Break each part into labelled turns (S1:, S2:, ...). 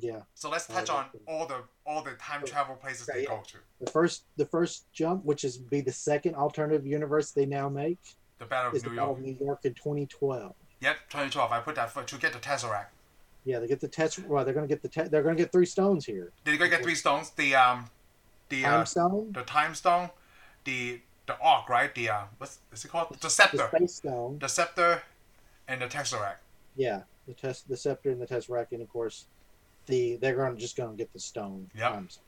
S1: So
S2: Oh,
S1: let's touch on all the all the time travel places
S2: Yeah,
S1: they
S2: yeah.
S1: go to.
S2: The first, the first jump, which is be the second alternative universe they now make,
S1: The Battle
S2: is the
S1: of New
S2: Battle
S1: York.
S2: of New York in 2012.
S1: Yep, 2012. I put that for, to get the Tesseract.
S2: Yeah, they get the test. Well, they're going to get the. Te- they're going to get three stones here.
S1: They're gonna get three stones. The um, the uh,
S2: Time stone,
S1: the time stone, the the arc, right? The uh, what's is it called? The
S2: the
S1: scepter,
S2: space stone.
S1: the scepter, and the tesseract.
S2: Yeah, the test, the scepter, and the tesseract, and of course, the they're going to just going to get the stone.
S1: Yep.
S2: Time Stone.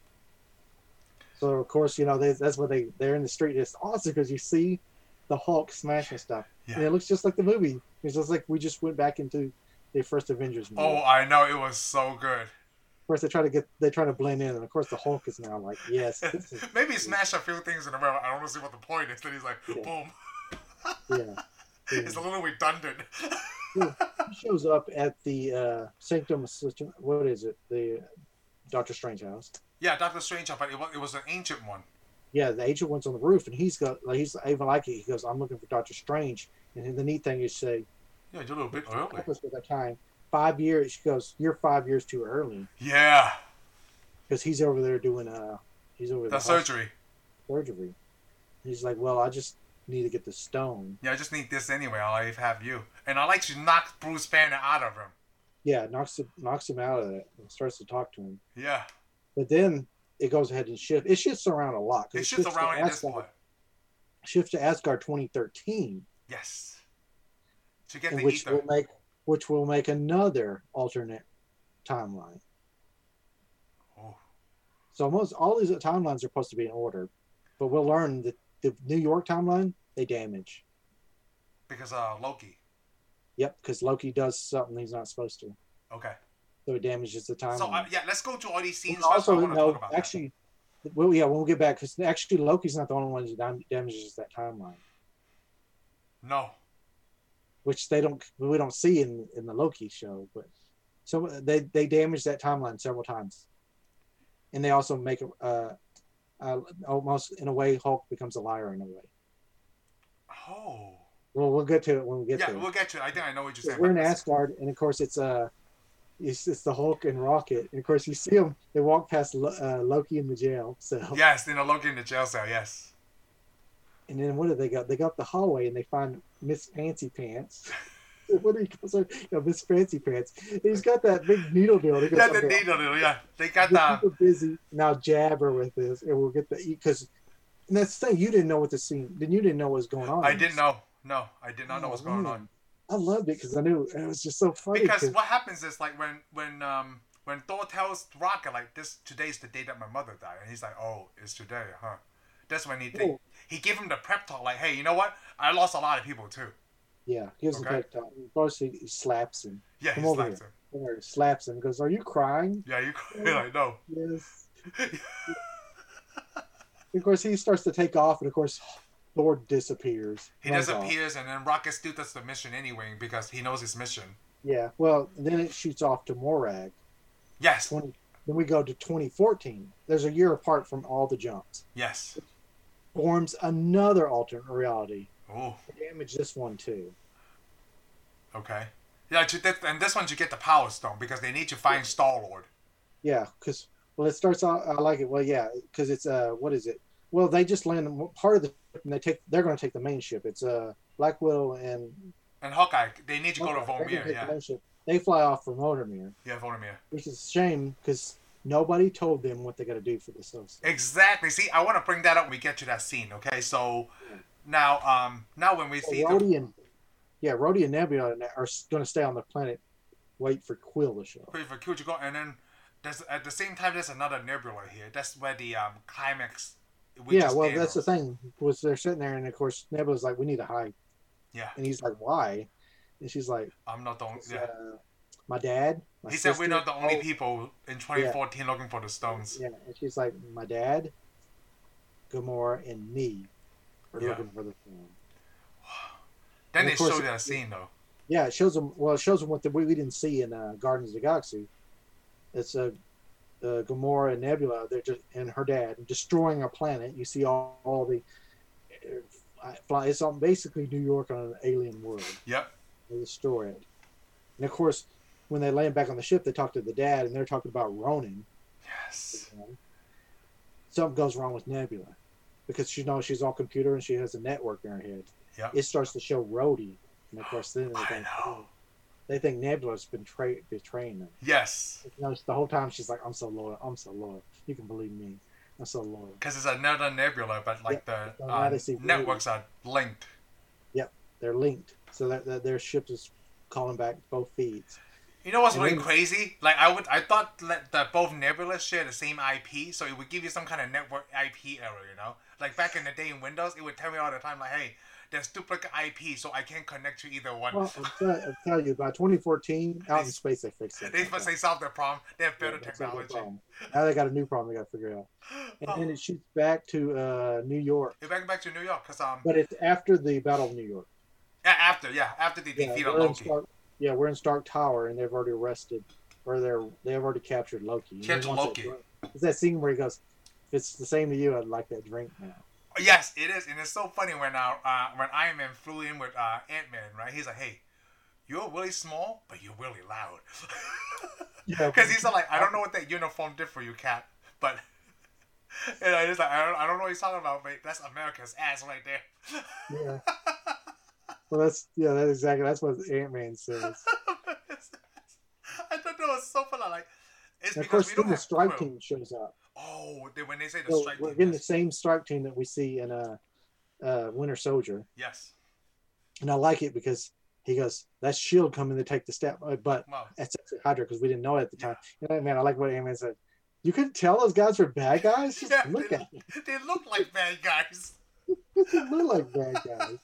S2: So of course, you know they, that's what they they're in the street. It's awesome because you see the Hulk smashing stuff, and
S1: Yeah.
S2: it looks just like the movie. It's just like we just went back into the first Avengers movie.
S1: Oh, I know it was so good.
S2: Of course, they try to get they try to blend in, and of course, the Hulk is now like, yes, this is
S1: Maybe he smashed a few things in the row. I don't see what the point is. Then he's like,
S2: Yeah.
S1: boom.
S2: yeah. yeah.
S1: It's a little redundant.
S2: He shows up at the uh, Sanctum System. What is it? The Doctor Strange house.
S1: yeah, Doctor Strange, but it was it was an ancient one.
S2: Yeah, the ancient one's on the roof, and he's got like he's even like it. He goes, "I'm looking for Doctor Strange." And then the neat thing is, say,
S1: Yeah, you're a little bit early.
S2: "Help us with our time." Five years. She goes, "You're five years too early,"
S1: Yeah,
S2: because he's over there doing uh, he's over
S1: the
S2: there
S1: surgery.
S2: surgery. He's like, "Well, I just need to get the stone."
S1: Yeah, I just need this anyway. I will have you, and I like to knock Bruce Banner out of him.
S2: Yeah, knocks him, knocks him out of it and starts to talk to him.
S1: Yeah,
S2: But then it goes ahead and shifts. It shifts around a lot. 'cause
S1: it shifts
S2: to
S1: around in this
S2: Asgard-
S1: point.
S2: Shifts to Asgard 2013,
S1: Yes. To get
S2: and
S1: the
S2: which
S1: ether.
S2: will make which will make another alternate timeline.
S1: Oh,
S2: So almost all these timelines are supposed to be in order, but we'll learn that the New York timeline they damage.
S1: because uh Loki.
S2: Yep, because Loki does something he's not supposed to,
S1: Okay.
S2: so it damages the timeline.
S1: So uh, yeah, let's go to all these
S2: We
S1: scenes. first. I
S2: Um, also,
S1: wanna talk
S2: no,
S1: about that.
S2: actually, well, yeah, we'll get back because actually Loki's not the only one that dam- damages that timeline.
S1: No.
S2: which they don't we don't see in in the Loki show, but so they they damage that timeline several times, and they also make a uh, uh, almost in a way Hulk becomes a liar in a way.
S1: Oh.
S2: Well, we'll get to it when we get
S1: yeah,
S2: there.
S1: we'll get to it. I think I know what you're
S2: 'Cause
S1: saying.
S2: We're in
S1: but-
S2: Asgard, and of course it's uh it's, it's the Hulk and Rocket, and of course you see them. They walk past Lo- uh, Loki in the jail, so
S1: Yes, in a Loki in the jail cell, yes.
S2: and then what do they got? They go up the hallway and they find Miss Fancy Pants. what do you call her? You know, Miss Fancy Pants. He's got that big needle deal.
S1: Yeah, the needle, yeah. They got
S2: We're
S1: the
S2: super busy now jabber with this and we'll get the because and that's the thing you didn't know what the scene then you didn't know what was going on
S1: I didn't know. No, I did not know
S2: Oh,
S1: what's going
S2: man.
S1: on.
S2: i loved it because i knew it was just so funny
S1: Because
S2: 'cause-
S1: what happens is like when when um when Thor tells Rocket like this today's the day that my mother died and he's like, Oh, it's today, huh? That's when he think
S2: oh,
S1: he gave him the prep talk like, Hey, you know what? I lost a lot of people too.
S2: yeah he gives
S1: Okay.
S2: a pep talk of course he, he uh, slaps him
S1: Yeah,
S2: Come
S1: he's
S2: over
S1: like
S2: here. or he slaps him and goes are you crying
S1: Yeah, you you're like no.
S2: yes of course he starts to take off and of course thor disappears
S1: He
S2: runs off.
S1: disappears, and then Rocket still does the mission anyway because he knows his mission.
S2: yeah well then it shoots off to morag
S1: Yes,
S2: 20 then we go to 2014 there's a year apart from all the jumps
S1: yes.
S2: forms another alternate reality
S1: Oh,
S2: damage this one too.
S1: okay. Yeah, to- that- and this one you get the Power Stone because they need to find Star Lord.
S2: Yeah, because well, it starts out. I like it. Well, yeah, because it's uh, what is it? Well, they just land on part of the ship and they take. They're going to take the main ship. It's uh, Black Widow and
S1: And Hawkeye, they need to go to
S2: Hawkeye, they're gonna
S1: Vormir.
S2: take the
S1: Yeah,
S2: main ship. They fly off from Vodomir,
S1: yeah, Vormir.
S2: which is a shame because nobody told them what they got to do for this. episode.
S1: Exactly. See, I want to bring that up when we get to that scene. Okay, so now, um, now when we see the
S2: Rhodey and yeah, Rhodey and Nebula are going to stay on the planet, wait for Quill to show. up.
S1: Pretty for Q to go, and then there's at the same time there's another Nebula here. That's where the um climax. We
S2: yeah,
S1: just
S2: well,
S1: did.
S2: that's the thing was they're sitting there, and of course Nebula's like, "We need to hide,"
S1: Yeah,
S2: and he's like, "Why?" And she's like.
S1: I'm not the only.
S2: It's,
S1: Oh, Yeah.
S2: uh, my dad. My
S1: He said we're
S2: sister-
S1: not the only
S2: oh,
S1: people in 2014 looking for the stones.
S2: Yeah, and she's like, my dad, Gamora, and me are
S1: Yeah.
S2: looking for the film.
S1: Then
S2: And
S1: they
S2: of course-
S1: showed that scene though.
S2: Yeah, it shows them. Well, it shows them what the, we we didn't see in uh, Guardians of the Galaxy. It's a uh, uh, Gamora and Nebula. They're just and her dad destroying a planet. You see all, all the uh, fly. It's on basically New York on an alien world.
S1: Yep.
S2: They destroy it, and of course, when they land back on the ship, they talk to the dad, and they're talking about Ronan.
S1: Yes.
S2: you know. Something goes wrong with Nebula because she knows she's all computer and she has a network in her head.
S1: Yep.
S2: It starts to show Rhodey, and of course, then they
S1: I
S2: think,
S1: know.
S2: they think Nebula's been tra- betraying them.
S1: Yes.
S2: You know, the whole time she's like, "I'm so loyal, I'm so loyal. You can believe me, I'm so loyal."
S1: Because it's another nebula, but like the
S2: so now
S1: uh,
S2: they see
S1: networks are linked.
S2: They're linked, so that, that their ship is calling back both feeds.
S1: You know what's
S2: And
S1: really
S2: then-
S1: crazy? Like I would, I thought that, that both nebulas share the same IP, so it would give you some kind of network IP error. You know, like back in the day in Windows, it would tell me all the time, like, "Hey, there's duplicate IP, so I can't connect to either one."
S2: Well, I'll tell, I'll tell you, by 2014, out in space, they fixed it.
S1: they must they solved their problem. They have better
S2: Yeah, that's not their
S1: technology.
S2: problem. Now they got a new problem they got to figure out, and then
S1: Oh.
S2: it shoots back to uh, New York,
S1: You're back back to New York, cause um,
S2: but it's after the Battle of New York.
S1: yeah, after yeah, after they
S2: Yeah,
S1: defeat
S2: we're in
S1: Loki,
S2: Stark, yeah, we're in Stark Tower, and they've already arrested, or they're they've already captured Loki. And he
S1: Captured
S2: wants
S1: Loki.
S2: That, drink. it's that scene where he goes, "If it's the same to you, I'd like that drink now."
S1: Yes, it is, and it's so funny when uh, uh when Iron Man flew in with uh, Ant Man, right? He's like, "Hey, you're really small, but you're really loud,"
S2: Yeah,
S1: because he's all like, "I don't know what that uniform did for you, Cap," but and I just like, I don't, I don't know what he's talking about, but that's America's ass right there.
S2: yeah. Well, that's yeah, that's exactly that's what Ant Man says.
S1: I thought that was so funny. Like, it's
S2: And of course,
S1: because we
S2: then
S1: don't
S2: the
S1: have
S2: strike
S1: Quill.
S2: team shows up.
S1: Oh, they, when they say the
S2: So
S1: strike
S2: we're
S1: team,
S2: getting the
S1: yes.
S2: same strike team that we see in uh, uh, Winter Soldier,
S1: yes.
S2: and I like it because he goes, "That's Shield coming to take the step," uh, but
S1: Wow.
S2: that's actually Hydra because we didn't know it at the time. And man, I like what Ant Man said. You could tell those guys were bad guys. Just
S1: Yeah,
S2: look
S1: they-
S2: at them.
S1: They look like bad guys.
S2: They look like bad guys.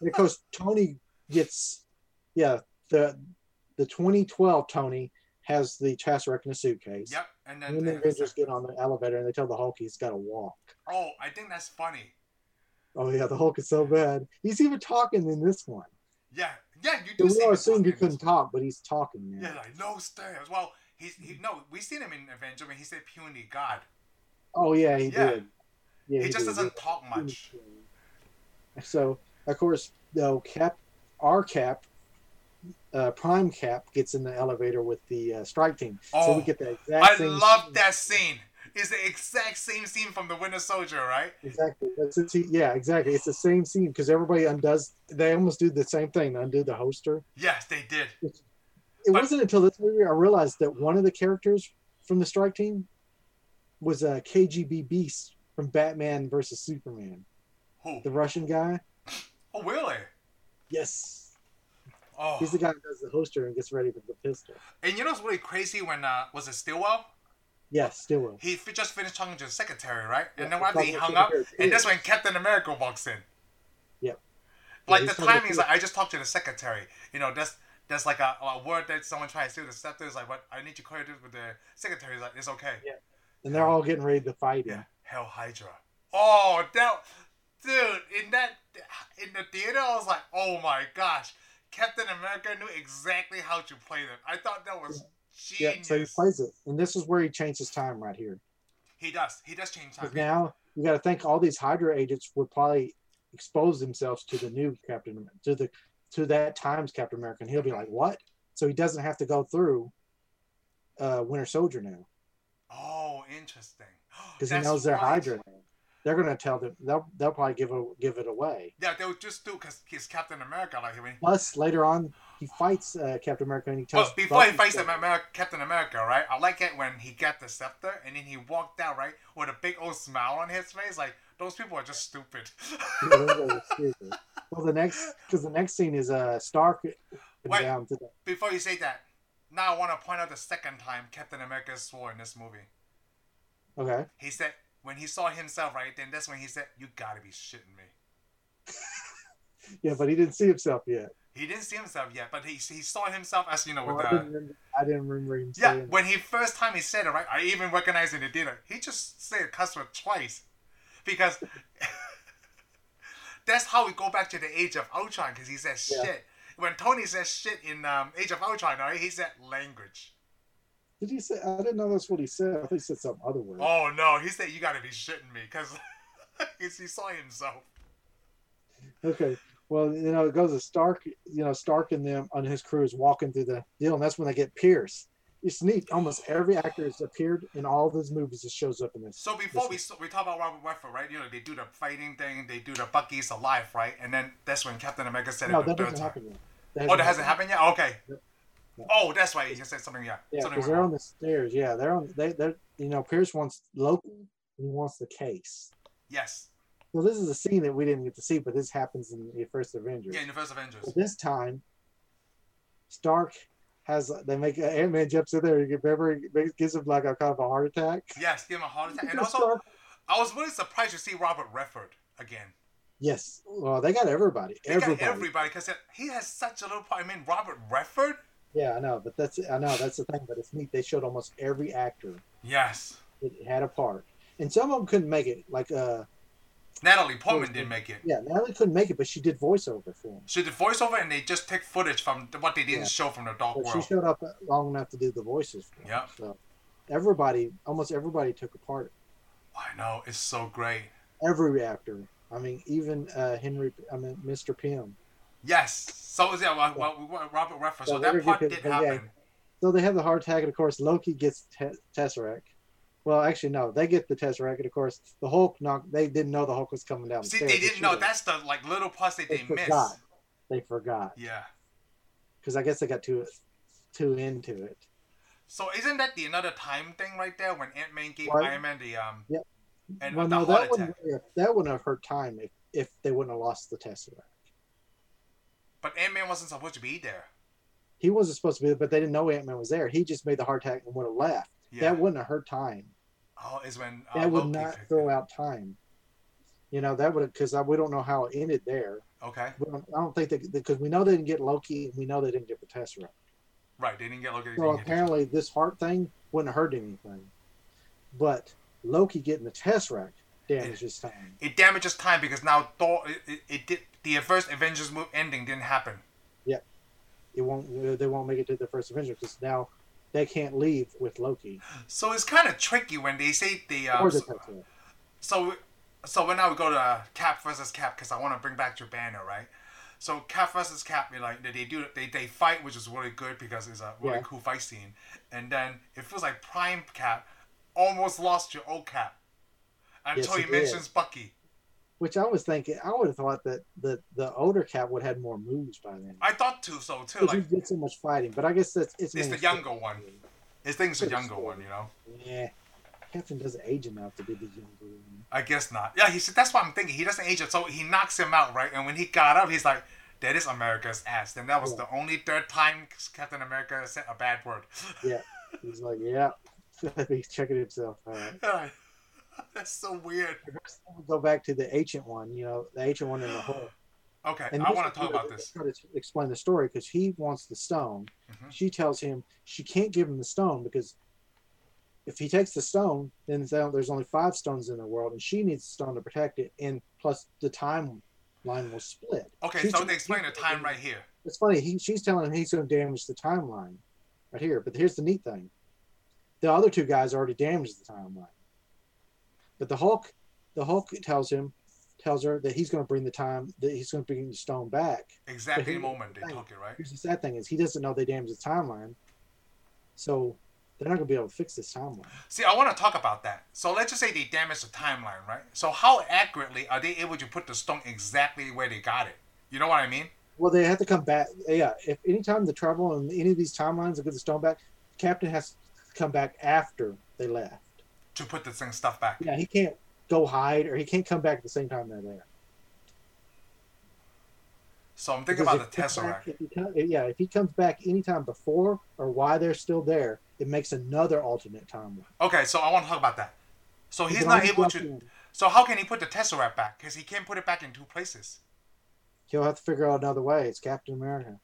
S2: And of course, Tony gets, yeah, the the 2012 Tony has the Tesseract in a suitcase.
S1: Yep, and then
S2: And then the
S1: they-
S2: Avengers get on the elevator and they tell the Hulk he's got to walk.
S1: Oh, I think that's funny.
S2: Oh yeah, the Hulk is so bad. He's even talking in this one.
S1: Yeah, yeah, you do
S2: We
S1: see
S2: all
S1: him
S2: assumed he
S1: talking.
S2: couldn't talk, but he's talking now.
S1: Yeah, like no stairs. Well, he's he, no. We seen him in Avenger when he said puny E, god.
S2: Oh yeah, he
S1: Yeah.
S2: did. Yeah,
S1: he, just
S2: did.
S1: doesn't talk
S2: E.
S1: much.
S2: So, of course, though Cap, our Cap, uh, Prime Cap gets in the elevator with the uh, strike team, so
S1: Oh,
S2: we get the exact
S1: I
S2: same.
S1: love that scene. It's the exact same scene from the Winter Soldier, right?
S2: Exactly. That's it. Yeah, exactly. It's the same scene because everybody undoes. They almost do the same thing. They undo the holster.
S1: Yes, they did.
S2: It
S1: But-
S2: wasn't until this movie I realized that one of the characters from the strike team was uh, a KGB beast from Batman versus Superman,
S1: Who?
S2: the Russian guy.
S1: Oh, really?
S2: Yes.
S1: Oh,
S2: He's the guy who does the holster and gets ready for the pistol.
S1: and you know what's really crazy? When uh, was it Stillwell?
S2: Yeah, still will.
S1: He fi- just finished talking to his secretary, right? And
S2: Yeah,
S1: then after
S2: talking
S1: he
S2: to
S1: hung up,
S2: secretary,
S1: and that's
S2: too.
S1: when Captain America walks in.
S2: Yep.
S1: Like
S2: Yeah, he's
S1: the
S2: talking to
S1: timing is like I just talked to the secretary. You know, that's that's like a, a word that someone trying to steal the scepter is like, what I need to clear this with the secretary. He's like, it's okay.
S2: Yeah. And they're all getting ready to fight him.
S1: Hell Hydra. Oh, that dude in that in the theater, I was like, oh my gosh, Captain America knew exactly how to play them. I thought that was
S2: Yeah,
S1: genius.
S2: so he plays it. And this is where he changes time right here.
S1: he does. He does change time.
S2: Because now you got to think all these Hydra agents would probably expose themselves to the new Captain America, to the to that times Captain America, and he'll be like, "What?" So he doesn't have to go through uh, Winter Soldier now
S1: Oh, interesting.
S2: because he
S1: That's
S2: knows they're
S1: right.
S2: Hydra. Now. They're gonna tell them. They'll they'll probably give a, give it away.
S1: Yeah, they would just do because he's Captain America. Like, I mean,
S2: Plus, later on, he fights uh, Captain America, and he tells.
S1: well, Oh, before he
S2: Bucky
S1: fights
S2: stuff.
S1: him, America, Captain America, right? I like it when he got the scepter and then he walked out, right, with a big old smile on his face. Like, those people are just stupid.
S2: Yeah, those guys are stupid. well, the next because the next scene is uh Stark
S1: Wait.
S2: down to the
S1: before you say that, now I want to point out the second time Captain America swore in this movie.
S2: okay.
S1: He said, when he saw himself, right, then that's when he said, You gotta be shitting me.
S2: Yeah, but he didn't see himself yet.
S1: He didn't see himself yet, but he, he saw himself as, you know, with
S2: Well, I,
S1: the.
S2: didn't remember, I didn't remember him
S1: Oh Yeah,
S2: saying.
S1: when he first time he said it, right? I even recognized in the theater. He just said cuss word twice, because that's how we go back to the Age of Ultron. Because he says
S2: Yeah.
S1: shit. When Tony says shit in um, Age of Ultron, right? He said language.
S2: Did he say? I didn't know that's what he said. I thought he said some other word.
S1: Oh no, he said you gotta be shitting me because he saw himself.
S2: Okay, Well, you know, it goes to Stark, you know, Stark and them on his crew is walking through the deal, and that's when they get Pierce. It's neat. Almost every actor has appeared in all those movies that shows up in this.
S1: So before
S2: this
S1: we we talk about Robert Redford, right? You know, they do the fighting thing, they do the Bucky's alive, right? And then that's when Captain America said
S2: No,
S1: it the
S2: that
S1: third
S2: doesn't
S1: time.
S2: happen yet. That
S1: Oh, that hasn't happened yet. Okay.
S2: No.
S1: Oh, that's why you said something. Yeah.
S2: Yeah,
S1: something
S2: because they're
S1: wrong.
S2: on the stairs. Yeah, they're on. They, they're you know, Pierce wants local. He wants the case.
S1: Yes.
S2: Well, this is a scene that we didn't get to see, but this happens in the first Avengers.
S1: Yeah, in the first Avengers.
S2: But this time, Stark has they make Ant Man jumps in there. He Remember, he makes- gives him like a kind of a heart attack.
S1: Yes, give him a heart attack. And
S2: Because
S1: also,
S2: Stark-
S1: I was really surprised to see Robert Redford again.
S2: yes, well, they got everybody.
S1: They
S2: everybody.
S1: got everybody because he has such a little part. I mean, Robert Redford?
S2: Yeah, I know, but that's I know that's the thing. But it's neat. They showed almost every actor
S1: Yes.
S2: that had a part, and some of them couldn't make it. Like, uh,
S1: Natalie Portman didn't make it.
S2: yeah, Natalie couldn't make it, but she did voiceover for him.
S1: She did voiceover and they just take footage from what they didn't
S2: Yeah.
S1: show from the Dark
S2: But she
S1: World.
S2: showed up long enough to do the voices. For him.
S1: Oh, Yeah.
S2: So everybody, almost everybody, took a part.
S1: I know, it's so great.
S2: Every actor. I mean, even uh, Henry. I mean, Mr. Pym.
S1: Yes. So, yeah, well, well, we want Robert Redford.
S2: So
S1: So
S2: we're
S1: that
S2: gonna
S1: part
S2: get-
S1: did
S2: yeah.
S1: happen.
S2: So they have the heart attack, and of course Loki gets te- Tesseract. Well, actually, no, they get the Tesseract, and of course the Hulk. Knock. They didn't know the Hulk was coming down. the
S1: See,
S2: stairs.
S1: they didn't know.
S2: should've.
S1: That's the like little parts that
S2: They
S1: they missed.
S2: forgot. They forgot
S1: Yeah.
S2: because I guess they got too too into it.
S1: So isn't that the another time thing right there when Ant Man gave
S2: Right.
S1: Iron Man the um
S2: Yep.
S1: and
S2: well,
S1: the
S2: no,
S1: heart
S2: that wouldn't
S1: attack?
S2: have- that wouldn't have hurt time if if they wouldn't have lost the Tesseract.
S1: But Ant Man wasn't supposed to be there.
S2: He wasn't supposed to be, there, but they didn't know Ant Man was there. He just made the heart attack and would have left.
S1: Yeah.
S2: That wouldn't have hurt time.
S1: oh, is when uh,
S2: That would
S1: Loki
S2: not
S1: picked
S2: throw
S1: it.
S2: out time. You know that would because we don't know how it ended there.
S1: Okay.
S2: We don't, I don't think they because we know they didn't get Loki. We know they didn't get the Tesseract.
S1: Right. They didn't get Loki. they
S2: So
S1: didn't get-
S2: apparently, this heart thing wouldn't hurt anything, but Loki getting the Tesseract damages time.
S1: It damages time because now Thor. It, it, it did the first Avengers move ending didn't happen.
S2: It won't. They won't make it to the first Avenger because now they can't leave with Loki
S1: So it's kind of tricky when they say the. Um,
S2: or the
S1: so,
S2: Tesseract.
S1: so so when now we go to uh, Cap versus Cap because I want to bring back your banner right. So Cap versus Cap, you know, like they do they, they fight, which is really good because it's a really
S2: Yeah.
S1: cool fight scene. And then it feels like Prime Cap almost lost your old Cap until
S2: Yes,
S1: he
S2: it did.
S1: mentions Bucky.
S2: Which I was thinking, I would have thought that the the older Cap would have had more moves by then.
S1: I thought too, so too.
S2: Because
S1: Like
S2: he did so much fighting, but I guess that's it's,
S1: It's the
S2: mainly-
S1: younger one. his thing's a younger one, you know.
S2: Yeah, Captain doesn't age enough to be the younger one.
S1: I guess not. Yeah, he said that's what I'm thinking. He doesn't age up, so he knocks him out, right? And when he got up, he's like, "That is America's ass." And that was
S2: Yeah.
S1: the only third time Captain America said a bad word.
S2: He's like, yeah, he's checking himself. All right.
S1: that's so weird.
S2: We'll go back to the ancient one, you know, the ancient one in the hole.
S1: Okay, I want to talk about
S2: Let's
S1: this.
S2: Try to explain the story because he wants the stone.
S1: Mhm.
S2: She tells him she can't give him the stone because if he takes the stone, then there- there's only five stones in the world, and she needs the stone to protect it, and plus the timeline will split.
S1: Okay,
S2: She's-
S1: so they explain the time right here.
S2: It's funny. He, she's telling him he's going to damage the timeline right here. But here's the neat thing: the other two guys already damaged the timeline. But the Hulk, the Hulk tells him, tells her that he's going to bring the time that he's going to bring the stone back.
S1: Exactly the
S2: But he-
S1: moment they took it, right?
S2: Here's the sad thing: is he doesn't know they damaged the timeline, so they're not going to be able to fix this timeline.
S1: See, I want to talk about that. So let's just say they damaged the timeline, right? So how accurately are they able to put the stone exactly where they got it? You know what I mean?
S2: Well, they have to come back. Yeah, if anytime they travel in any of these timelines and get the stone back, Captain has to come back after they left.
S1: To put this thing stuff back.
S2: Yeah, he can't go hide or he can't come back at the same time they're there.
S1: So I'm thinking
S2: Because
S1: about the
S2: if he comes
S1: tesseract.
S2: back- if he come- yeah, if he comes back anytime before or why they're still there, it makes another alternate timeline.
S1: Okay, so I want to talk about that. So
S2: He
S1: he's
S2: can
S1: not
S2: only
S1: able
S2: drop
S1: to.
S2: in.
S1: So how can he put the tesseract back? Because he can't put it back in two places.
S2: He'll have to figure out another way. It's Captain America.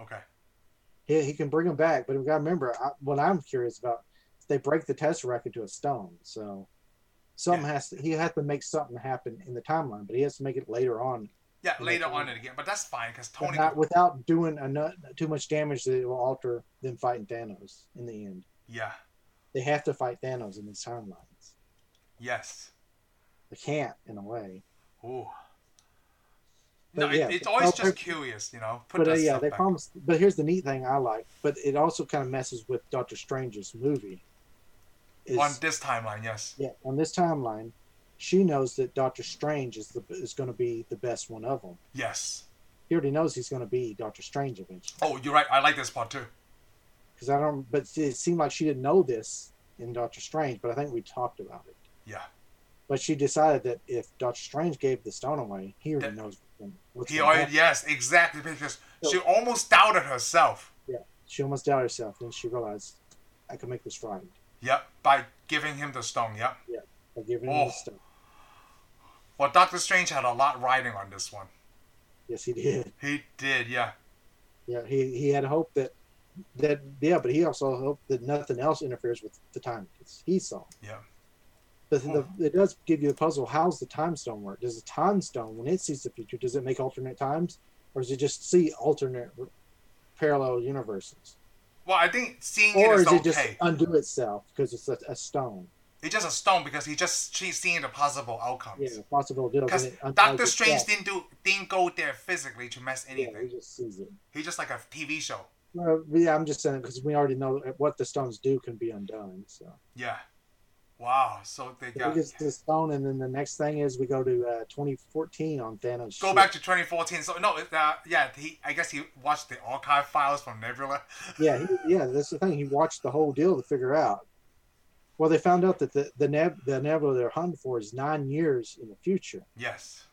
S1: Okay.
S2: He, he can bring him back, but we got to remember I, what I'm curious about. is They break the Tesseract into a stone, so something has to. He has to make something happen in the timeline, but he has to make it later on,
S1: Yeah,
S2: Yeah,
S1: later
S2: Tony.
S1: on it again, but that's fine because
S2: but
S1: Tony.
S2: not without doing enough, too much damage that it will alter them fighting Thanos in the end.
S1: Yeah.
S2: They have to fight Thanos in these timelines.
S1: Yes.
S2: They can't, in a way.
S1: Ooh. no,
S2: But yeah,
S1: it, it's always
S2: I'll
S1: just
S2: put-
S1: curious, you know. Put
S2: But uh,
S1: that
S2: yeah,
S1: stuff
S2: they
S1: back.
S2: promised. But here's the neat thing I like, but it also kind of messes with Doctor Strange's movie. Is,
S1: on this timeline. Yes,
S2: yeah, on this timeline, she knows that Doctor Strange is the is going to be the best one of them.
S1: yes.
S2: He already knows he's going to be Doctor Strange eventually.
S1: Oh, you're right. I like this part too.
S2: Because I don't, but it seemed like she didn't know this in Doctor Strange. But I think we talked about it.
S1: Yeah,
S2: But she decided that if Doctor Strange gave the stone away, he already
S1: That-
S2: knows what's
S1: he
S2: going
S1: already. Yes, exactly. Because
S2: So-
S1: she almost doubted herself.
S2: She almost doubted herself, then she realized I can make this right
S1: Yep, by giving him the stone. Yep.
S2: by giving him
S1: Oh.
S2: the stone.
S1: Well, Doctor Strange had a lot riding on this one.
S2: Yes, he did.
S1: He did. Yeah.
S2: Yeah, he he had hope that that yeah, but he also hoped that nothing else interferes with the time because he saw.
S1: Yeah.
S2: But the, it does give you the puzzle. How's the time stone work? Does the time stone, when it sees the future, does it make alternate times, or does it just see alternate r- parallel universes,
S1: Well, I think seeing
S2: or is
S1: it is,
S2: it just uh,
S1: okay.
S2: undo itself because it's a, a stone?
S1: It's just a stone because he just she's seeing the possible outcomes.
S2: Yeah, possible deals.
S1: Because
S2: and it undoes
S1: Doctor
S2: itself.
S1: Strange didn't do didn't go there physically to mess
S2: Yeah,
S1: anything.
S2: he just sees it.
S1: He's just like a TV show.
S2: Well, yeah, I'm just saying because we already know that what the stones do can be undone. So
S1: Yeah. Wow. So they
S2: yeah.
S1: got
S2: we get to the stone, and then the next thing is we go to uh, 2014 on Thanos.
S1: go back to 2014. So no, it, uh, yeah. He I guess he watched the archive files from Nebula.
S2: Yeah, he, yeah, that's the thing. He watched the whole deal to figure out. Well, they found out that the the, neb- the nebula they're hunting for is nine years in the future.
S1: Yes.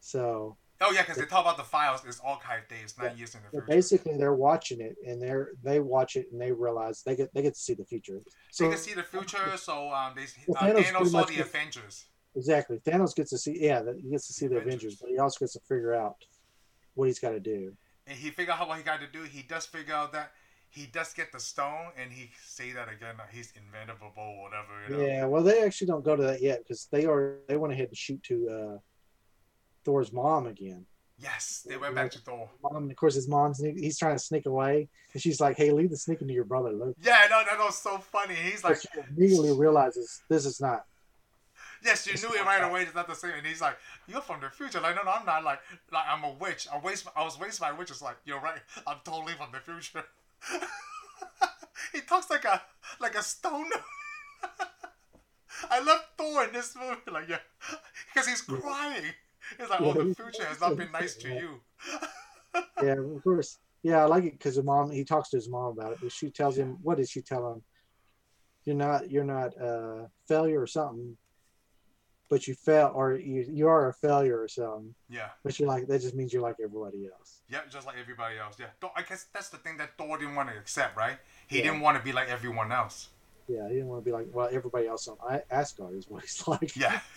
S2: So
S1: Oh yeah, because they talk about the files. It's archive days, not
S2: Yeah.
S1: years in the
S2: they're
S1: future.
S2: basically, they're watching it, and they're they watch it, and they realize they get they get to see the future.
S1: they
S2: So
S1: can see the future. So um, they
S2: Well, Thanos
S1: uh, Thanos
S2: pretty
S1: saw
S2: much
S1: the
S2: did-
S1: Avengers.
S2: Exactly. Thanos gets to see, yeah, that- he gets to see the Avengers,
S1: Avengers.
S2: but he also gets to figure out what he's got to do.
S1: and he figure out what he got to do. He does figure out that he does get the stone, and he say that again. That he's inventable, whatever. You know?
S2: Yeah. Well, they actually don't go to that yet because they are they went ahead and shoot to uh, Thor's mom again.
S1: Yes, they went back to Thor.
S2: Mom, and of course, his mom's he's trying to sneak away, and she's like, "Hey, leave the sneaking to your brother, Luke."
S1: Yeah, no, that was so funny. He's
S2: But
S1: like,
S2: she immediately realizes this is not.
S1: yes, you knew it right away. It's not the same. And he's like, you're from the future. Like, no, no, I'm not. Like, like I'm a witch. I waste. I was wasted by witches. Like, you're right. I'm totally from the future. he talks like a like a stoner. I love Thor in this movie. Like, yeah, because he's
S2: Yeah.
S1: crying. He's like,
S2: Yeah,
S1: oh, the
S2: he's-
S1: future has not been nice to you.
S2: Yeah, of course. Yeah, I like it because the mom. He talks to his mom about it. But she tells him, "What did she tell him? You're not. You're not a failure or something. But you fail, or you you are a failure or something.
S1: Yeah.
S2: But you're like that just means you're like everybody else.
S1: Yeah, just like everybody else. Yeah, Thor, I guess that's the thing that Thor didn't want to accept, right? He
S2: Yeah.
S1: didn't want to be like everyone else.
S2: Yeah, he didn't want to be like well everybody else on I- Asgard is what he's like.
S1: Yeah,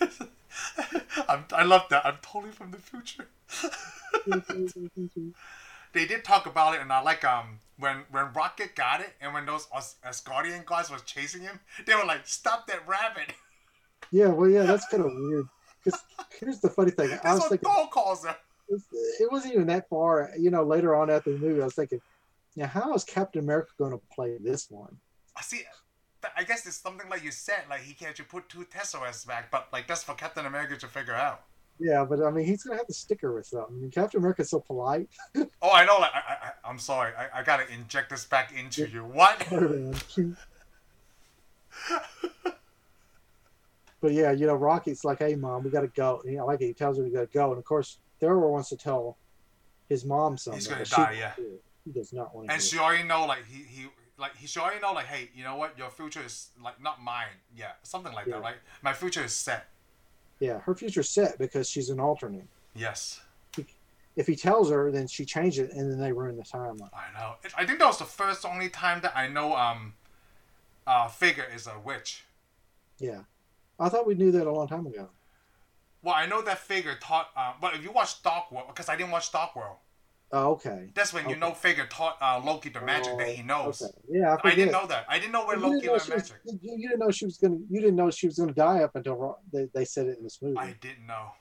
S1: I'm, I love that. I'm totally from the future. They did talk about it, and I like um when when Rocket got it, and when those As- Asgardian guys was chasing him, they were like, "Stop that rabbit!"
S2: yeah, well, yeah, that's kind of weird. Because here's the funny thing. I
S1: That's
S2: was
S1: what
S2: thinking
S1: Thor calls him.
S2: it wasn't even that far. You know, later on after the movie, I was thinking, now how is Captain America going to play this one?
S1: I see. th- I guess it's something like you said, like he can't you put two tesseracts back, but like that's for Captain America to figure out.
S2: Yeah, but I mean, he's gonna have to sticker with something. I mean, Captain America's so polite.
S1: Oh, I know. Like I, I, I- I'm sorry. I, I gotta inject this back into you. What?
S2: but yeah, you know, Rocky's like, "Hey, mom, we gotta go." And, you know, like he tells her we gotta go, and of course, Thor wants to tell his mom something.
S1: He's gonna
S2: but
S1: die,
S2: She,
S1: yeah.
S2: he does not want to.
S1: And she already know like he he like he she already know like hey you know what your future is like not mine yeah something like
S2: Yeah.
S1: that right my future is set
S2: yeah, her future's set because she's an alternate.
S1: yes
S2: If he tells her, then she changes it, and then they ruin the timeline.
S1: I know It- I think that was the first only time that I know um uh figure is a witch
S2: Yeah, I thought we knew that a long time ago.
S1: well I know that figure taught uh, but if you watch Dark World because I didn't watch Dark World
S2: Oh, okay.
S1: that's when
S2: Okay.
S1: you
S2: Oh,
S1: know figure taught uh, Loki the magic that he knows
S2: Okay. Yeah, I,
S1: I
S2: forget.
S1: didn't know that I didn't know where
S2: You didn't
S1: Loki
S2: know
S1: learned
S2: she was-
S1: magic
S2: you, you didn't know she was gonna. You didn't know she was gonna die up until Ro- they, they said it in this movie.
S1: I didn't know.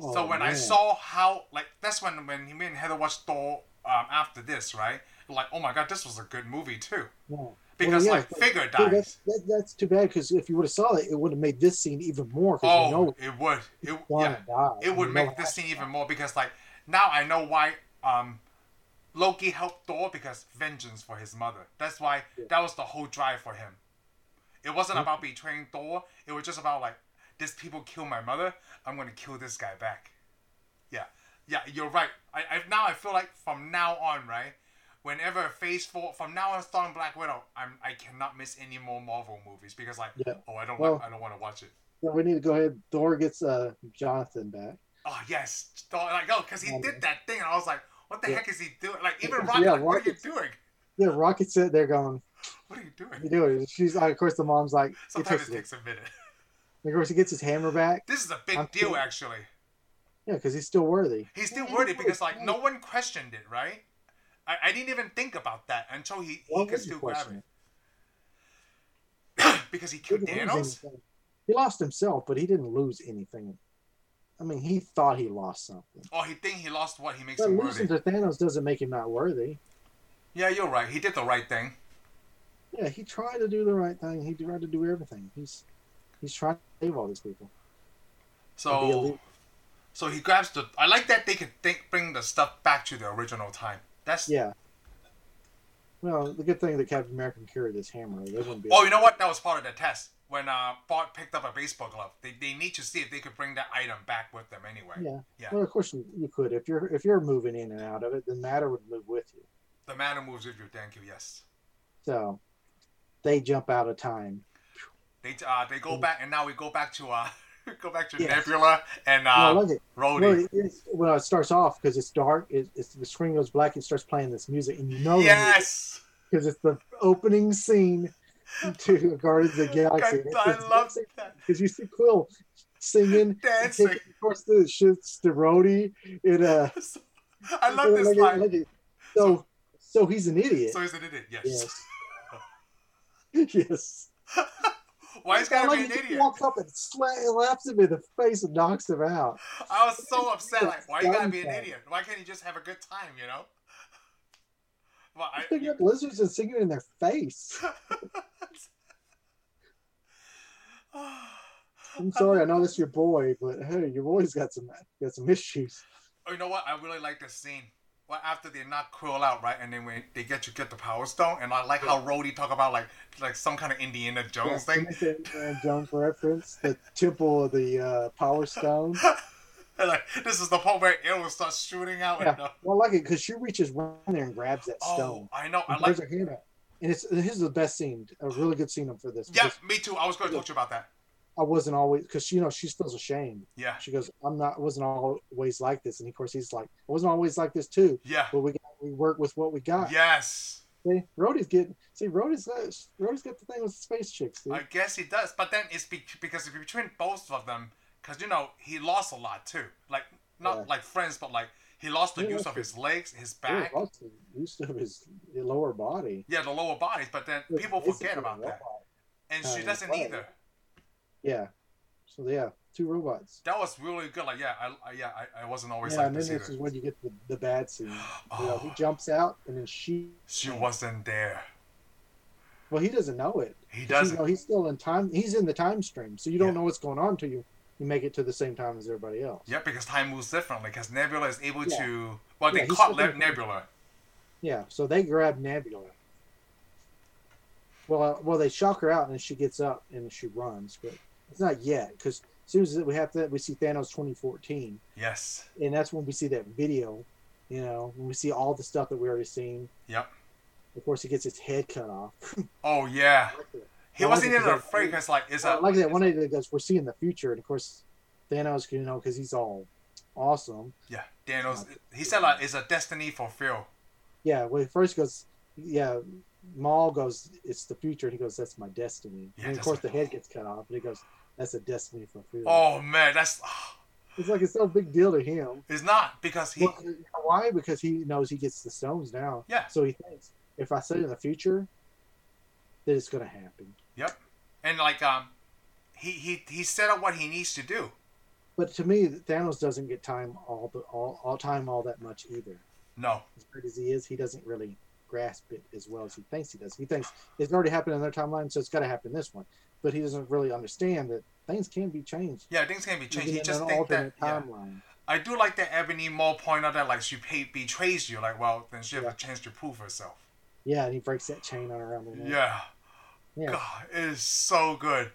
S1: so
S2: Oh,
S1: when I
S2: man.
S1: saw how like that's when when me and Heather watched Thor um, after this, right? Like, oh my god, this was a good movie too.
S2: Yeah.
S1: because
S2: yeah,
S1: like
S2: but-
S1: figure
S2: Dude,
S1: dies.
S2: that's that, that's too bad because if you would have saw it, it would have made this scene even more. Because you know
S1: oh, it would. It, yeah,
S2: Juana died.
S1: it would
S2: You know
S1: make this
S2: that.
S1: scene even more because like now I know why um Loki helped Thor because vengeance for his mother. That's why
S2: Yeah.
S1: that was the whole drive for him. It wasn't
S2: Mhm.
S1: about betraying Thor. It was just about like these people killed my mother. I'm gonna kill this guy back. Yeah, yeah, you're right. I, I now I feel like from now on, right? Whenever Phase Four, from now on, starting Black Widow, I'm I cannot miss any more Marvel movies because like,
S2: Yeah.
S1: oh, I don't
S2: Well-
S1: like, I don't want to watch it.
S2: So we need to go ahead. Thor gets uh Jonathan back.
S1: oh yes, Oh, like oh, because he
S2: Yeah.
S1: did that thing, and I was like, what the
S2: Yeah.
S1: heck is he doing? Like even
S2: Yeah,
S1: Rocket, like, what are you
S2: Rocket's-
S1: doing?
S2: Yeah, Rocket's sitting there going,
S1: What are you
S2: "You
S1: doing?
S2: do it." She's like, of course the mom's like, "It
S1: Sometimes
S2: takes
S1: it
S2: it."
S1: takes a minute.
S2: Of course he gets his hammer back.
S1: This is a big
S2: I'm
S1: deal,
S2: cool.
S1: actually.
S2: Yeah, because he's still worthy.
S1: He's still
S2: Yeah,
S1: worried
S2: yeah,
S1: because like
S2: yeah.
S1: no one questioned it, right? I, I didn't even think about that until he,
S2: Why
S1: he
S2: would
S1: could
S2: you
S1: still grab
S2: question it?
S1: it because he
S2: He
S1: killed
S2: didn't lose
S1: Thanos.
S2: anything. He lost himself, but he didn't lose anything. I mean, he thought he lost something.
S1: Or Oh, he think he lost what he makes
S2: But
S1: him
S2: losing
S1: worthy.
S2: to Thanos doesn't make him not worthy.
S1: Yeah, you're right. He did the right thing.
S2: Yeah, he tried to do the right thing. He tried to do everything. He's he's trying to save all these people. And be a
S1: So,
S2: leader.
S1: so he grabs the. I like that they could think, bring the stuff back to the original time. That's
S2: Yeah. Well, the good thing that Captain America cured this hammer. They wouldn't be.
S1: Oh, you know what? That was part of the test. When uh, Bart picked up a baseball glove, they, they need to see if they could bring that item back with them anyway.
S2: Yeah.
S1: yeah.
S2: Well, of course you, you could. If you're if you're moving in and out of it, then matter would move with you.
S1: The man who moves with you, thank you, yes.
S2: So they jump out of time.
S1: They uh, they go back, and now we go back to uh, go back to
S2: Yes.
S1: Nebula and
S2: Well, I
S1: uh,
S2: like it.
S1: Rhodey.
S2: Well, it- it's, well, it starts off because it's dark. It, it's the screen goes black. It starts playing this music, and you know
S1: yes,
S2: because it's the opening scene to Guardians of the Galaxy.
S1: God, I love that
S2: because you see Quill singing,
S1: dancing.
S2: taking- of course the shits to Rhodey. It uh,
S1: I love this
S2: like,
S1: line.
S2: like, so, so he's an idiot.
S1: So he's an idiot. Yes.
S2: yes. yes.
S1: Why is he gotta
S2: Like,
S1: be an
S2: he
S1: idiot?
S2: Walks up and sla- slaps him in the face and knocks him out.
S1: I was so upset. Like, why you gotta be an
S2: Dumb guy.
S1: idiot? Why can't you just have a good time? You know. Well,
S2: He's
S1: I,
S2: picking up lizards and singing in their face. I'm sorry, I know that's your boy, but hey, your boy's got some got some issues.
S1: Oh, you know what? I really like this scene. Well, after they knock Quill out, right, and then when they get to get the Power Stone, and I like how Rhodey talk about like like some kind of Indiana Jones
S2: Yeah,
S1: thing,
S2: make that Indiana Jones reference, the temple of the uh, Power Stone.
S1: And, like this is the part where arrows start shooting out. And, uh,
S2: Well, I like it because she reaches right there and grabs that
S1: oh,
S2: stone.
S1: I know. I
S2: and
S1: like.
S2: throws her hand out. And it's this is the best scene, a really good scene for this.
S1: Yeah,
S2: because
S1: me too. I was going to talk to you about that.
S2: I wasn't always because you know she feels ashamed.
S1: Yeah,
S2: She goes, "I'm not, I wasn't always like this," and of course he's like, "I wasn't always like this too."
S1: yeah,
S2: But we got, we work with what we got.
S1: yes.
S2: See, Rhodey's getting see Rhodey's got Rhodey's got the thing with space chicks. dude.
S1: I guess he does, but then it's be- because it's between both of them, because you know he lost a lot too. Like not
S2: Yeah.
S1: like friends, but like he lost the
S2: Yeah,
S1: use
S2: that's
S1: of
S2: true.
S1: his legs, his
S2: Yeah,
S1: back.
S2: lots of use of his lower body.
S1: Yeah, the lower bodies, but then
S2: It's
S1: people forget
S2: basically a
S1: about that.
S2: robot.
S1: And
S2: Uh,
S1: she doesn't
S2: right.
S1: either.
S2: Yeah. So yeah, two robots.
S1: That was really good. Like, yeah, I, I yeah, I, I wasn't always
S2: yeah,
S1: like
S2: and then
S1: this
S2: this is
S1: either.
S2: when you get the, the bad scene. You know, he
S1: Oh,
S2: jumps out and then she
S1: she wasn't there.
S2: well he doesn't know it. Because,
S1: He
S2: you
S1: doesn't.
S2: know, he's still in time. He's in the time stream, so you don't
S1: Yeah.
S2: know what's going on until you you make it to the same time as everybody else.
S1: Yeah, because time moves differently. Because Nebula is able
S2: Yeah.
S1: to. Well,
S2: Yeah,
S1: they
S2: he's
S1: caught
S2: still
S1: Le-
S2: there.
S1: Nebula.
S2: Yeah. So they grab Nebula. Well, uh, well, they shock her out, and she gets up and she runs, but it's not yet because as soon as we have that, we see Thanos 2014,
S1: Yes.
S2: and that's when we see that video. You know, when we see all the stuff that we already seen.
S1: Yep.
S2: Of course, he gets his head cut off.
S1: Oh yeah. He
S2: I like
S1: wasn't
S2: it
S1: even
S2: 'cause I-
S1: afraid because like it's
S2: Well,
S1: a.
S2: like that one idea that goes, we're seeing the future, and of course, Thanos, you know, because he's all awesome.
S1: Yeah, Thanos. He said like it's a destiny fulfilled.
S2: Yeah, well, he first goes, yeah, Maul goes, it's the future, and he goes, that's my destiny.
S1: Yeah,
S2: and of
S1: that's
S2: course,
S1: my-
S2: the head gets cut off, and he goes, that's a destiny fulfilled.
S1: Oh man, that's.
S2: It's like it's no big deal to him.
S1: It's not because he.
S2: Well, you know why? Because he knows he gets the stones now.
S1: Yeah.
S2: So he thinks, if I say in the future, then it's going to happen.
S1: and like um, he he he set up what he needs to do.
S2: But to me, Thanos doesn't get time all, the, all, all time all that much either.
S1: No.
S2: as great as he is, he doesn't really grasp it as well as he thinks he does. He thinks it's already happened in their timeline, so it's got to happen in this one. But he doesn't really understand that things can be changed.
S1: Yeah, things can be changed.
S2: even
S1: He
S2: in
S1: just
S2: an
S1: think that.
S2: alternate
S1: Yeah.
S2: timeline.
S1: I do like that Ebony Maw point out that like she pay, betrays you. Like, well, then she has
S2: Yeah.
S1: a chance to prove herself.
S2: Yeah. and he breaks that chain on around the neck.
S1: Yeah.
S2: Mm-hmm. Yeah.
S1: God, it is so good.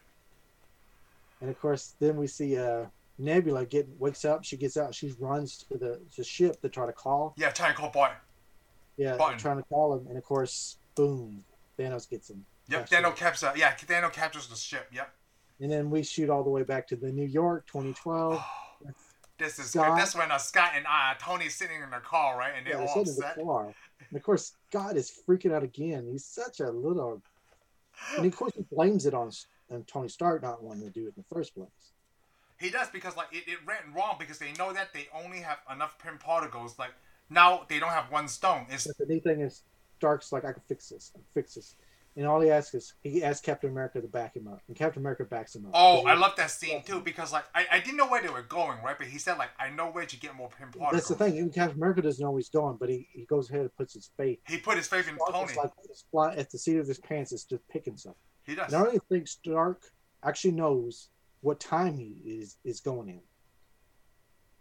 S2: And of course, then we see uh, Nebula get wakes up. She gets out. She runs to the, the ship to try to call.
S1: Yeah, trying to call Barton.
S2: Yeah,
S1: Button.
S2: trying to call him. And of course, boom, Thanos gets him.
S1: Yep,
S2: That's
S1: Daniel
S2: it.
S1: captures. Yeah, Daniel captures the ship. Yep.
S2: And then we shoot all the way back to the New York 2012.
S1: This is
S2: Oh, Scott.
S1: that's when uh, Scott and I, Tony's sitting in the car, right? And they're
S2: Yeah,
S1: all
S2: said in
S1: upset.
S2: the car. And of course, God is freaking out again. He's such a little, and of course, he blames it on, on Tony Stark not wanting to do it in the first place.
S1: He does because like it, it ran wrong because they know that they only have enough pin particles. Like now they don't have one stone. It's
S2: But the neat thing is, Stark's like, I can fix this, I can fix this. And all he asks is, he asks Captain America to back him up, and Captain America backs him up.
S1: oh,
S2: Because
S1: I
S2: he-
S1: love that scene too because like I, I didn't know where they were going, right? But he said like I know where to get more pin particles.
S2: That's the thing. Even Captain America doesn't know where he's going, but he, he goes ahead and puts his faith.
S1: He put his faith in
S2: Stark
S1: Tony.
S2: is like just fly, at the seat of his pants, is just picking something.
S1: he does.
S2: And I don't even think Stark actually knows what time he is is going in.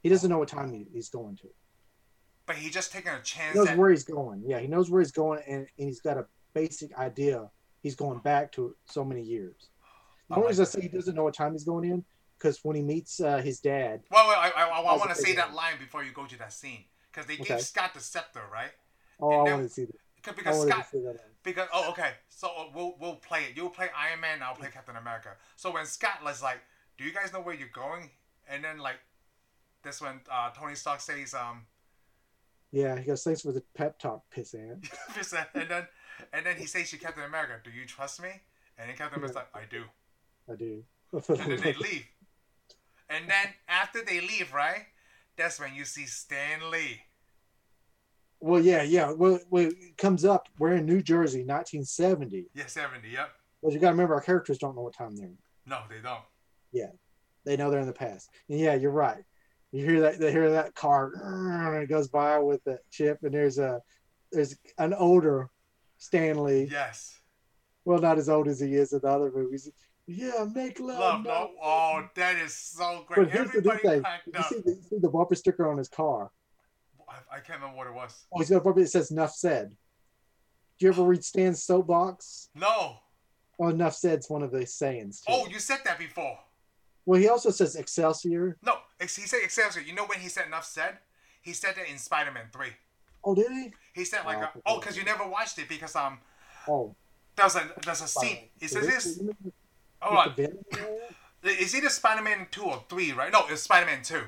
S2: He doesn't know what time he, he's going to.
S1: but he just taking a chance.
S2: He knows
S1: that,
S2: where he's going. Yeah, he knows where he's going, and, and he's got a basic idea. He's going back to so many years. The
S1: I
S2: only
S1: like
S2: reason I
S1: that.
S2: say he doesn't know what time he's going in, because when he meets uh, his dad,
S1: Well, well, I, I, I,
S2: How's
S1: want
S2: it
S1: to say
S2: taken?
S1: that line before you go to that scene because they
S2: Okay.
S1: gave Scott the scepter, right?
S2: oh,
S1: And
S2: I
S1: now-
S2: wanted to see that.
S1: Because,
S2: I
S1: because
S2: wanted to
S1: Scott,
S2: see that.
S1: because oh, okay. So uh, we'll we'll play it. You'll play Iron Man. I'll play Captain America. So when Scott was like, "Do you guys know where you're going?" and then like, this when uh, Tony Stark says, "Um,"
S2: Yeah, he goes, thanks for the pep talk, pissant.
S1: and then and then he says to Captain America, "Do you trust me?" And then Captain America's like, "I do."
S2: I do.
S1: And then they leave. And then after they leave, right? That's when you see Stan Lee.
S2: well, yeah, yeah. Well, well, it comes up. We're in New Jersey, 1970.
S1: Yeah, seventy. Yep.
S2: Well, you got to remember, our characters don't know what time they're in.
S1: No, they don't.
S2: They know they're in the past. And yeah, you're right. You hear that? They hear that car. "Grrr," and It goes by with that chip, and there's a there's an older Stanley.
S1: Yes.
S2: Well, not as old as he is in the other movies. Yeah, make love.
S1: Love,
S2: no.
S1: no. Oh, that is so
S2: But
S1: great.
S2: here's the new
S1: Everybody
S2: thing.
S1: packed
S2: You
S1: up.
S2: see, the, see the bumper sticker on his car.
S1: I, I can't remember what it was.
S2: Oh, he's got a bumper that says "Nuff said." Do you ever read Stan's soapbox?
S1: No.
S2: Oh, "Nuff said's one of the sayings. too.
S1: Oh, you said that before.
S2: Well, he also says Excelsior.
S1: No, ex- he said Excelsior. You know when he said enough said? He said that in Spider Man 3.
S2: Oh, did he?
S1: He said, like,
S2: Oh,
S1: uh,
S2: okay.
S1: oh, because you never watched it because um,
S2: Oh,
S1: there's a, there's a scene.
S2: fine.
S1: It says this.
S2: With
S1: Hold on.
S2: the venom in there?
S1: It's either Spider Man 2 or 3, right? No, it's Spider Man 2.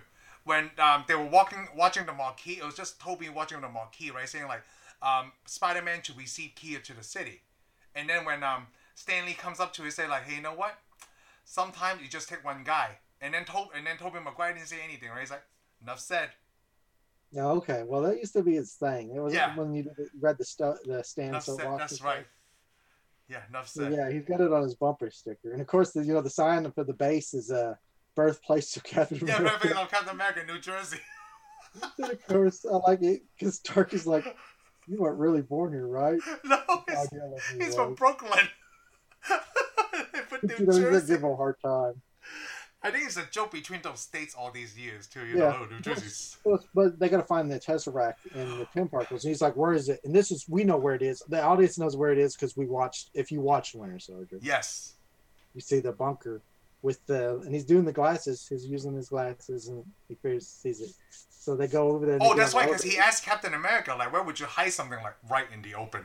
S1: When um, they were walking, watching the marquee, it was just Toby watching the marquee, right? Saying, like, um, Spider Man should receive Kia to the city. And then when um, Stanley comes up to it, say, like, hey, you know what? Sometimes you just take one guy. And then, to- and then Toby Maguire didn't say anything, right? He's like, enough said.
S2: No, okay. Well, that used to be his thing. It was
S1: Yeah.
S2: when you read the stu- the Stan
S1: Enough said.
S2: soapbox.
S1: That's
S2: and
S1: right.
S2: stuff.
S1: Yeah, enough
S2: So,
S1: said.
S2: yeah, he's got it on his bumper sticker, and of course, the, you know the sign for the base is uh, birthplace of Captain
S1: Yeah,
S2: America.
S1: perfect on Captain America, New Jersey.
S2: And of course, I like it because Stark is like, "You weren't really born here, right?"
S1: no,
S2: God,
S1: he's,
S2: yeah, like he
S1: he's from
S2: was.
S1: Brooklyn. they put
S2: You
S1: New
S2: know, he's gonna
S1: Jersey.
S2: give him a hard time.
S1: I think it's a joke between those states all these years too. You
S2: Yeah.
S1: know, New Jersey's.
S2: But, but they got to find the Tesseract and the Pinparticles. And he's like, "Where is it?" And this is we know where it is. The audience knows where it is because we watched. If you watched Winter Soldier,
S1: Yes.
S2: you see the bunker with the and he's doing the glasses. He's using his glasses and he figures sees it. So they go over there. and they
S1: Oh,
S2: get
S1: that's
S2: on
S1: why,
S2: the
S1: because he
S2: elevator.
S1: asked Captain America, like, where would you hide something like right in the open?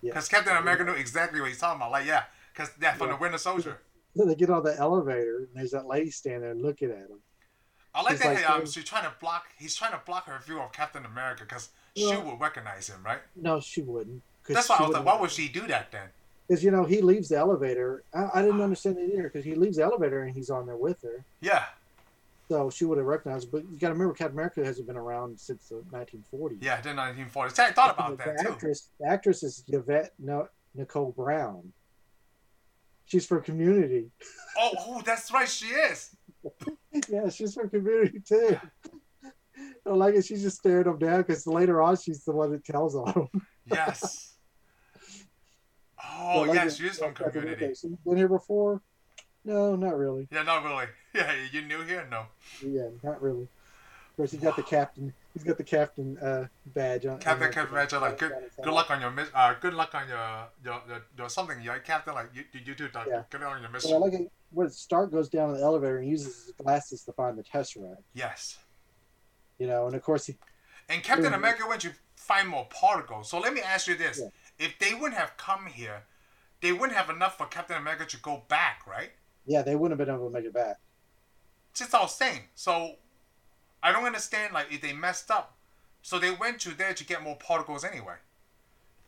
S2: Yeah.
S1: Because Captain America knew exactly what he's talking about. Like, yeah, because yeah, from
S2: Yeah.
S1: the Winter Soldier.
S2: So they get on the elevator and there's that lady standing there looking at him.
S1: I like
S2: He's
S1: that
S2: like,
S1: he, um,
S2: um,
S1: she's trying to block. He's trying to block her view of Captain America because she
S2: Well-
S1: would recognize him, right?
S2: No, she wouldn't. 'cause
S1: That's why
S2: she
S1: I was like,
S2: wouldn't-
S1: why would she do that then?
S2: because you know he leaves the elevator. I, I didn't understand it either because he leaves the elevator and he's on there with her,
S1: Yeah,
S2: so she would have recognized. But you got to remember, Captain America hasn't been around since the 1940s.
S1: yeah, the 1940s. I thought about
S2: the,
S1: that
S2: the
S1: too.
S2: actress, the actress is Yvette no- Nicole Brown. She's from Community.
S1: Oh, oh, that's right, she is.
S2: yeah, she's from Community too. I like it. She just stared him down because later on she's the one that tells on him.
S1: Yes. Oh
S2: But like
S1: yes,
S2: that-
S1: Oh, she is from
S2: like that, okay,
S1: community.
S2: so you've been here before? No, not really.
S1: Yeah, not really. Yeah, you new here? No.
S2: Yeah, not really. Of course, he's got the captain. He's got the captain uh, badge on.
S1: Captain
S2: on-
S1: Captain Badge, like,
S2: on his
S1: Good
S2: hat.
S1: luck on your miss. Uh, good luck on your your, your, your something. Your captain, like you you do that.
S2: Yeah.
S1: Good luck on your
S2: But I
S1: mission.
S2: like it when Stark goes down the elevator and uses his glasses to find the Tesseract.
S1: Yes.
S2: You know, and of course he.
S1: And Captain
S2: Mhm.
S1: America went to find more particles. So let me ask you this:
S2: Yeah.
S1: If they wouldn't have come here, they wouldn't have enough for Captain America to go back, right?
S2: Yeah, they wouldn't have been able to make it back.
S1: It's all same. So I don't understand. Like if they messed up, so they went to there to get more particles anyway.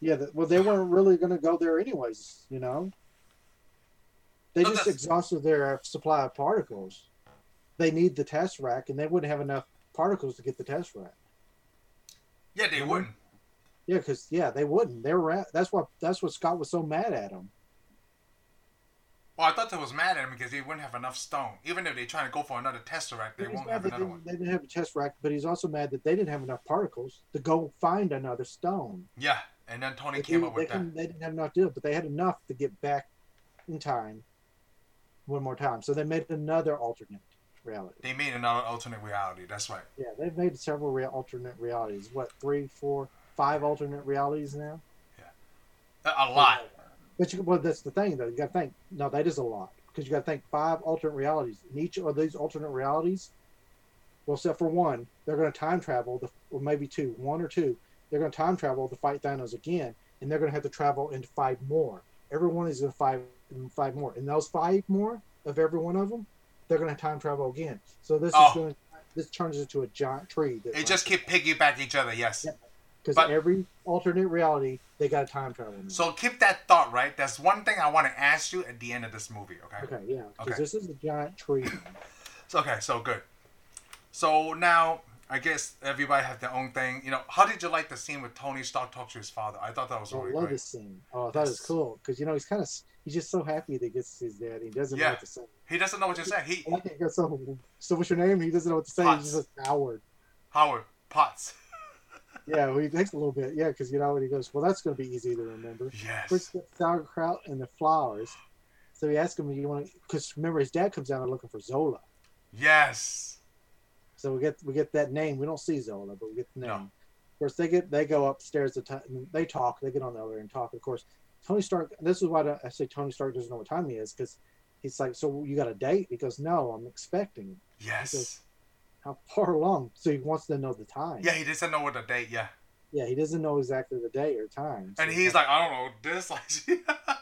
S2: Yeah, the, well, they weren't really going to go there anyways. You know, they
S1: No,
S2: just
S1: that's-
S2: exhausted their supply of particles. They need the Tesseract, and they wouldn't have enough particles to get the Tesseract.
S1: Yeah, they
S2: Mhm.
S1: wouldn't.
S2: Yeah, because yeah, they wouldn't. They were at, that's what that's what Scott was so mad at him.
S1: Well, I thought they was mad at him because they wouldn't have enough stone. Even if they're trying to go for another tesseract, they
S2: He's
S1: won't
S2: mad
S1: have
S2: that
S1: another
S2: they,
S1: one.
S2: they didn't have a test rack, but he's also mad that they didn't have enough particles to go find another stone.
S1: Yeah, and then Tony
S2: They,
S1: came
S2: didn't-
S1: up
S2: they
S1: with that.
S2: couldn't- they didn't have enough to do it, but they had enough to get back in time one more time. So they made another alternate reality.
S1: They made another alternate reality. That's right.
S2: Yeah, they've made several real alternate realities. What three, four, five alternate realities now?
S1: A, a lot.
S2: But you, well, that's the thing though. You got to think. No, that is a lot because you got to think five alternate realities. In each of these alternate realities, well, except for one, they're going to time travel. The, or maybe two, one or two. They're going to time travel to fight Thanos again, and they're going to have to travel into five more. Everyone is in five, in five more, and those five more of every one of them, they're going to time travel again. So this
S1: Oh.
S2: is going to this turns into a giant tree. that
S1: They just keep piggyback each other. Yes.
S2: Yeah. because
S1: but-
S2: every alternate reality they got to time travel. Now.
S1: So keep that thought, right? That's one thing I want to ask you at the end of this movie, okay?
S2: okay, yeah, because
S1: Okay.
S2: this is a giant tree.
S1: So, okay, so good. So now I guess everybody have their own thing. You know, how did you like the scene with Tony Stark talk to his father? I thought that was
S2: I
S1: really
S2: love
S1: great.
S2: this scene. Oh, I thought it was
S1: Yes.
S2: cool because you know he's kind of he's just so happy that he gets his dad. He doesn't know
S1: Yeah.
S2: what to say.
S1: He doesn't know what you're saying. He
S2: I like it, he goes, so, so what's your name? He doesn't know what to say.
S1: Potts.
S2: He's just a coward.
S1: Howard Potts.
S2: Yeah, well, he takes a little bit. Yeah, because you know when he goes, well, that's going to be easy to remember. First,
S1: Yes.
S2: the sauerkraut and the flowers. So he asks him, "Do you want?" Because remember, his dad comes down looking for Zola.
S1: Yes.
S2: So we get we get that name. We don't see Zola, but we get the name.
S1: No.
S2: Of course, they get they go upstairs. To t- and they talk. They get on the elevator and talk. Of course, Tony Stark. This is why I say Tony Stark doesn't know what time he is because he's like, "So you got a date?" He goes, "No, I'm expecting."
S1: Yes.
S2: How far along? So he wants to know the time.
S1: Yeah, he doesn't know what the date, yeah.
S2: yeah. He doesn't know exactly the day or time.
S1: And
S2: So
S1: he's like, I don't know, this like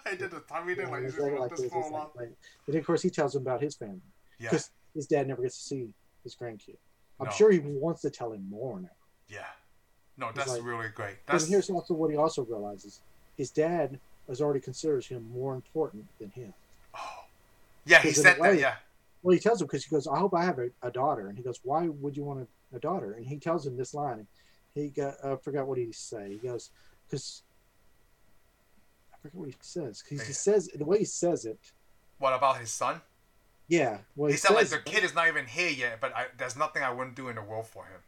S1: I did the tummy thing, like,
S2: yeah,
S1: you
S2: he's
S1: just
S2: like
S1: want
S2: like
S1: this
S2: this,
S1: for a
S2: he's
S1: long-
S2: like- like- And of course, he tells him about his family.
S1: Yeah.
S2: 'Cause- His dad never gets to see his grandkid. I'm
S1: No.
S2: sure he wants to tell him more now.
S1: Yeah. No,
S2: He's
S1: that's
S2: like-
S1: really great.
S2: And
S1: That's
S2: here's also what he also realizes: his dad has already considers him more important than him.
S1: oh. Yeah, he
S2: Because in
S1: said
S2: a
S1: that,
S2: way-
S1: yeah.
S2: Well, he tells him because he goes, "I hope I have a, a daughter," and he goes, "Why would you want a, a daughter?" And he tells him this line. He got I forgot what he say. He goes, "Because I forget what he says." 'Cause he
S1: Yeah.
S2: says the way he says it.
S1: What about his son?
S2: Yeah, well,
S1: he,
S2: he,
S1: said like
S2: says
S1: the kid is not even here yet, but I, there's nothing I wouldn't do in the world for him.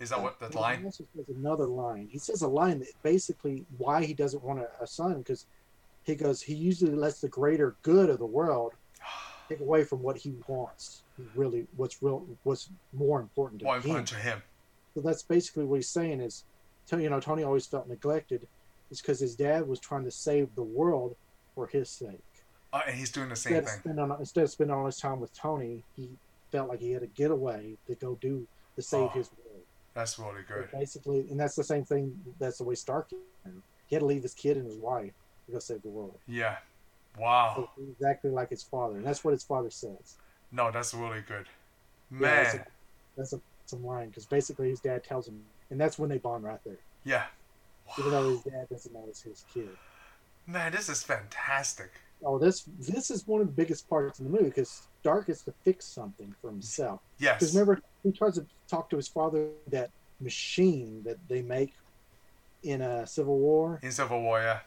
S1: Is that what the
S2: And He
S1: line?
S2: also says another line. He says a line that basically why he doesn't want a, a son because he goes he usually lets the greater good of the world take away from what he wants. He really, what's real, what's more important to
S1: More
S2: him.
S1: important to him.
S2: So that's basically what he's saying is, to- you know, Tony always felt neglected, is because his dad was trying to save the world for his sake.
S1: Uh, and he's doing the same
S2: Instead of,
S1: thing.
S2: spending, instead of spending all his time with Tony, he felt like he had a getaway to go do to save
S1: Oh,
S2: his world.
S1: That's really
S2: So
S1: good.
S2: Basically, and that's the same thing. That's the way Stark. is now. He had to leave his kid and his wife to go save the world.
S1: Yeah.
S2: So
S1: Wow.
S2: Oh. exactly like his father, and that's what his father says.
S1: No, that's really good.
S2: Yeah, that's
S1: Man.
S2: a, that's a some line because basically his dad tells him, and that's when they bond right there.
S1: Yeah.
S2: Even though his dad doesn't know it's his kid.
S1: Man, this is fantastic.
S2: Oh, this this is one of the biggest parts in the movie because Stark has to fix something for himself. Because
S1: Yes.
S2: remember, he tries to talk to his father that machine that they make in a Civil War,
S1: In Civil War, yeah.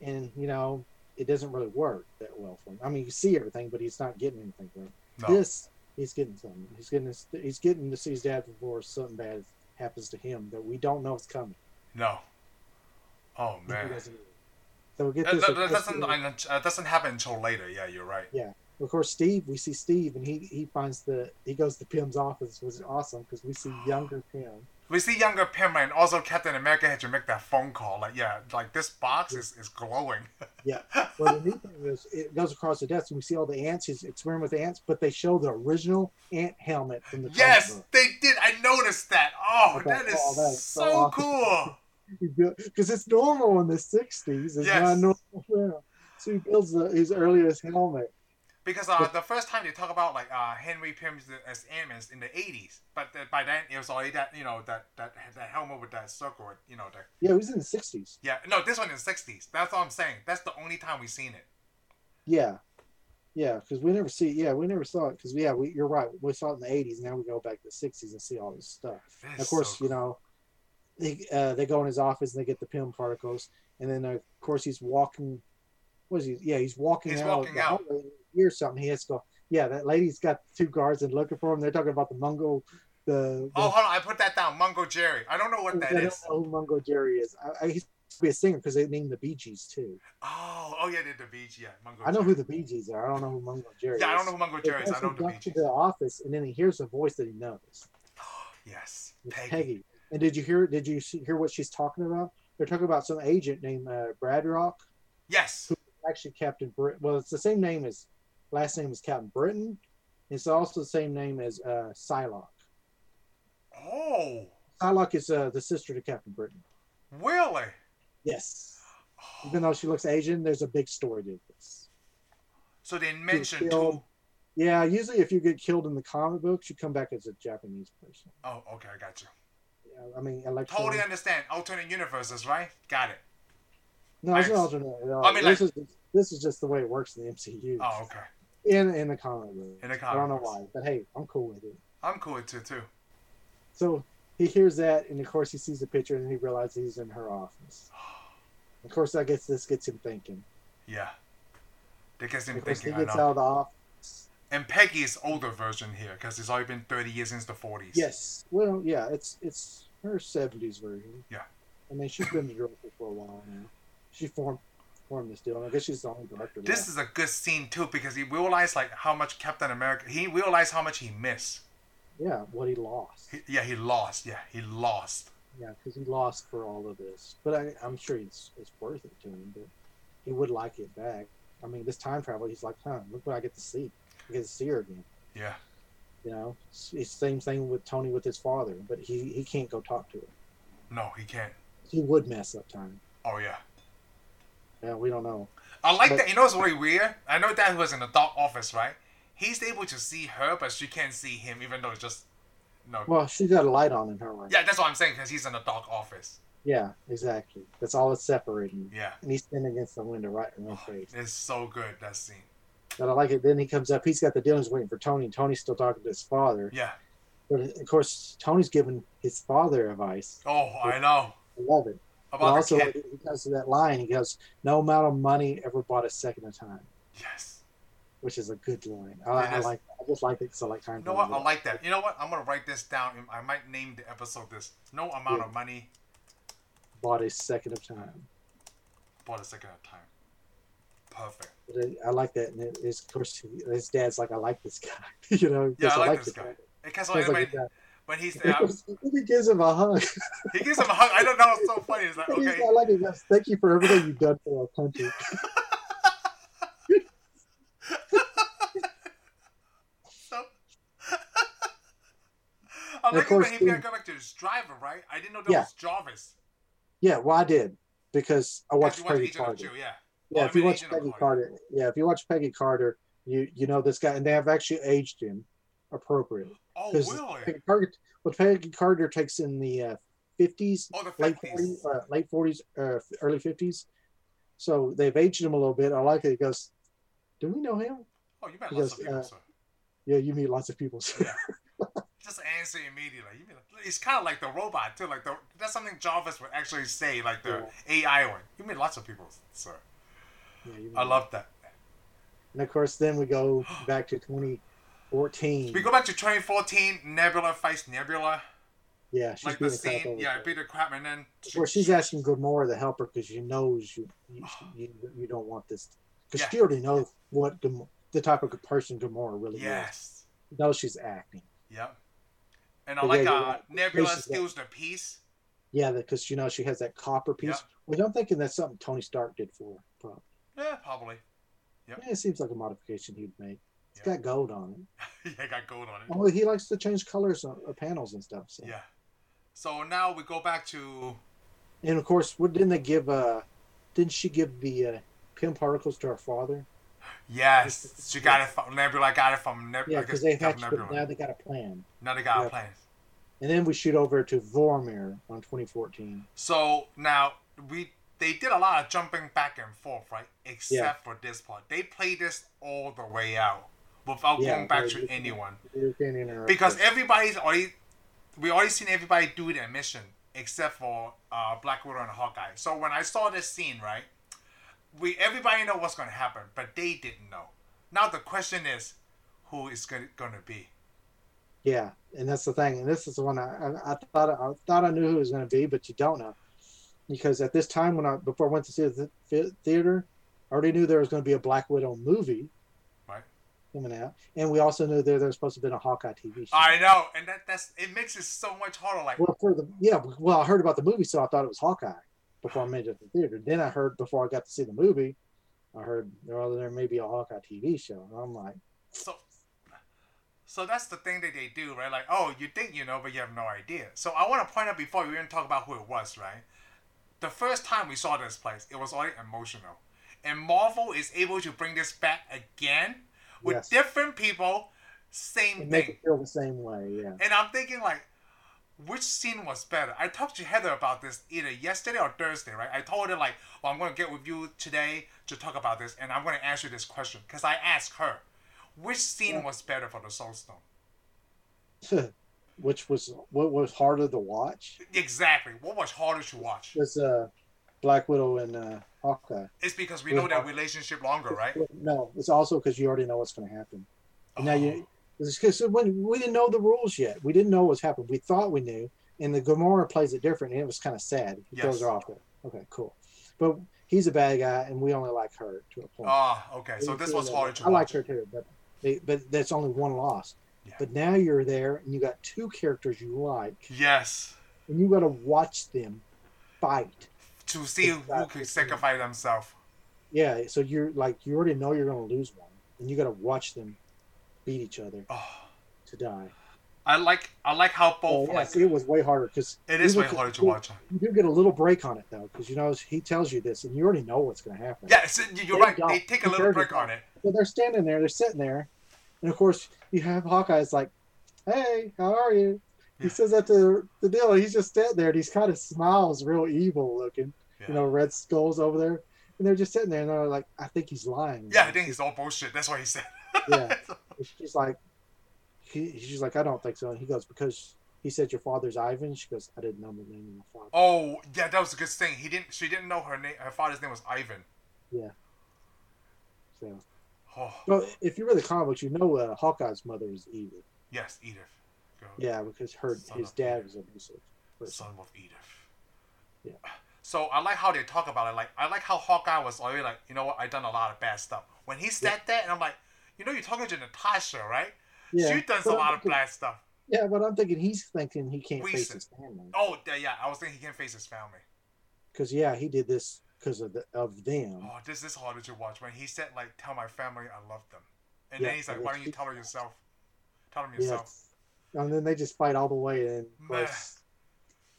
S2: and you know it doesn't really work that well for him. I mean, you see everything, but he's not getting anything from it.
S1: No.
S2: This he's getting something. He's getting his, he's getting to see his dad before something bad happens to him that we don't know is coming.
S1: No. Oh
S2: He
S1: man.
S2: doesn't know. So we get
S1: That,
S2: this.
S1: that, that
S2: request-
S1: doesn't uh, doesn't happen until later. Yeah, you're right.
S2: of course, Steve. We see Steve, and he he finds the he goes to Pym's office, which is awesome because we see younger Pym.
S1: We see younger Pym and also Captain America had to make that phone call. Like, yeah, like this box is, is glowing.
S2: Well, the neat thing is, it goes across the desk, and we see all the ants. He's experimenting with the ants, but they show the original ant helmet from the comic
S1: yes,
S2: book.
S1: they did. I noticed that. Oh,
S2: Okay.
S1: that is
S2: Oh, that is so
S1: so
S2: awesome.
S1: cool.
S2: because it's normal in the 60s. It's
S1: Yes.
S2: not normal now. So he builds the, his earliest helmet.
S1: Because uh, the first time they talk about like uh, Henry Pym as Ant Man in the '80s, but th- by then it was already that you know that that that helmet with that circle, you know the
S2: Yeah, he was in the 60s.
S1: yeah no this one is '60s. That's all I'm saying. That's the only time we've seen it.
S2: Yeah. Yeah, because we never see Yeah, we never saw it. Because, yeah, we, you're right. We saw it in the 80s. Now we go back to the 60s and see all this stuff.
S1: That
S2: And
S1: is
S2: of course,
S1: so
S2: you know, they, uh, they go in his office and they get the pim particles. And then, uh, of course, he's walking. What is he? Yeah, he's walking
S1: He's
S2: out. of
S1: walking
S2: the
S1: out.
S2: hallway and he hears something. He has to go, yeah, that lady's got two guards and looking for him. They're talking about the Mongol. The, the
S1: Oh, hold on, I put that down. Mungo Jerry. I don't know what that
S2: I
S1: is.
S2: don't know who Mungo Jerry is. I, I he used to be a singer because they named the Bee Gees too.
S1: Oh, oh yeah, the, the beach. Yeah, Mungo.
S2: I know
S1: Jerry.
S2: who the Bee Gees are. I don't know who Mungo Jerry
S1: Yeah, I
S2: is.
S1: don't know who Mungo Jerry is. I know
S2: He
S1: the
S2: goes
S1: beach.
S2: to the office and then he hears a voice that he knows.
S1: Yes,
S2: It's
S1: Peggy.
S2: Peggy. And did you hear? Did you see, hear what she's talking about? They're talking about some agent named uh, Bradrock,
S1: Yes,
S2: actually Captain Brit. Well, it's the same name as last name is Captain Britain. It's also the same name as uh, Psylocke.
S1: Oh,
S2: Psylocke is uh, the sister to Captain Britain.
S1: really?
S2: Yes.
S1: Oh.
S2: Even though she looks Asian, there's a big story to this.
S1: So they mentioned
S2: killed.
S1: two.
S2: Yeah, usually if you get killed in the comic books, you come back as a Japanese person.
S1: Oh, okay, I got you.
S2: Yeah, I mean, Electro.
S1: Totally understand. Alternate universes, right? Got it.
S2: no, it's not
S1: Nice.
S2: alternate at all.
S1: I mean,
S2: this, is, this is just the way it works in the MCU.
S1: Oh, okay.
S2: In in the comic book.
S1: In the
S2: I don't know
S1: comic books.
S2: why, but hey, I'm cool with it.
S1: I'm cool with two too.
S2: So he hears that, and of course he sees the picture, and he realizes he's in her office. Of course, I guess this gets him thinking.
S1: Yeah. That gets him
S2: Of course, he
S1: thinking. I
S2: gets
S1: know.
S2: out of the office.
S1: And Peggy is older version here because it's already been 30 years since the 40s.
S2: Yes. Well, yeah, it's it's her '70s version.
S1: Yeah.
S2: I mean, she's been the director for a while now. She formed formed this deal, and I guess she's the only director. left.
S1: This is a good scene too because he realized like how much Captain America. He realized how much he missed.
S2: Yeah, what he lost.
S1: He, yeah, he lost. Yeah, he lost.
S2: Yeah, because he lost for all of this. But I, I'm sure it's it's worth it to him. But he would like it back. I mean, this time travel, he's like, huh, look what I get to see. I get to see her again.
S1: Yeah.
S2: You know, it's, it's same thing with Tony with his father, but he he can't go talk to her.
S1: No, he can't.
S2: He would mess up time.
S1: Oh yeah.
S2: Yeah, we don't know.
S1: I like
S2: But-
S1: that. You know what's really weird? I know that was in the dark office, right? He's able to see her, but she can't see him, even though it's just no.
S2: Well, she's got a light on in her room.
S1: yeah, that's what I'm saying because he's in the dark office.
S2: Yeah, exactly. That's all that's separating.
S1: Yeah,
S2: And he's standing against the window right
S1: Oh.
S2: in her face.
S1: it's so good that scene.
S2: But I like it. Then he comes up. He's got the deal. He's waiting for Tony. Tony's still talking to his father.
S1: Yeah.
S2: But of course, Tony's giving his father advice.
S1: Oh, I know
S2: I love it. But
S1: about
S2: also,
S1: the kid.
S2: he goes to that line. He goes, "No amount of money ever bought a second of time,"
S1: Yes.
S2: which is a good line. I,
S1: It
S2: I
S1: is.
S2: like. I just like it because I like time.
S1: You know what? I like that. You know what? I'm gonna write this down. and I might name the episode this. No amount of money
S2: bought a second of time.
S1: bought a second of time. Perfect.
S2: But I- I like that, and it is of course his dad's like, "I like this guy," you know.
S1: Yeah,
S2: because
S1: I like this guy. Because when,
S2: Sounds like a
S1: when, when he's
S2: guy.
S1: uh,
S2: he gives him a hug.
S1: he gives him a hug. I don't know. It's so funny. It's like
S2: And he's
S1: okay.
S2: not like, he goes, "Thank you for everything you've done for our country."
S1: So, I
S2: And
S1: like
S2: of course,
S1: when he
S2: then-
S1: got back to his driver, right? I didn't know that
S2: Yeah.
S1: was Jarvis.
S2: Yeah, well, I did because I
S1: Because
S2: watched
S1: you watched
S2: Peggy
S1: Agent of
S2: Carter.
S1: Jew, yeah.
S2: Yeah,
S1: Oh,
S2: if
S1: I
S2: you
S1: mean,
S2: watch
S1: Agent of
S2: Peggy
S1: Carter.
S2: Carter, yeah, if you watch Peggy Carter, you you know this guy, and they have actually aged him appropriately.
S1: Oh,
S2: 'Cause
S1: really?
S2: Peggy Carter, what Peggy Carter takes in the uh, 50s,
S1: Oh, the
S2: late
S1: 50s.
S2: 40s, uh, late 40s, uh, early 50s. So they've aged him a little bit. I like it. He goes, "Do we know him?"
S1: Oh, you met
S2: He
S1: lots
S2: goes,
S1: of people,
S2: uh,
S1: sir.
S2: Yeah, you meet lots of people.
S1: Just answer immediately. You mean, it's kind of like the robot, too. Like the, That's something Jarvis would actually say, like the AI one. You meet lots of people, sir.
S2: Yeah, you meet-
S1: I love that.
S2: And of course, then we go back to 2014.
S1: We go back to 2014. Nebula fights Nebula.
S2: Yeah, she's
S1: like the
S2: beating the crap
S1: scene,
S2: out of
S1: yeah,
S2: her.
S1: beat the crap, and then
S2: Well, she's asking Gamora to help her because she knows you you, you you don't want this because
S1: Yeah.
S2: she already knows what Gam- the type of person Gamora really is.
S1: yes,
S2: Though she's acting,
S1: yep. And I
S2: But yeah,
S1: like
S2: you're
S1: uh,
S2: right.
S1: Nebula
S2: Basically-
S1: steals the piece.
S2: yeah, because you know she has that copper piece.
S1: Yeah.
S2: Which I'm thinking that's something Tony Stark did for her. Probably.
S1: Yeah, probably. Yeah.
S2: Yeah, it seems like a modification he'd make. It's
S1: Yeah.
S2: got gold on it.
S1: yeah, it got gold on it.
S2: Oh, he likes to change colors on, on panels and stuff. So.
S1: Yeah. So now we go back to
S2: And of course, what didn't they give? Uh, didn't she give the uh, pin particles to her father?
S1: yes, she got it from Nebula. Got it from Neb-
S2: Yeah,
S1: I guess
S2: because they hatched,
S1: got from
S2: but now
S1: Nebula.
S2: they got a plan.
S1: Now they got
S2: yeah.
S1: a plan.
S2: And then we shoot over to Vormir on 2014.
S1: So now we they did a lot of jumping back and forth, right? Except
S2: Yeah.
S1: for this part, they played this all the way out without
S2: Yeah,
S1: going back
S2: they-
S1: to anyone
S2: European interrupter.
S1: because everybody's already we already seen everybody do their mission except for uh, Black Widow and Hawkeye. So when I saw this scene, right, we everybody know what's going to happen, but they didn't know. Now the question is, who is going to be?
S2: yeah, and that's the thing. And this is the one I, I, I thought I thought I knew who it was going to be, but you don't know because at this time when I before I went to see the thi- theater, I already knew there was going to be a Black Widow movie.
S1: Right.
S2: Coming out, and we also knew there there was supposed to have been a Hawkeye TV show.
S1: I know, and that that's it makes it so much harder. Like,
S2: Well, for the yeah, well, I heard about the movie, so I thought it was Hawkeye before I made it to the theater. Then I heard before I got to see the movie, I heard well, there may be a Hawkeye TV show, and I'm like,
S1: so so that's the thing that they do right like oh you think you know but you have no idea so i want to point out before we even talk about who it was right the first time we saw this place it was already emotional and marvel is able to bring this back again with
S2: Yes.
S1: different people same
S2: it
S1: thing
S2: makes it feel the same way, yeah.
S1: and i'm thinking like which scene was better i talked to heather about this either yesterday or thursday right i told her like well i'm going to get with you today to talk about this and i'm going to ask you this question because i asked her which scene
S2: Yeah.
S1: was better for the soul stone
S2: which was what was harder to watch
S1: Exactly. What was harder to watch?
S2: was uh Black Widow and uh Hawkeye.
S1: It's because we know that relationship longer, right?
S2: No, it's also because you already know what's going to happen. And Now you,
S1: Oh,
S2: it's because when we didn't know the rules yet, we didn't know what's happened. We thought we knew, and the Gamora plays it different, and it was kind of sad. He
S1: Yes.
S2: throws her off. It. Okay, cool. But he's a bad guy, and we only like her to a point.
S1: Ah, okay. So
S2: We
S1: this
S2: feel
S1: was
S2: that
S1: harder
S2: way.
S1: to
S2: I like
S1: watch.
S2: her too, but they, but that's only one loss.
S1: Yeah.
S2: But now you're there, and you got two characters you like,
S1: Yes.
S2: and you got to watch them fight.
S1: To see who
S2: Exactly.
S1: could sacrifice themselves.
S2: Yeah, so you're like you already know you're gonna lose one, and you gotta watch them beat each other
S1: Oh,
S2: to die.
S1: I like. I like how
S2: Oh,
S1: both. like,
S2: yes, it was way harder because
S1: it is
S2: even
S1: way
S2: if-
S1: harder to watch.
S2: You do get a little break on it though, because you know he tells you this, and you already know what's gonna happen.
S1: Yes, you're
S2: They
S1: right. They
S2: don't.
S1: take a
S2: They
S1: little
S2: don't.
S1: break on it.
S2: So they're standing there, they're sitting there, and of course you have Hawkeye's like, "Hey, how are you?" He
S1: Yeah.
S2: says that to the dealer. He's just sitting there, and he's kind of smiles, real evil looking.
S1: Yeah.
S2: You know, Red Skull's over there, and they're just sitting there, and they're like, "I think he's lying."
S1: Yeah, I think he's all bullshit. That's what he said.
S2: yeah. And she's like, he, she's like, I don't think so. And he goes, because he said your father's Ivan. She goes, I didn't know the name of my father.
S1: Oh, yeah, that was a good thing. He didn't. She didn't know her name. Her father's name was Ivan.
S2: So,
S1: Oh,
S2: well, if you read the comic books, you know uh, Hawkeye's mother is evil.
S1: yes, Edith. Go.
S2: Yeah, because her
S1: Son
S2: his
S1: of
S2: dad
S1: Peter.
S2: was abusive. person.
S1: son of Edith.
S2: Yeah.
S1: So I like how they talk about it. Like I like how Hawkeye was already like, you know what, I done a lot of bad stuff. When he said that, and I'm like, you know, you're talking to Natasha, right?
S2: Yeah,
S1: She does a
S2: but I'm
S1: lot of
S2: thinking-
S1: bad stuff.
S2: Yeah, but I'm thinking he's thinking he can't face
S1: Reason.
S2: his family
S1: Oh, yeah, yeah. I was thinking he can face his family.
S2: because yeah, he did this because of the, of them.
S1: Oh, this is harder to watch. When he said like, tell my family I love them, and
S2: Yeah,
S1: then he's like,
S2: and
S1: why
S2: then
S1: don't you
S2: she-
S1: tell her yourself? Tell them
S2: Yeah,
S1: yourself.
S2: and then they just fight all the way, and of
S1: Man.
S2: course,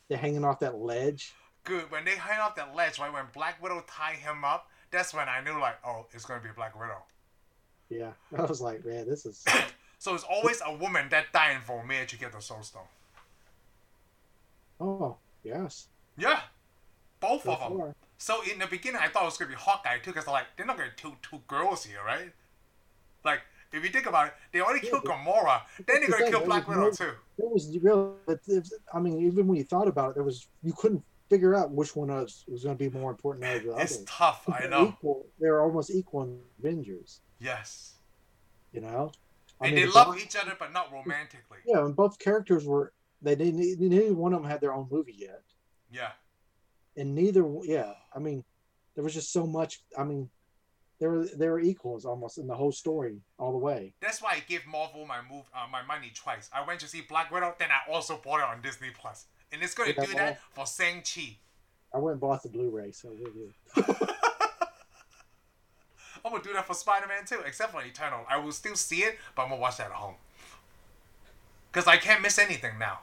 S2: they're hanging off that ledge.
S1: Good. When they hang off that ledge, right? When Black Widow tied him up, that's when I knew like, oh, it's gonna be Black Widow.
S2: Yeah, I was like, man, this is
S1: So it's always a woman that dying for me to get the Soul Stone.
S2: oh yes,
S1: Yeah, both
S2: so
S1: of them.
S2: far.
S1: So in the beginning, I thought it was gonna be Hawkeye too, because like they're not gonna kill two girls here, right? Like if you think about it, they already
S2: Yeah,
S1: killed
S2: but-
S1: Gamora, then they're
S2: the
S1: gonna
S2: thing,
S1: kill
S2: it
S1: Black
S2: was
S1: Widow
S2: more-
S1: too.
S2: There was real. but if- I mean, even when you thought about it, there was you couldn't figure out which one was was going to be more important out of the
S1: It's
S2: other.
S1: tough, I
S2: They're
S1: know.
S2: Equal, they're almost equal in Avengers,
S1: Yes,
S2: you know. I
S1: and
S2: mean,
S1: they
S2: the
S1: love E-
S2: Bond-
S1: each other, but not romantically.
S2: Yeah, and both characters were They didn't. Neither one of them had their own movie yet,
S1: Yeah.
S2: and neither. Yeah, I mean, there was just so much. I mean, they were they were equals almost in the whole story all the way.
S1: That's why I give Marvel my move uh, my money twice. I went to see Black Widow, then I also bought it on Disney Plus. And it's gonna
S2: Yeah,
S1: do
S2: well-
S1: that for Sang Chi.
S2: I went and bought the Blu-ray, so we're good.
S1: I'm gonna do that for Spider Man too, except for Eternal. I will still see it, but I'm gonna watch that at home. Cause I can't miss anything now.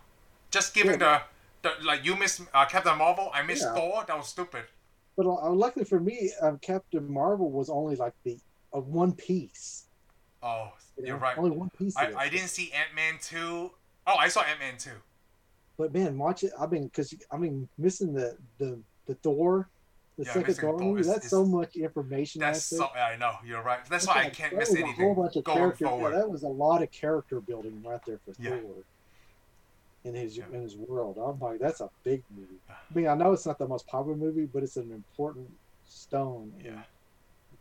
S1: Just giving the, the like you miss uh, Captain Marvel, I missed
S2: Yeah.
S1: Thor. That was stupid.
S2: But uh, luckily for me, um, Captain Marvel was only like the uh, one piece.
S1: Oh,
S2: you
S1: you're
S2: know?
S1: right.
S2: Only one piece.
S1: I,
S2: of it.
S1: I didn't see Ant Man two. Oh, I saw Ant Man two.
S2: But man, watch it. I mean, because I mean, missing the the the Thor, the
S1: Yeah,
S2: second
S1: missing
S2: Thor
S1: Thor
S2: movie.
S1: is-
S2: That's
S1: is-
S2: so much information.
S1: That's
S2: out there.
S1: so. I know you're right.
S2: That's
S1: That's why I
S2: like-
S1: can't
S2: that
S1: miss
S2: was a whole
S1: anything
S2: bunch of
S1: going
S2: character- yeah,
S1: forward.
S2: that was a lot of character building right there for
S1: Yeah.
S2: Thor. In his
S1: Yeah.
S2: in his world, I'm like, that's a big movie. I mean, I know it's not the most popular movie, but it's an important stone. in-
S1: Yeah.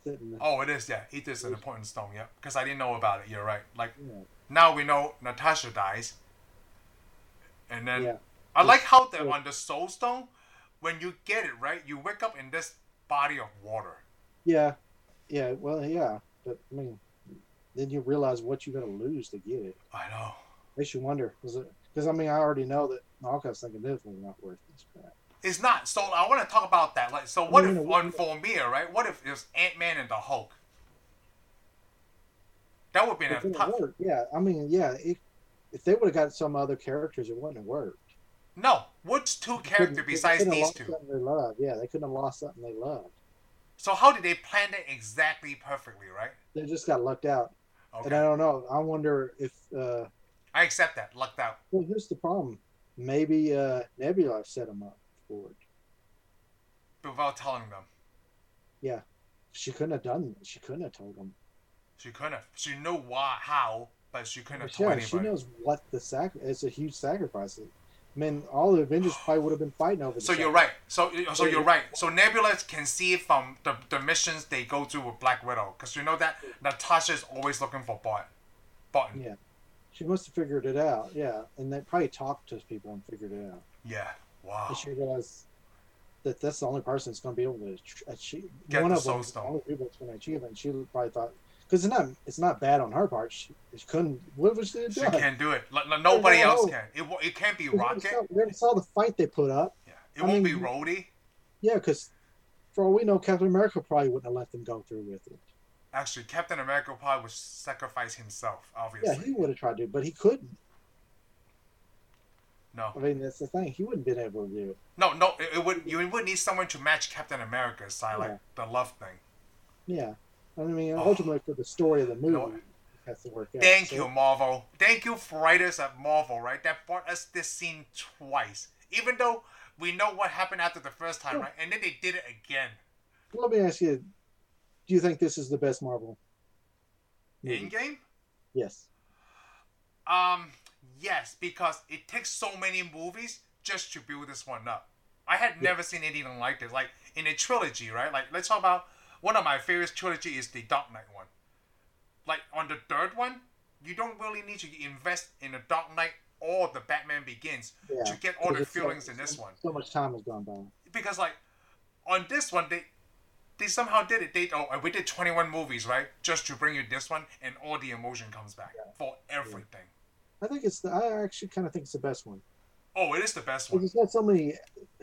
S2: it's in the-
S1: Oh, it is. Yeah, it is an important stone. Yeah, because I didn't know about it. You're right. Like
S2: yeah.
S1: now we know Natasha dies, and then
S2: Yeah.
S1: I like how that
S2: Yeah.
S1: on the Soul Stone, when you get it right, you wake up in this body of water.
S2: Yeah, yeah. Well, yeah, but I mean, then you realize what you're going to lose to get it.
S1: I know.
S2: Makes you wonder, was it? Because I mean, I already know that Malkov's thinking this was not worth this crap.
S1: It's not. So I want to talk about that. Like, so what
S2: No,
S1: if
S2: no, no.
S1: on for me, right? What if it's Ant Man and the Hulk? That would be a
S2: It
S1: tough.
S2: wouldn't work. Yeah, I mean, yeah. It, if they would have got some other characters, it wouldn't have worked.
S1: No, which two
S2: Couldn't-
S1: character
S2: they
S1: besides
S2: couldn't have
S1: these
S2: lost
S1: two?
S2: something They loved. Yeah, they couldn't have lost something they loved.
S1: So how did they plan that exactly perfectly, right?
S2: They just got lucked out, and I
S1: Okay,
S2: don't know. I wonder if. Uh,
S1: I accept that. Lucked out.
S2: well, here's the problem. Maybe uh, Nebula set them up for it.
S1: without telling them.
S2: She couldn't have done. She couldn't have told them.
S1: She couldn't have. She knew why, how, but she couldn't have told
S2: Sure, she
S1: anybody.
S2: knows what the sac. It's a huge sacrifice. I mean, all the Avengers probably would have been fighting over.
S1: So
S2: this
S1: you're right. So so you're right. So Nebula can see it from the, the missions they go to with Black Widow, because you know that Natasha is always looking for Bot. Button.
S2: Yeah. She must have figured it out. Yeah, and they probably talked to people and figured it out.
S1: Yeah. Wow.
S2: And she realized that that's the only person that's going to be able to ach- achieve.
S1: Get
S2: one
S1: the
S2: of
S1: Soul
S2: them, is the
S1: Stone.
S2: only people that's going to achieve, it. and she probably thought because it's not it's not bad on her part. She, she couldn't. What was she
S1: She
S2: doing?
S1: can do it. Like, like, nobody
S2: No, no,
S1: else
S2: no.
S1: can. It wa- it can't be
S2: We already
S1: Rocket.
S2: saw, we already saw the fight they put up.
S1: Yeah. It
S2: I
S1: won't be
S2: mean-
S1: Rhodey.
S2: Yeah, because for all we know, Captain America probably wouldn't have let them go through with it.
S1: Actually, Captain America probably would sacrifice himself.
S2: Yeah,
S1: Obviously.
S2: he would have tried to, but he couldn't.
S1: no.
S2: I mean, that's the thing. He wouldn't been able to do it.
S1: No. No. It, it would. You would need someone to match Captain America's side, like the love thing.
S2: Yeah. I mean,
S1: Oh.
S2: ultimately, for the story of the movie,
S1: No.
S2: it has to work out.
S1: Thank
S2: So,
S1: you, Marvel. Thank you, writers at Marvel, right? That brought us this scene twice. Even though we know what happened after the first time,
S2: Yeah.
S1: right? And then they did it again.
S2: Let me ask you do you think this is the best Marvel? movie?
S1: Endgame?
S2: Yes.
S1: Um, yes, because it takes so many movies just to build this one up. I had
S2: Yeah.
S1: never seen anything like this. Like in a trilogy, right? Like let's talk about one of my favorite trilogy is the Dark Knight one. Like on the third one, you don't really need to invest in the Dark Knight or the Batman Begins
S2: Yeah.
S1: to get all
S2: 'Cause
S1: the
S2: it's so-
S1: feelings in this one.
S2: So much time has gone by.
S1: because like on this one they they somehow did it. They oh we did twenty one movies right just to bring you this one, and all the emotion comes back for everything.
S2: I think it's the, I actually kind of think it's the best one.
S1: Oh, it is the best
S2: 'Cause
S1: one.
S2: It's got so many,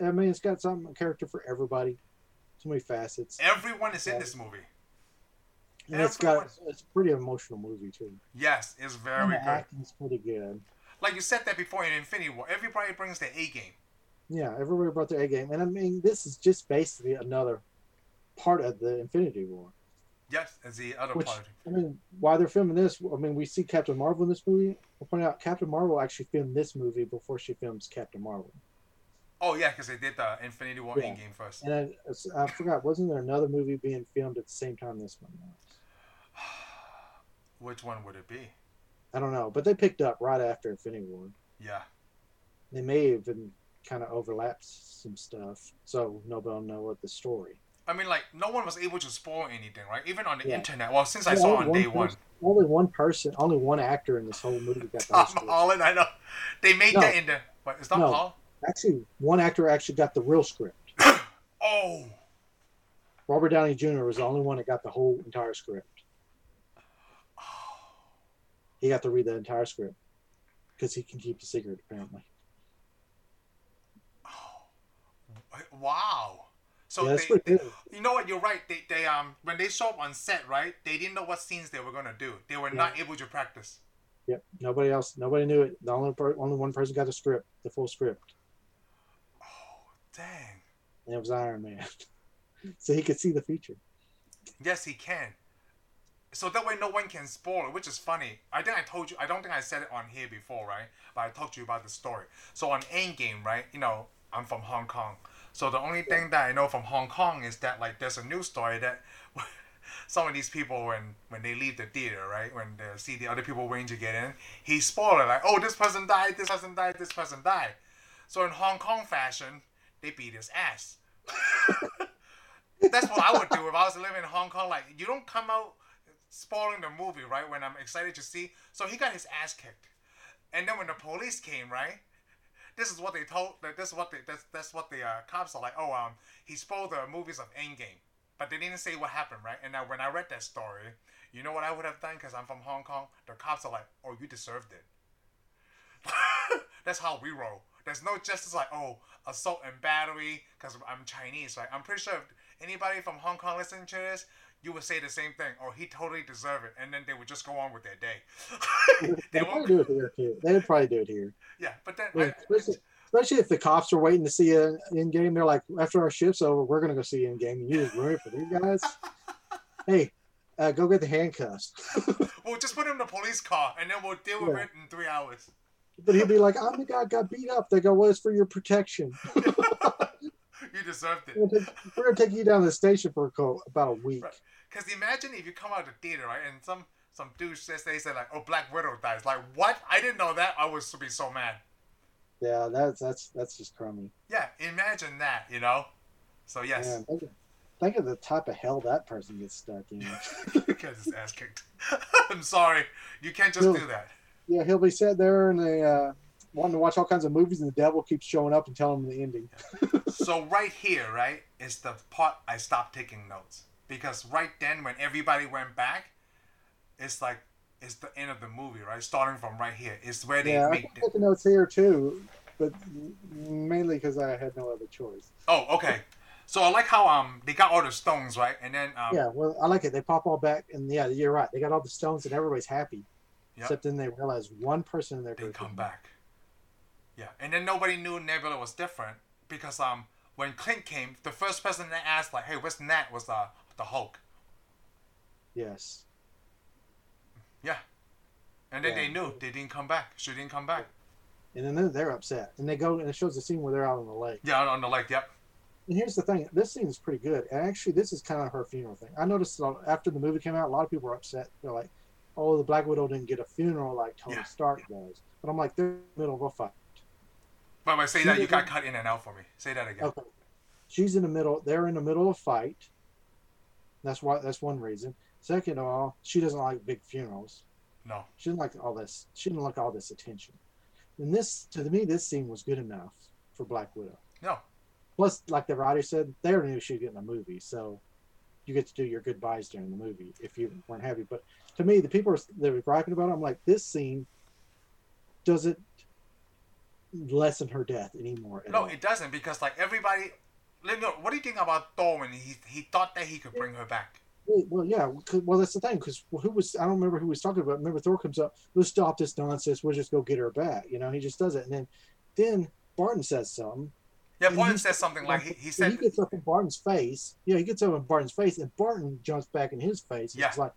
S2: I mean, it's got some character for everybody, so many facets.
S1: Everyone is in this movie.
S2: And it's got, it's a pretty emotional movie, too.
S1: Yes, it's very
S2: And the
S1: good.
S2: acting's pretty good.
S1: Like you said that before in Infinity War, everybody brings their A game.
S2: Yeah, everybody brought their A game, and I mean, this is just basically another part of the Infinity War.
S1: Yes, as the other
S2: Which-
S1: part.
S2: I mean, while they're filming this, I mean, we see Captain Marvel in this movie. I'll point out Captain Marvel actually filmed this movie before she films Captain Marvel.
S1: Oh yeah, because they did the Infinity War
S2: Yeah.
S1: in game first.
S2: And I, I forgot, wasn't there another movie being filmed at the same time this one? was?
S1: Which one would it be?
S2: I don't know, but they picked up right after Infinity War.
S1: Yeah.
S2: They may have been kind of overlapped some stuff, so nobody will know what the story.
S1: I mean, like no one was able to spoil anything, right? Even on the
S2: Yeah.
S1: internet. Well, since I
S2: Yeah,
S1: saw
S2: only
S1: on day
S2: person-
S1: one,
S2: Only one person, only one actor in this whole movie got the
S1: Tom
S2: Oscar.
S1: Holland. I know they made
S2: No.
S1: that in the. What is that
S2: No.
S1: Paul?
S2: Actually, one actor actually got the real script.
S1: Oh,
S2: Robert Downey Jr. was the only one that got the whole entire script.
S1: Oh.
S2: He got to read the entire script because he can keep the secret, apparently.
S1: wow. So
S2: yeah, that's
S1: they,
S2: pretty good.
S1: You know what? You're right. They, they um when they show up on set, right? They didn't know what scenes they were gonna do. They were
S2: Yeah.
S1: not able to practice.
S2: Yep. Nobody else, nobody knew it. The only per, only one person got the script, the full script,
S1: Oh dang!
S2: and it was Iron Man, so he could see the future.
S1: Yes, he can. So that way, no one can spoil it, which is funny. I think I told you. I don't think I said it on here before, right? But I talked to you about the story. So on Endgame, right? You know, I'm from Hong Kong. So the only thing that I know from Hong Kong is that like there's a news story that some of these people when when they leave the theater, right? When they see the other people waiting to get in, he spoiled it like, oh, this person died, this person died, this person died. So in Hong Kong fashion, they beat his ass. That's what I would do if I was living in Hong Kong. Like you don't come out spoiling the movie, right? When I'm excited to see. So he got his ass kicked, and then when the police came, right? This is what they told. that This is what they. That's that's what the uh, cops are like. Oh, um, he spoiled the movies of Endgame, but they didn't say what happened, right? And now when I read that story, you know what I would have done because I'm from Hong Kong. The cops are like, oh, you deserved it. That's how we roll. There's no justice like, oh, assault and battery, because I'm Chinese, right? I'm pretty sure if anybody from Hong Kong listening to this, you would say the same thing. Oh, he totally deserved it. And then they would just go on with their day. they
S2: They'd
S1: won't.
S2: probably do it here too. They'd probably do it here,
S1: Yeah, but then.
S2: Yeah, especially, especially if the cops are waiting to see an end game. They're like, after our shift's over, we're gonna go see end game, and you just ruin it for these guys. hey, uh, go get the handcuffs.
S1: we'll just put him in the police car and then we'll deal with
S2: Yeah.
S1: it in three hours.
S2: But he'd be like, I'm the guy that got beat up. They go, well, it's for your protection.
S1: You deserved it.
S2: We're gonna take, we're gonna take you down to the station for a co- about a week.
S1: Right. Because imagine if you come out of the theater, right, and some some dude says they said like, "Oh, Black Widow dies." Like, what? I didn't know that. I would be so mad.
S2: Yeah, that's that's that's just crummy.
S1: Yeah, imagine that. You know. So yes,
S2: Man, think, of, think of the type of hell that person gets stuck in.
S1: because his ass kicked. I'm sorry. You can't just
S2: No.
S1: do that.
S2: yeah, he'll be sitting there and they uh, wanting to watch all kinds of movies, and the devil keeps showing up and telling him the ending.
S1: so right here, right, is the part I stopped taking notes because right then when everybody went back, it's like it's the end of the movie, right? Starting from right here is where they
S2: yeah, I
S1: make.
S2: took
S1: The,
S2: the notes here too, but m- mainly because I had no other choice.
S1: oh, okay. So I like how um they got all the stones right, and then um
S2: yeah, well, I like it. They pop all back, and yeah, you're right. They got all the stones, and everybody's happy.
S1: Yep.
S2: Except then they realize one person in their
S1: they
S2: group
S1: come
S2: is-
S1: back. Yeah, and then nobody knew Nebula was different because um when Clint came, the first person that asked like, "Hey, what's Nat?" was uh the Hulk.
S2: Yes.
S1: And then
S2: Yeah.
S1: they knew they didn't come back. She didn't come back.
S2: And then they're- they're upset. And they go, and it shows the scene where they're out on the lake.
S1: Yeah, on- on the lake. Yep.
S2: And here's the thing this scene is pretty good. And actually, this is kind of her funeral thing. I noticed a lot- after the movie came out, a lot of people were upset. They're like, oh, the Black Widow didn't get a funeral like Tony
S1: Yeah.
S2: Stark does. But I'm like, they're in the middle of a fight.
S1: By the way, say
S2: She
S1: that you got
S2: didn't-
S1: cut in and out for me. Say that again.
S2: Okay. She's in the middle. They're in the middle of a fight. That's why. That's one reason. Second of all, she doesn't like big funerals.
S1: No.
S2: She didn't like all this. She didn't like all this attention. And this, to me, this scene was good enough for Black Widow.
S1: No.
S2: Plus, like the writer said, they already knew she was getting a movie, so you get to do your goodbyes during the movie if you weren't happy. But to me, the people that were griping about it, I'm like, this scene doesn't lessen her death anymore. at
S1: No,
S2: all.
S1: it doesn't because like everybody. Let me know, What do you think about Thor when he he thought that he could bring her back?
S2: Well, well, yeah. 'cause- Well, that's the thing. Because who was? I don't remember who was talking about. Remember, Thor comes up. Let's stop this nonsense. We'll just go get her back. You know, he just does it, and then, then Barton says something.
S1: Yeah,
S2: And
S1: Barton
S2: he-
S1: says something like he, he
S2: and
S1: said.
S2: he gets up in Barton's face. Yeah, he gets up in Barton's face, and Barton jumps back in his face.
S1: Yeah.
S2: It's like,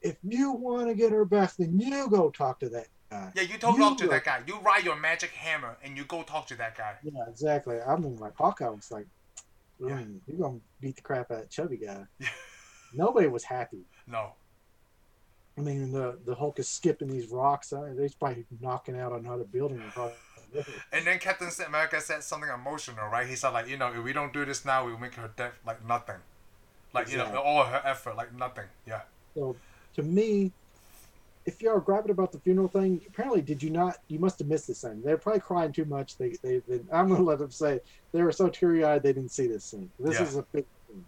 S2: if you want to get her back, then you go talk to that guy.
S1: Yeah, you talk
S2: "You
S1: talk to
S2: will-
S1: that guy. You ride your magic hammer and you go talk to that guy.
S2: Yeah, exactly. I mean, like Hawkeye was like,
S1: Yeah.
S2: "Mm, you're gonna beat the crap out of that chubby guy.
S1: Yeah.
S2: Nobody was happy.
S1: No.
S2: I mean, the the Hulk is skipping these rocks. I mean, he's probably knocking out another building. and probably-
S1: And then Captain America said something emotional, right? He said like, you know, if we don't do this now, we'll make her death like nothing, like you
S2: Exactly.
S1: know, all her effort like nothing. Yeah.
S2: So, to me, if y'all are griping about the funeral thing, apparently, did you not? You must have missed this scene. They're probably crying too much. They, they, they I'm gonna let them say it. they were so teary eyed they didn't see this scene. This
S1: Yeah.
S2: is a big scene.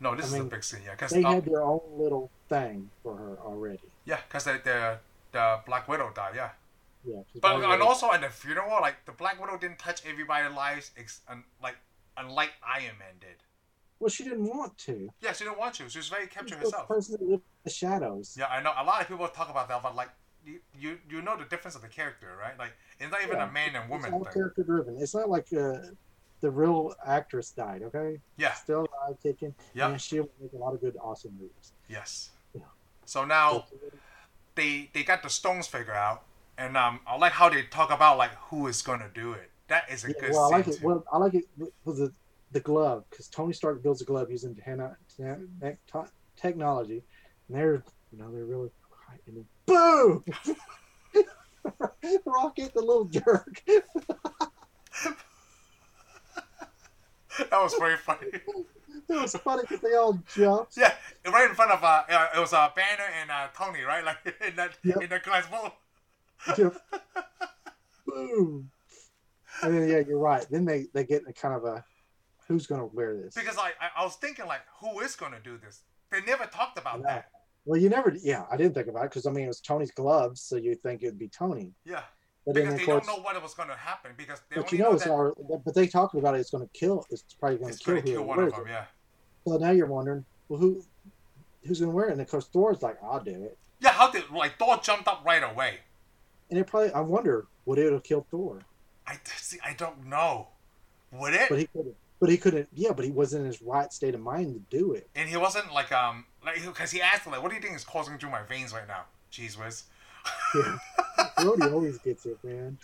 S1: No, this
S2: I
S1: is a
S2: mean,
S1: big scene. Yeah, because
S2: They had their own little thing for her already.
S1: yeah, because the, the the Black Widow died. Yeah.
S2: Yeah, 'cause
S1: But
S2: Black
S1: and
S2: Widow-
S1: also at the funeral, like the Black Widow didn't touch everybody's lives, ex- un- like unlike Iron Man did.
S2: well, she didn't want to.
S1: Yeah, she didn't want to. She was very kept
S2: She's
S1: to
S2: the
S1: herself.
S2: person that lived in the shadows.
S1: Yeah, I know. A lot of people talk about that, but like you, you, you know the difference of the character, right? Like it's not even
S2: Yeah.
S1: a man and
S2: it's
S1: woman
S2: all
S1: thing.
S2: character driven. It's not like uh, the real actress died. Okay,
S1: Yeah.
S2: still alive, kicking.
S1: Yeah.
S2: and she would make a lot of good, awesome movies. uh,
S1: Yes.
S2: Yeah.
S1: So now they they got the stones figured out, and um, I like how they talk about like who is gonna do it. That is a
S2: Yeah,
S1: good
S2: well, I like
S1: scene
S2: it.
S1: too.
S2: Well, I like it with the the glove because Tony Stark builds a glove using tana- tana- tech- to- technology, and they're you know they're really high, and then boom. Rocket the little jerk.
S1: that was very funny.
S2: It was funny because they all jumped.
S1: yeah, right in front of uh, uh, it was uh, Banner and uh, Tony, right? Like in that
S2: Yep.
S1: in the glass bowl.
S2: Yep. Boom. And then yeah, you're right. Then they they get a kind of a who's gonna wear this?
S1: Because like I, I was thinking like who is gonna do this? They never talked about
S2: Yeah.
S1: that.
S2: Well, you never. Yeah, I didn't think about it because I mean it was Tony's gloves, so you would think it'd be Tony.
S1: Yeah,
S2: But then
S1: because
S2: of
S1: they
S2: course,
S1: don't know what was gonna happen because they
S2: but
S1: only
S2: you know,
S1: know
S2: it's
S1: that
S2: already, but they talked about it. It's gonna kill. It's probably gonna
S1: it's
S2: kill,
S1: gonna kill
S2: whoever
S1: one of
S2: wears
S1: them.
S2: it.
S1: Yeah.
S2: So now you're wondering, well, who who's gonna wear it? And of course, Thor's like, I'll do it.
S1: Yeah, how did like Thor jumped up right away?
S2: And it probably, I wonder, would it have killed Thor?
S1: I see. I don't know. Would it?
S2: But he couldn't. But he couldn't. Yeah, but he wasn't in his right state of mind to do it.
S1: and he wasn't like um like because he asked like, "What do you think is coursing through my veins right now?" Jeez whiz,
S2: Yeah. Brody always gets it, man.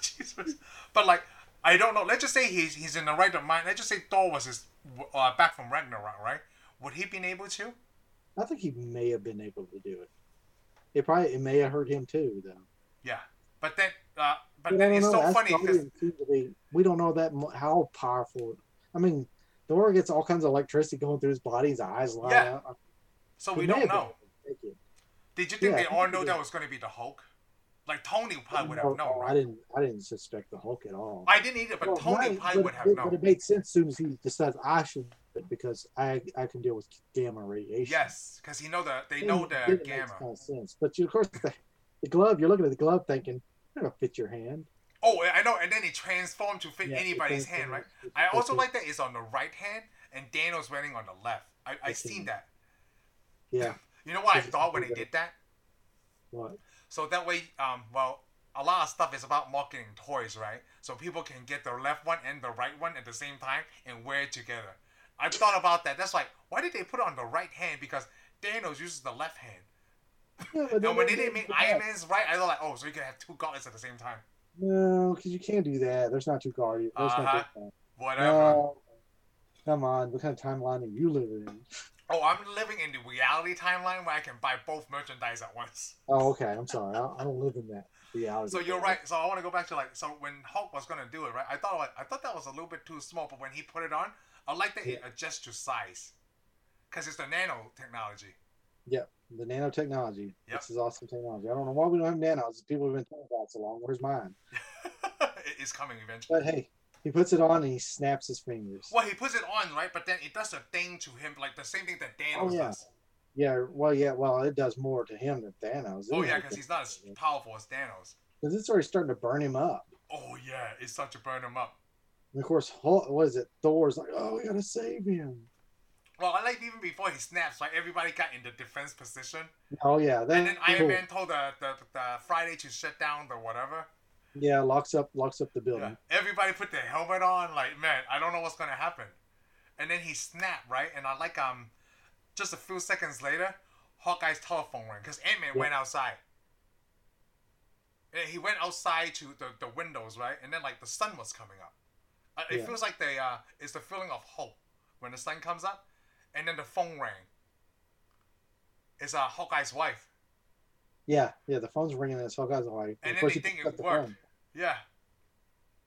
S1: Jeez whiz. But like, I don't know. Let's just say he's he's in the right of mind. Let's just say Thor was his uh, back from Ragnarok, right? Would he been able to?
S2: I think he may have been able to do it. It probably it may have hurt him too, though.
S1: Yeah. But then, uh,
S2: But
S1: but,
S2: I
S1: then
S2: don't
S1: it's
S2: know.
S1: so
S2: That's
S1: funny
S2: the
S1: because
S2: audience seems to be- we don't know that mu- how powerful. I mean, Thor gets all kinds of electricity going through his body. His eyes light
S1: Yeah.
S2: up.
S1: so
S2: He
S1: we
S2: may
S1: don't
S2: have been
S1: know.
S2: able to take it.
S1: Did you think
S2: Yeah,
S1: they
S2: I
S1: all
S2: think
S1: know
S2: he
S1: that
S2: did.
S1: was going to be the Hulk? Like Tony probably would
S2: No,
S1: have known,
S2: no, I
S1: right?
S2: didn't. I didn't suspect the Hulk at all.
S1: I didn't either, but
S2: Well,
S1: Tony
S2: right,
S1: probably
S2: but
S1: would
S2: it
S1: have
S2: did- But
S1: known.
S2: it made sense as soon as he decides I should do it because I I can deal with gamma radiation.
S1: Yes, because he know the they
S2: Then
S1: know
S2: it did
S1: the
S2: make
S1: gamma.
S2: Kind of sense. But you, of course, the, the glove. You're looking at the glove, thinking, "It's gonna fit your hand."
S1: Oh, I know. And then he transformed to fit
S2: Yeah, it
S1: anybody's
S2: fits
S1: hand,
S2: your
S1: right?
S2: It
S1: I
S2: fits
S1: also
S2: your-
S1: like that it's on the right hand and Daniel's running on the left. I, I
S2: Okay.
S1: seen that.
S2: Yeah.
S1: You know what I
S2: Is it
S1: thought when they
S2: something
S1: did that?
S2: What?
S1: So that way, um, well, a lot of stuff is about marketing toys, right? So people can get the left one and the right one at the same time and wear it together. I thought about that. That's like, why did they put it on the right hand? Because Thanos uses the left hand.
S2: Yeah, but
S1: And when they
S2: did
S1: didn't make Iron Man's right, I thought like, oh, so you can have two gauntlets at the same time.
S2: No, because you can't do that. There's not two guardians. There's
S1: Uh-huh.
S2: not two guardians.
S1: Whatever.
S2: No. Come on, what kind of timeline are you living in?
S1: Oh, I'm living in the reality timeline where I can buy both merchandise at once.
S2: Oh, okay. I'm sorry. I, I don't live in that reality.
S1: So you're right. So I want to go back to like so when Hulk was gonna do it, right? I thought like, I thought that was a little bit too small, but when he put it on, I like that it adjusts to size, cause it's the nano technology.
S2: The nanotechnology.
S1: Yep.
S2: This is awesome technology. I don't know why we don't have nanos. People have been talking about it so long. Where's mine?
S1: It- it's coming eventually.
S2: But hey, he puts it on and he snaps his fingers.
S1: Well, he puts it on, right? But then it does a thing to him, like the same thing that Thanos
S2: Oh, yeah.
S1: does.
S2: Yeah. Well, yeah. Well, it does more to him than Thanos.
S1: Oh yeah, because he's not as powerful as Thanos.
S2: Because it's already starting to burn him up.
S1: Oh yeah, it's such to burn him up.
S2: And of course, Hulk, what is it? Thor's like, oh, we gotta save him.
S1: Well, I like even before he snaps, like everybody got in the defense position.
S2: Oh yeah. That,
S1: And then Iron
S2: cool.
S1: Man told the, the, the Friday to shut down the whatever.
S2: Yeah, locks up, locks up the building.
S1: Yeah. Everybody put their helmet on. Like, man, I don't know what's gonna happen. And then he snapped, right? And I like um, just a few seconds later, Hawkeye's telephone rang because Ant Man
S2: Yeah.
S1: went outside. And he went outside to the, the windows, right? And then like the sun was coming up. Uh, it
S2: Yeah.
S1: feels like the uh, it's the feeling of hope when the sun comes up, and then the phone rang. It's uh Hawkeye's wife.
S2: Yeah, yeah. The phone's ringing, and this whole guy's like,
S1: And
S2: of
S1: then
S2: course he
S1: they think
S2: picks
S1: it
S2: up the
S1: worked.
S2: phone.
S1: Yeah.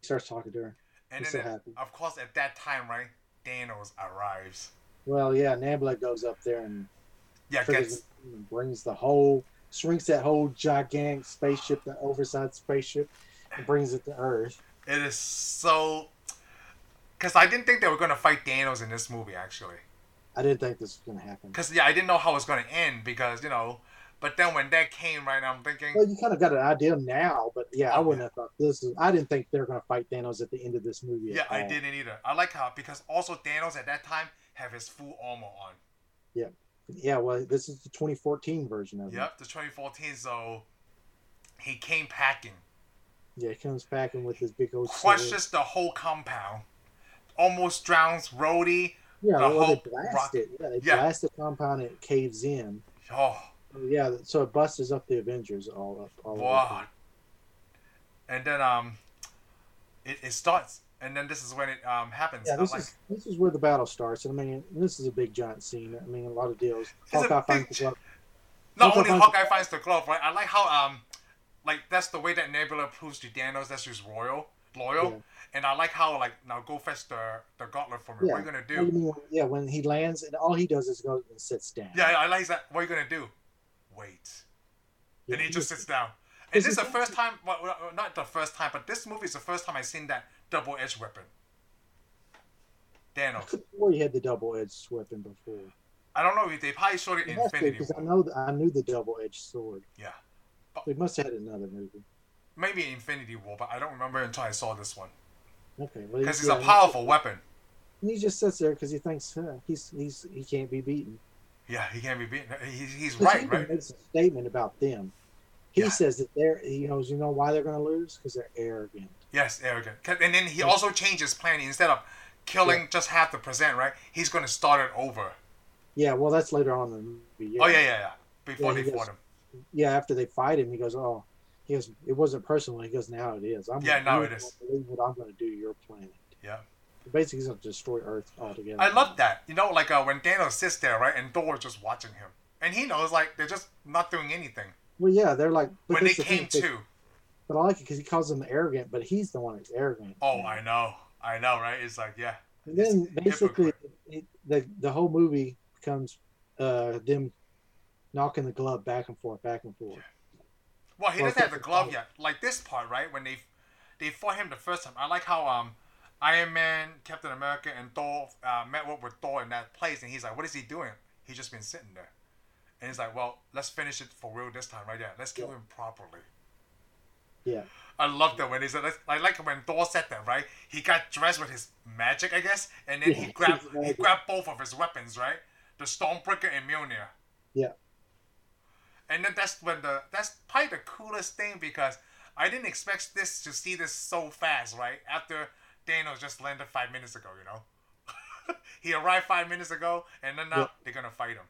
S2: He starts talking to her.
S1: And
S2: He's
S1: then,
S2: so
S1: at-
S2: happy.
S1: of course, at that time, right, Thanos arrives.
S2: Well, yeah, Nambla goes up there and
S1: Yeah,
S2: triggers
S1: gets
S2: it and brings the whole, shrinks that whole gigantic spaceship, the oversized spaceship, and brings it to Earth.
S1: it is so. Because I didn't think they were gonna fight Thanos in this movie, actually.
S2: I didn't think this was going to happen.
S1: Because yeah, I didn't know how it was gonna end because you know. But then when that came, right, I'm thinking,
S2: Well, you kind of got an idea now, but yeah, I
S1: Oh,
S2: wouldn't have thought this is. I didn't think they were going to fight Thanos at the end of this movie.
S1: yeah,
S2: at
S1: I
S2: all.
S1: didn't either. I like how because also Thanos at that time have his full armor on.
S2: Yeah, well, this is the 2014 version of it.
S1: Yep, the 2014. So he came packing,
S2: Yeah, he comes back in with his big old sword.
S1: crushes the whole compound, almost drowns Rhodey.
S2: Yeah,
S1: the
S2: well,
S1: whole
S2: they
S1: rock-
S2: blast it. Yeah, they
S1: Yeah.
S2: blast the compound. And it caves in.
S1: Oh,
S2: Yeah, so it busts up the Avengers all up. All over.
S1: Wow. And then um, it, it starts, and then this is when it um happens.
S2: Yeah,
S1: I'm
S2: this
S1: like,
S2: is this is where the battle starts. And I mean, this is a big giant scene. I mean, a lot of deals.
S1: a
S2: Hawkeye
S1: big
S2: finds the
S1: gi-
S2: glove.
S1: not
S2: Hawkeye
S1: only
S2: finds-
S1: Hawkeye finds the glove, right? I like how um, like that's the way that Nebula proves to Thanos that she's royal, loyal,
S2: Yeah.
S1: and I like how like now go fetch the the gauntlet for me. What are you gonna
S2: I
S1: do?
S2: mean, yeah, when he lands, and all he does is go and sits down.
S1: Yeah, I like that. What are you gonna do? Wait, and he just sits down. And
S2: This
S1: this is
S2: is-
S1: the first time, well, well, not the first time, but this movie is the first time I've seen that double-edged weapon.
S2: I
S1: Thanos.
S2: could swear he had the double edged weapon before.
S1: I don't know if they probably showed it in Infinity
S2: because I
S1: War.
S2: know th- I knew the double edged sword.
S1: Yeah.
S2: We must have had another movie.
S1: maybe Infinity War, but I don't remember until I saw this one
S2: Okay, well,
S1: because it's
S2: yeah,
S1: a powerful weapon.
S2: He just sits there because he thinks huh, he's he's he can't be beaten.
S1: Yeah, he can't be beaten. He's, he's
S2: 'Cause he
S1: right,
S2: even
S1: right?
S2: Makes a statement about them. He
S1: Yeah.
S2: says that they're he knows you know why they're going to lose because they're arrogant.
S1: Yes, arrogant. 'Cause- And then he
S2: Yeah.
S1: also changes plan instead of killing just half the percent, right? He's gonna start it over.
S2: Yeah, well, that's later on in the movie.
S1: Oh yeah, yeah, yeah. Before
S2: Yeah, he
S1: they
S2: goes-
S1: fought him.
S2: yeah, after they fight him, he goes, "Oh, he goes, it wasn't personal." He goes, "Now it is. I'm
S1: Yeah,
S2: gonna-
S1: now
S2: you
S1: it
S2: won't
S1: is.
S2: Believe what I'm going to do to your planet."
S1: Yeah.
S2: Basically, he's going to destroy Earth altogether.
S1: I love that. You know, like uh, when Thanos sits there, right, and Thor is just watching him, and he knows like they're just not doing anything.
S2: Well, yeah, they're like but
S1: when they
S2: that's the thing,
S1: came
S2: they-
S1: to,
S2: But I like it because he calls him arrogant, but he's the one that's arrogant.
S1: oh, I know, I know, right? It's like yeah,
S2: And then
S1: It's
S2: basically, it, the the whole movie becomes uh, them knocking the glove back and forth, back and forth.
S1: Well, he
S2: Well,
S1: doesn't have the
S2: that's the
S1: glove
S2: problem.
S1: yet. Like this part, right? When they they fought him the first time, I like how um Iron Man, Captain America, and Thor uh, met up with Thor in that place, and he's like, "What is he doing? He's just been sitting there." And he's like, "Well, let's finish it for real this time, right? Yeah, let's kill him properly."
S2: Yeah.
S1: I love that when he said, let's- "I like when Thor said that, right? He got dressed with his magic, I guess, and then he
S2: Yeah,
S1: grabbed
S2: his
S1: he
S2: magic.
S1: grabbed both of his weapons, right? The Stormbreaker and Mjolnir."
S2: Yeah.
S1: And then that's when the that's probably the coolest thing because I didn't expect this to see this so fast, right? After Thanos just landed five minutes ago, you know, he arrived five minutes ago, and then now
S2: Yeah.
S1: they're gonna fight him.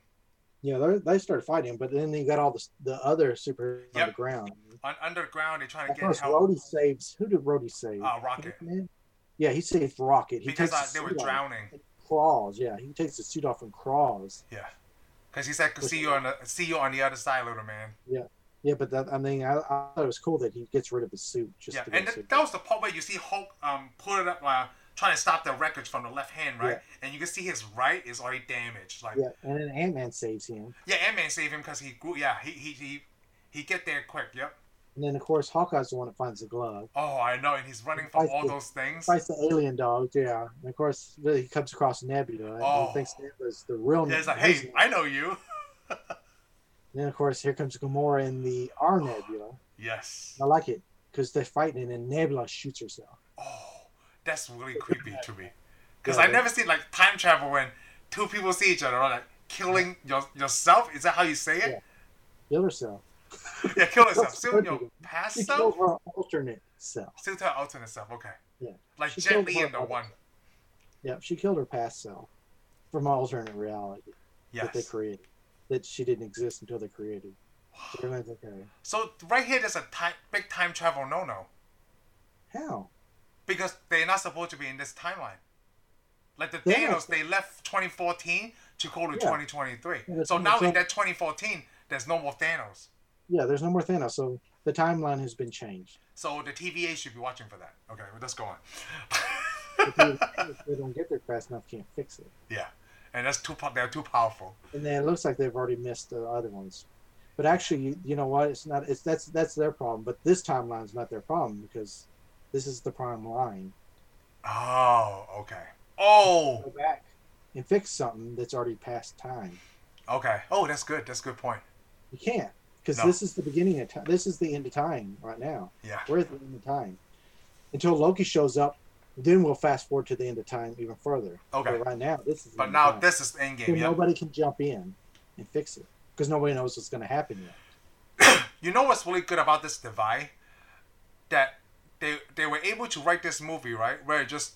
S2: Yeah, they they started fighting, but then you got all the the other superheroes
S1: Yep.
S2: on the ground.
S1: On underground, they're trying to
S2: At
S1: get
S2: first,
S1: help.
S2: Rhodey saves. Who did Rhodey save?
S1: Uh, Rocket,
S2: Man? Yeah, he saves Rocket. He
S1: because uh,
S2: takes the
S1: they were
S2: suit off,
S1: drowning.
S2: Crawls. Yeah, he takes the suit off and crawls.
S1: Because he said, "See you on the see you on the other side, little man."
S2: Yeah, but that I mean, I, I thought it was cool that he gets rid of his suit just
S1: Yeah,
S2: to go
S1: and
S2: see-
S1: that, that was the part where you see Hulk um pull it up, uh, trying to stop the wreckage from the left hand, right? And you can see his right is already damaged. Like,
S2: Yeah, and then Ant Man saves him,
S1: yeah, Ant Man saved him because he grew. Yeah, he he he he get there quick. Yep.
S2: and then of course Hawkeye's the one that finds the glove.
S1: Oh, I know, and he's running from
S2: Fights
S1: all
S2: the-
S1: those things.
S2: Fights the alien dog, yeah. And of course, really, he comes across Nebula and
S1: Oh.
S2: he thinks Nebula's the real.
S1: Yeah, it's like,
S2: his
S1: hey,
S2: name.
S1: I know you.
S2: And then of course, here comes Gamora and the R Nebula.
S1: Yes.
S2: I like it because they're fighting, and Nebula shoots herself.
S1: Oh, that's really creepy to me, because
S2: Yeah,
S1: I
S2: that-
S1: never seen like time travel when two people see each other, right? like killing your, yourself. Is that how you say it?
S2: Kill herself.
S1: Yeah, kill yourself.
S2: That's
S1: Still your
S2: creepy.
S1: past
S2: She
S1: self.
S2: killed her alternate self.
S1: Still to her alternate self, okay.
S2: Yeah.
S1: Like
S2: She
S1: Jet
S2: killed
S1: Li
S2: her
S1: in the
S2: other
S1: one.
S2: Yep, she killed her past self from an alternate reality that they
S1: Yes.
S2: created. That she didn't exist until they created. So everyone's like, okay,
S1: So right here, there's a time, big time travel no-no
S2: how?
S1: because they're not supposed to be in this timeline. Like the
S2: They're not-
S1: Thanos, they left 2014 to go to
S2: Yeah.
S1: 2023.
S2: Yeah, that's
S1: So
S2: what
S1: now
S2: I'm
S1: in
S2: saying.
S1: that 2014, there's no more Thanos.
S2: yeah, there's no more Thanos, so the timeline has been changed.
S1: So the TVA should be watching for that. Okay, well, let's go on.
S2: If they, if they don't get there fast enough, can't fix it.
S1: yeah, and that's too po- they're too powerful.
S2: And then it looks like they've already missed the other ones. But actually, you, you know what? It's not. It's that's that's their problem. But this timeline's not their problem because this is the prime line.
S1: Oh, okay. Oh,
S2: Go back and fix something that's already past time.
S1: okay. Oh, that's good. That's a good point.
S2: You can't because
S1: No.
S2: this is the beginning of time. This is the end of time right now.
S1: Yeah.
S2: We're at the end of time until Loki shows up. Then we'll fast forward to the end of time even further.
S1: Okay.
S2: But right now, this is. the
S1: But
S2: end
S1: now
S2: of time.
S1: this is
S2: So
S1: Endgame. Yeah.
S2: nobody can jump in and fix it because nobody knows what's going to happen yet.
S1: You know what's really good about this divide? That they they were able to write this movie right where it just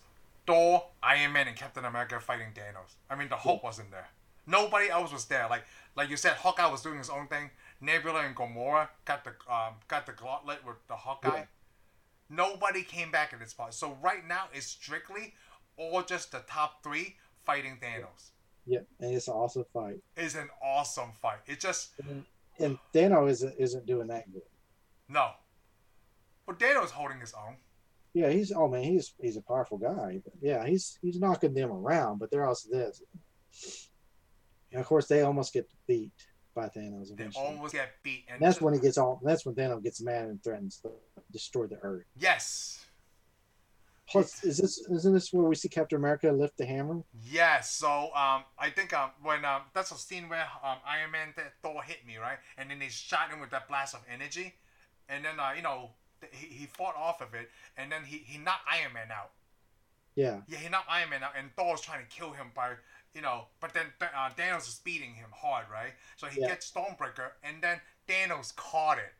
S1: Thor, Iron Man, and Captain America fighting Thanos. I mean, the Hulk wasn't there. Nobody else was there. Like like you said, Hawkeye was doing his own thing. Nebula and Gamora got the um, got the gauntlet with the Hawkeye.
S2: Yeah.
S1: Nobody came back in this part. So right now it's strictly all just the top three fighting Thanos.
S2: Yep, and it's an awesome fight.
S1: It's an awesome fight. It just
S2: And Thanos isn't isn't doing that good.
S1: No. But Dano's holding his own.
S2: Yeah, he's oh man, he's he's a powerful guy. But yeah, he's he's knocking them around, but they're also this. And of course, they almost get beat by Thanos
S1: They
S2: eventually.
S1: almost get beat. And
S2: And that's when he gets all. That's when Thanos gets mad and threatens to destroy the Earth.
S1: Yes.
S2: Plus, is this isn't this where we see Captain America lift the hammer?
S1: Yes. So um, I think um, when um, that's a scene where um, Iron Man th- Thor hit me right, and then they shot him with that blast of energy, and then uh, you know th- he, he fought off of it, and then he he knocked Iron Man out.
S2: Yeah,
S1: Yeah, he knocked Iron Man out, and Thor's trying to kill him by, you know, but then th- uh, Thanos is beating him hard, right? So he
S2: Yeah.
S1: gets Stormbreaker, and then Thanos caught it.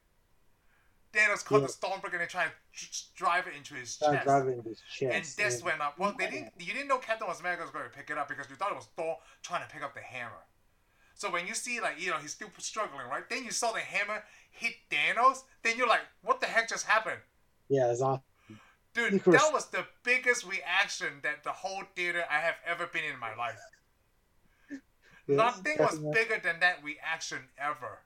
S1: Thanos caught
S2: Yeah.
S1: the Stormbreaker and they tried to tr- drive it into his
S2: trying
S1: chest.
S2: to drive it into his
S1: And
S2: chest.
S1: this went up. Well, they
S2: Yeah.
S1: didn't. You didn't know Captain America was going to pick it up because you thought it was Thor trying to pick up the hammer. So when you see like you know he's still struggling, right? Then you saw the hammer hit Thanos. Then you're like, what the heck just happened?
S2: yeah, it's awesome.
S1: Dude,
S2: Of course.
S1: that was the biggest reaction that the whole theater I have ever been in my life.
S2: Yeah,
S1: Nothing was
S2: Captain America-
S1: bigger than that reaction ever.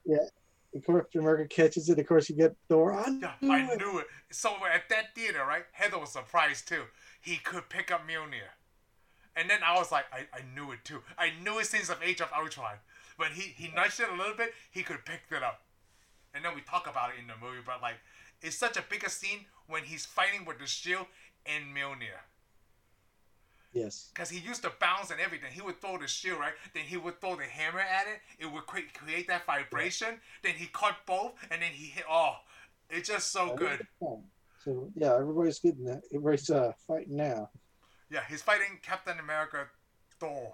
S2: Captain America catches it. Of course, you get Thor. I knew
S1: Yeah, I
S2: it.
S1: knew it. So at that theater, right? Heather was surprised too. He could pick up Mjolnir. And then I was like, I, I knew it too. I knew it since of Age of Ultron. But he, he nudged it a little bit, he could pick it up. And then we talk about it in the movie, but like, it's such a bigger scene when he's fighting with the shield and Mjolnir.
S2: Yes.
S1: Because he used to bounce and everything. He would throw the shield, right? Then he would throw the hammer at it. It would cre- create that vibration. Then he caught both, and then he hit. Oh, it's just so good.
S2: So yeah, everybody's getting that. Everybody's uh, fighting now,
S1: Yeah, he's fighting Captain America, Thor.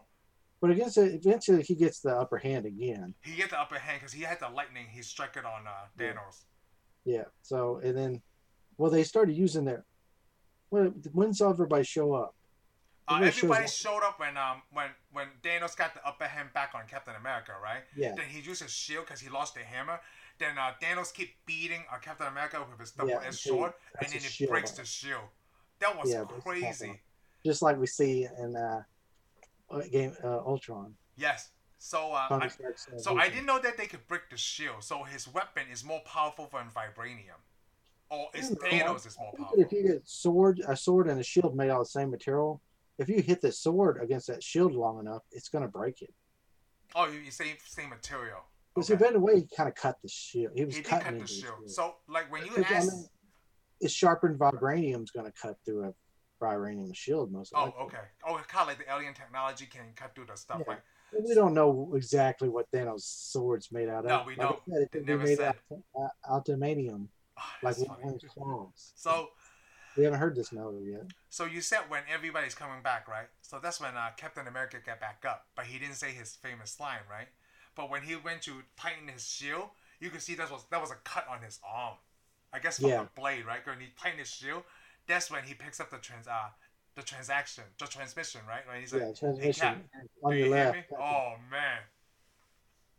S2: but against it, eventually he gets the upper hand again.
S1: He get the upper hand because he had the lightning. He struck it on uh,
S2: Yeah.
S1: Thanos.
S2: Yeah. So and then, well, they started using their. When when saw everybody show up?
S1: Uh,
S2: Everybody shows
S1: everybody
S2: up.
S1: showed up when um when when Thanos got the upper hand back on Captain America, right?
S2: Yeah.
S1: Then he used his shield because he lost the hammer. Then uh, Thanos keep beating uh, Captain America with his double-edged
S2: until he
S1: sword, and
S2: cuts
S1: then
S2: his
S1: it
S2: shield
S1: breaks
S2: off.
S1: the shield. That was
S2: Yeah, breaks the top
S1: crazy.
S2: off. Just like we see in uh, game uh, Ultron.
S1: Yes. So uh,
S2: Tony
S1: I,
S2: Stark's, uh,
S1: so I
S2: vision.
S1: didn't know that they could break the shield. So his weapon is more powerful than vibranium, or is
S2: Yeah, well,
S1: Thanos is more
S2: I think that
S1: powerful?
S2: If you get sword, a sword and a shield made out of the same material, if you hit the sword against that shield long enough, it's going to break it.
S1: Oh, you, you same same material.
S2: Because
S1: Okay.
S2: he ran away, he kind of cut the shield. He was
S1: He did
S2: cutting
S1: cut the
S2: into his
S1: shield.
S2: shield.
S1: So like when you
S2: Because, I
S1: ask,
S2: mean, it's sharpened vibranium is going to cut through a vibranium shield most
S1: oh
S2: likely.
S1: okay, oh kind of like the alien technology can cut through the stuff.
S2: Yeah.
S1: Like
S2: And We don't know exactly what Thanos' sword's made out of.
S1: No, we
S2: Like I
S1: don't.
S2: said, it
S1: They
S2: could be
S1: never
S2: made
S1: said.
S2: out of uh, ultimanium,
S1: ah,
S2: like
S1: that's
S2: one
S1: funny.
S2: of his claws.
S1: So
S2: we haven't heard this metal yet.
S1: so you said when everybody's coming back, right? So that's when uh, Captain America got back up, but he didn't say his famous line, right? But when he went to tighten his shield, you could see that was that was a cut on his arm. I guess from
S2: Yeah.
S1: the blade, right? When he tightened his shield, that's when he picks up the trans uh, the transaction, the transmission, right? When he's like,
S2: yeah, transmission on your
S1: "Do you hear
S2: left.
S1: me?" Oh man,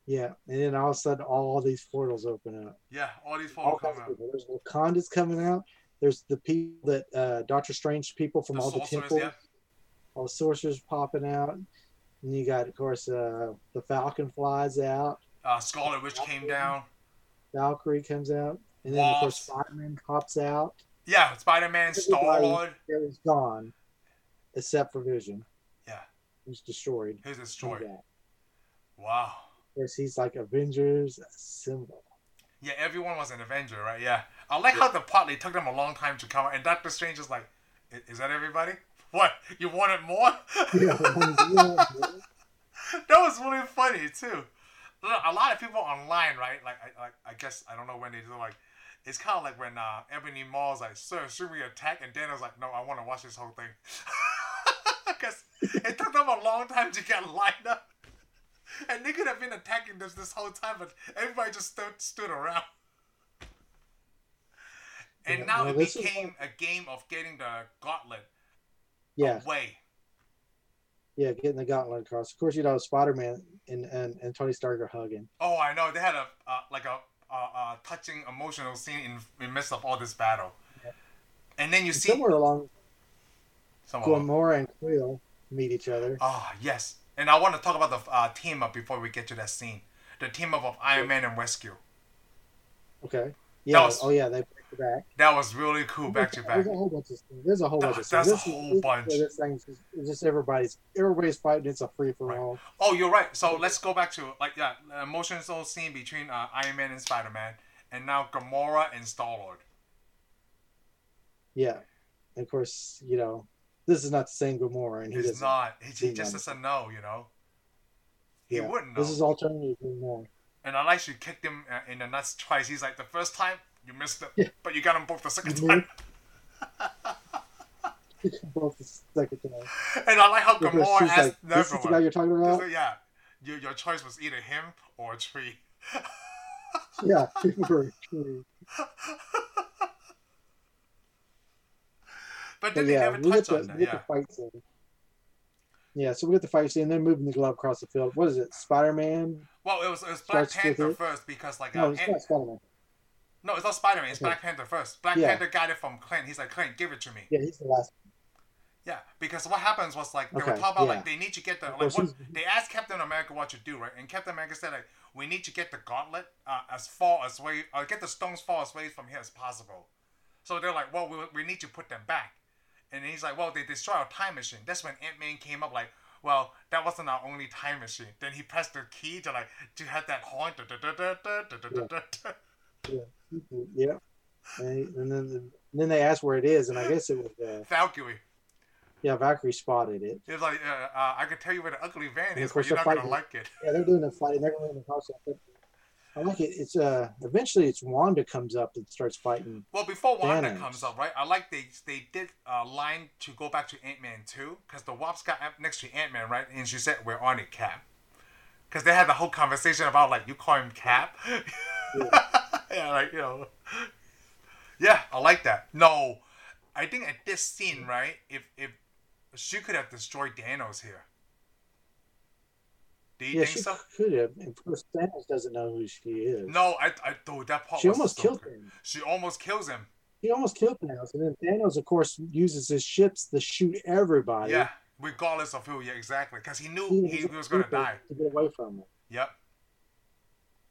S2: Yeah, and then all of a sudden, all these portals open up.
S1: yeah, all these
S2: All
S1: folks
S2: kinds
S1: coming
S2: of
S1: up.
S2: people. There's Wakanda's coming out. There's the people that uh, Doctor Strange people from all the
S1: sorcerers,
S2: temples, all the sorcerers popping out. And you got, of course, uh, the Falcon flies out.
S1: Uh, Scarlet Witch came down.
S2: Valkyrie comes out, and then of course Spider Man pops out.
S1: Yeah, Spider Man, Star Lord.
S2: It was gone, except for Vision.
S1: Yeah,
S2: He was destroyed.
S1: who's destroyed?
S2: Oh, Yeah.
S1: Wow.
S2: Yes, he's like Avengers symbol.
S1: Yeah, everyone was an Avenger, right? Yeah. I like how the plot they took them a long time to come, and Doctor Strange is like, "I- "Is that everybody? What you wanted more?"
S2: Yeah, yeah,
S1: that was really funny too. Look, A lot of people online, right? Like, I, like I guess I don't know when they do. Like, it's kind of like when uh, Ebony Mall's like, "Sir, should we attack?" And Daniel's like, "No, I want to watch this whole thing." Because it took them a long time to get lined up, and they could have been attacking this this whole time, but everybody just stood stood around. And
S2: Yeah,
S1: now
S2: no,
S1: it
S2: this is
S1: became a game of getting the gauntlet
S2: yeah,
S1: away.
S2: yeah. Getting the gauntlet across. Of course, you know Spider Man and, and and Tony Stark are hugging.
S1: Oh, I know. They had a uh, like a uh, uh, touching emotional scene in, in midst of all this battle, and then you
S2: And
S1: see Oh.
S2: somewhere along,
S1: someone.
S2: Gamora and Quill meet each other.
S1: Ah, yes. And I want to talk about the uh, team up before we get to that scene. The team up of Iron Man and Rescue.
S2: Okay. Yeah.
S1: was-
S2: oh yeah, they break the back.
S1: That was really cool back to back.
S2: There's a whole bunch of stuff. There's a whole bunch of
S1: That's
S2: stuff.
S1: a
S2: This is-
S1: whole
S2: this is
S1: bunch.
S2: where This thing's just, it's just everybody's everybody's fighting. It's a free for all.
S1: Oh, you're right. So let's go back to like yeah, the emotional scene between uh, Iron Man and Spider Man, and now Gamora and Star Lord.
S2: Yeah. And of course, you know, this is not the same Gamora, and he
S1: It's
S2: doesn't.
S1: not. He, he
S2: He
S1: just
S2: doesn't.
S1: doesn't know, you know. He
S2: Yeah.
S1: wouldn't know.
S2: This is alternative Gamora.
S1: And I actually kicked him uh, in the nuts twice. He's like, the first time you missed it, but you got him both the 2nd
S2: Mhm.
S1: time.
S2: Both the second time.
S1: And I like how
S2: Of course,
S1: Gamora
S2: she's
S1: asked
S2: like, "This is the guy
S1: everyone.
S2: you're talking
S1: She's
S2: about."
S1: like, yeah, your, your choice was either him or a tree.
S2: yeah, people were true. But
S1: But then
S2: yeah,
S1: they
S2: we
S1: never
S2: get
S1: touch
S2: the,
S1: on that.
S2: we get
S1: Yeah,
S2: the fight scene. Yeah, so we get the fight scene. They're moving the glove across the field. What is it? Spider Man?
S1: well, it was it was Black
S2: Starts with
S1: Panther
S2: it.
S1: first because like
S2: No,
S1: uh,
S2: it's
S1: Ant-
S2: not Spider Man.
S1: no, it's not Spider Man. It's
S2: Okay.
S1: Black Panther first. Black
S2: Yeah.
S1: Panther got it from Clint. He's like, Clint, give it to me.
S2: Yeah, he's the last.
S1: Yeah, because what happens was like they were
S2: Okay,
S1: talking about
S2: yeah.
S1: like they need to get the
S2: Of
S1: like
S2: course,
S1: what,
S2: he's-
S1: they asked Captain America what to do right, and Captain America said like we need to get the gauntlet uh, as far as way uh, get the stones far as way from here as possible. So they're like, well, we, we need to put them back, and he's like, well, they destroy our time machine. That's when Ant Man came up like, well, that wasn't our only time machine. Then he pressed the key to like to have that horn. da- da- da- da- da- da- da- da- da.
S2: Yeah. And, and then and then they asked where it is, and I guess it was uh,
S1: Valkyrie.
S2: yeah Valkyrie spotted it.
S1: It's like uh, uh, I can tell you where the ugly van
S2: And
S1: is,
S2: of
S1: but
S2: course
S1: you're
S2: they're
S1: not gonna
S2: fighting.
S1: like it.
S2: Yeah, they're doing a fight. and They're going to the house. I like it. It's uh eventually it's Wanda comes up and starts fighting.
S1: Well, before Wanda
S2: Thanos.
S1: comes up, right? I like they they did a line to go back to Ant Man too, because the Wasp got up next to Ant Man, right? And she said, "We're on it, Cap," because they had the whole conversation about like you call him Cap. Yeah, like you know. Yeah, I like that. No, I think at this scene, right? If if she could have destroyed Thanos here. Do you
S2: yeah,
S1: think
S2: she
S1: so?
S2: could have. And of course, Thanos doesn't know who she is.
S1: No, I I dude, that part
S2: she
S1: was
S2: almost
S1: so
S2: killed
S1: good.
S2: him.
S1: She almost kills him.
S2: He almost killed Thanos, and then Thanos, of course, uses his ships to shoot everybody.
S1: Yeah, regardless of who. Yeah, exactly. Because he knew
S2: Even
S1: he,
S2: his
S1: he was gonna
S2: people
S1: die.
S2: to get away from him.
S1: Yep.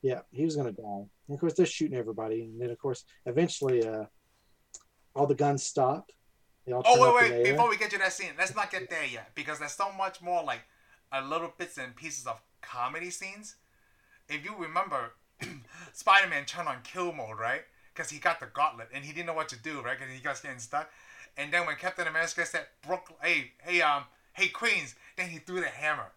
S2: Yeah, he was gonna die. And of course, they're shooting everybody, and then of course, eventually, uh, all the guns stop. They all turn
S1: Oh
S2: up
S1: wait,
S2: in
S1: wait.
S2: the air.
S1: Before we get to that scene, let's not get there yet because there's so much more like a little bits and pieces of comedy scenes. If you remember, Spider-Man turned on kill mode, right? Because he got the gauntlet and he didn't know what to do, right? Because he got getting stuck. And then when Captain America said, "Brook, hey, hey, um, hey, Queens," then he threw the hammer.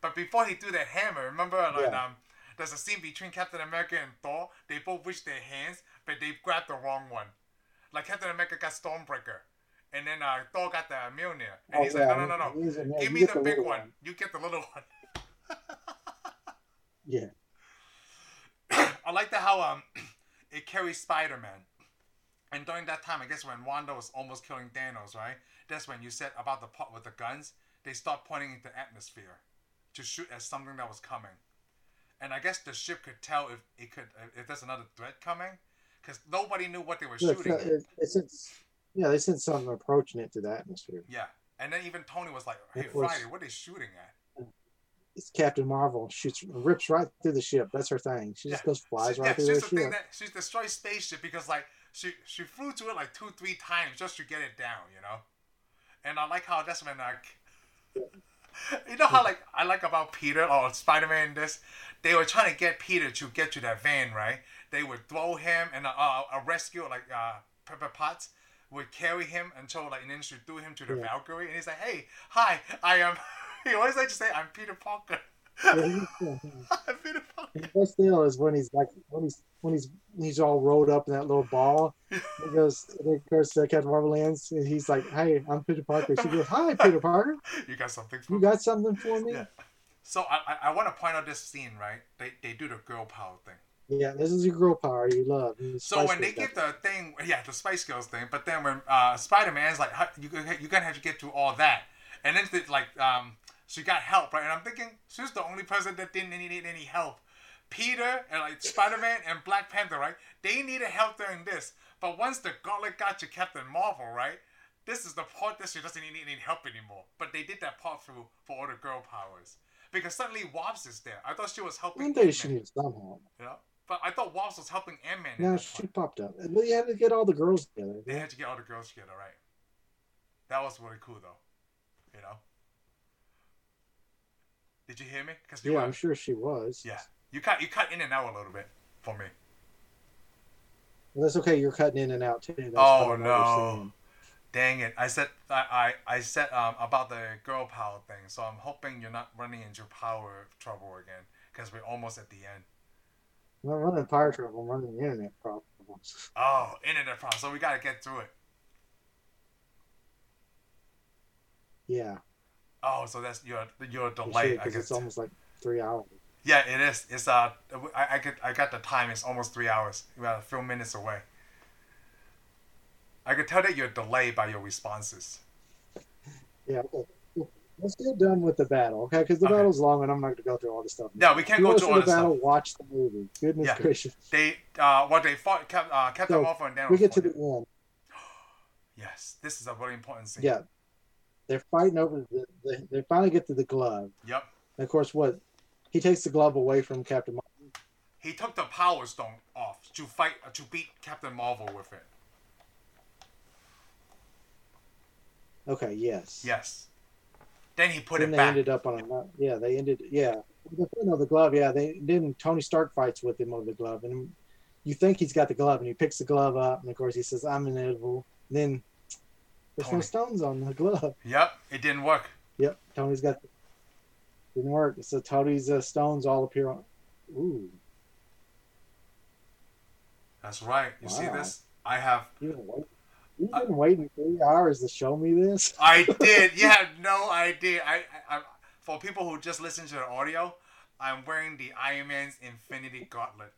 S1: But before he threw that hammer, remember, like,
S2: Yeah.
S1: um, there's a scene between Captain America and Thor. They both reach their hands, but they grabbed the wrong one. Like Captain America got Stormbreaker, and then uh, Thor got the Mjolnir, and
S2: Oh,
S1: he's
S2: yeah,
S1: like, "No, no, no, no!
S2: he's in there.
S1: Give
S2: You
S1: me
S2: get
S1: the, big
S2: little
S1: one. You get the little one."
S2: Yeah,
S1: I like the how um, it carries Spider Man, and during that time, I guess when Wanda was almost killing Thanos, right? That's when you said about the part with the guns. They stopped pointing into atmosphere to shoot at something that was coming, and I guess the ship could tell if it could if there's another threat coming, because nobody knew what they were
S2: Look,
S1: shooting.
S2: uh, it, it sends, yeah, they sent something approaching it to the atmosphere.
S1: Yeah, and then even Tony was like, "Hey,
S2: Of course.
S1: Friday, what are they shooting at?"
S2: it's Captain Marvel shoots rips right through the ship. That's her thing. She just
S1: Yeah.
S2: goes flies
S1: She-
S2: right
S1: yeah,
S2: through
S1: she's
S2: the
S1: the thing
S2: ship.
S1: that she destroys spaceship because like she she flew to it like two three times just to get it down, you know. And I like how that's when like. You know how like I like about Peter or Spider Man in this, they were trying to get Peter to get to that van, right? They would throw him and uh, a rescue like uh, Pepper Potts would carry him until like and then she threw him to the
S2: Yeah.
S1: Valkyrie and he's like, hey, hi, I am. He always like to say I'm Peter Parker.
S2: Yeah, yeah, yeah.
S1: I'm Peter Parker.
S2: The best deal is when he's like when he's when he's when he's all rolled up in that little ball. He goes, then goes to Captain Marvel lands, and he's like, "Hey, I'm Peter Parker." She goes, "Hi, Peter Parker.
S1: You got something for
S2: You
S1: me?
S2: got something for me?"
S1: Yeah. So I I, I want to point out this scene, right? They they do the girl power thing.
S2: Yeah, this is your girl power you love.
S1: So when they give the thing, yeah, the Spice Girls thing, but then when uh, Spider Man's like, "Huh, you gonna- you gonna have to get through all that, and then it's like um she got help, right? And I'm thinking she's the only person that didn't need need any help. Peter and like Spider Man and Black Panther, right? They needed help during this, but once the gauntlet got to Captain Marvel, right? This is the part that she doesn't need any help anymore. But they did that part through for all the girl powers. Because suddenly Wops is there. I thought she was helping.
S2: one day
S1: Ant-Man,
S2: she needs some help.
S1: you know? But I thought Wops was helping Ant Man.
S2: Now she popped up. But you had to get all the girls together.
S1: They had to get all the girls together, right? That was really cool, though. You know. Did you hear me? Cause you
S2: Yeah,
S1: were-
S2: I'm sure she was.
S1: yeah. You cut you cut in and out a little bit for me.
S2: Well, that's okay. You're cutting in and out too. That's
S1: Oh,
S2: fine, I
S1: no.
S2: understand.
S1: Dang it! I said I I, I said um, about the girl power thing, so I'm hoping you're not running into power trouble again, cause we're almost at the end.
S2: I'm not running power trouble. I'm running internet problems.
S1: Oh, internet problem. So we gotta get through it.
S2: Yeah,
S1: Oh, so that's your your delay. I
S2: because
S1: guess.
S2: it's almost like three hours.
S1: Yeah, it is. It's uh, I, I could I got the time. It's almost three hours. We're a few minutes away. I could tell that you're delayed by your responses.
S2: Yeah. okay. Let's get done with the battle, okay? Because the
S1: Okay.
S2: battle's long, and I'm not going to go through all this stuff.
S1: Yeah, we can't
S2: You
S1: go
S2: wanna
S1: to
S2: see
S1: all
S2: the
S1: this stuff.
S2: battle. Watch the movie. Goodness
S1: Yeah.
S2: gracious.
S1: They uh, what they fought Cap, uh, Captain
S2: So,
S1: Marvel and Daniel.
S2: We get to the end.
S1: Yes, this is a really important scene.
S2: Yeah, they're fighting over the. the they finally get to the glove.
S1: Yep.
S2: And of course, what he takes the glove away from Captain. Marvel.
S1: He took the Power Stone off to fight uh, to beat Captain Marvel with it.
S2: Okay. Yes.
S1: Yes. Then he put
S2: then
S1: it
S2: they
S1: back.
S2: ended up on a yeah they ended yeah the thing of the glove yeah they then tony stark fights with him over the glove and you think he's got the glove and he picks the glove up and of course he says i'm inevitable then there's no
S1: Tony.
S2: stones on the glove
S1: Yep. It didn't work.
S2: yep tony's got didn't work so tony's uh, stones all appear on ooh
S1: That's right. You see
S2: Wow.
S1: this? I have.
S2: you've been waiting you've
S1: Uh,
S2: been waiting three hours to show me this
S1: I did. You have no idea. I, I, I for people who just listen to the audio, I'm wearing the Iron Man's Infinity Gauntlet.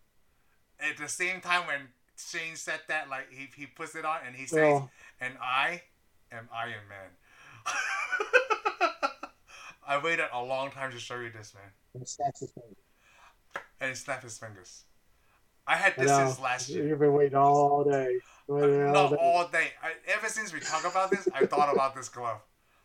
S1: At the same time, when Shane said that, like he, he puts it on and he says,
S2: well
S1: "And I am Iron Man." I waited a long time to show you this, man.
S2: and snacks his finger.
S1: And he snapped his fingers. I had
S2: I
S1: this
S2: know.
S1: since last year.
S2: uh, you've been waiting all day, waiting all
S1: Not
S2: day.
S1: all day. I, ever since we talked about this, I thought about this glove.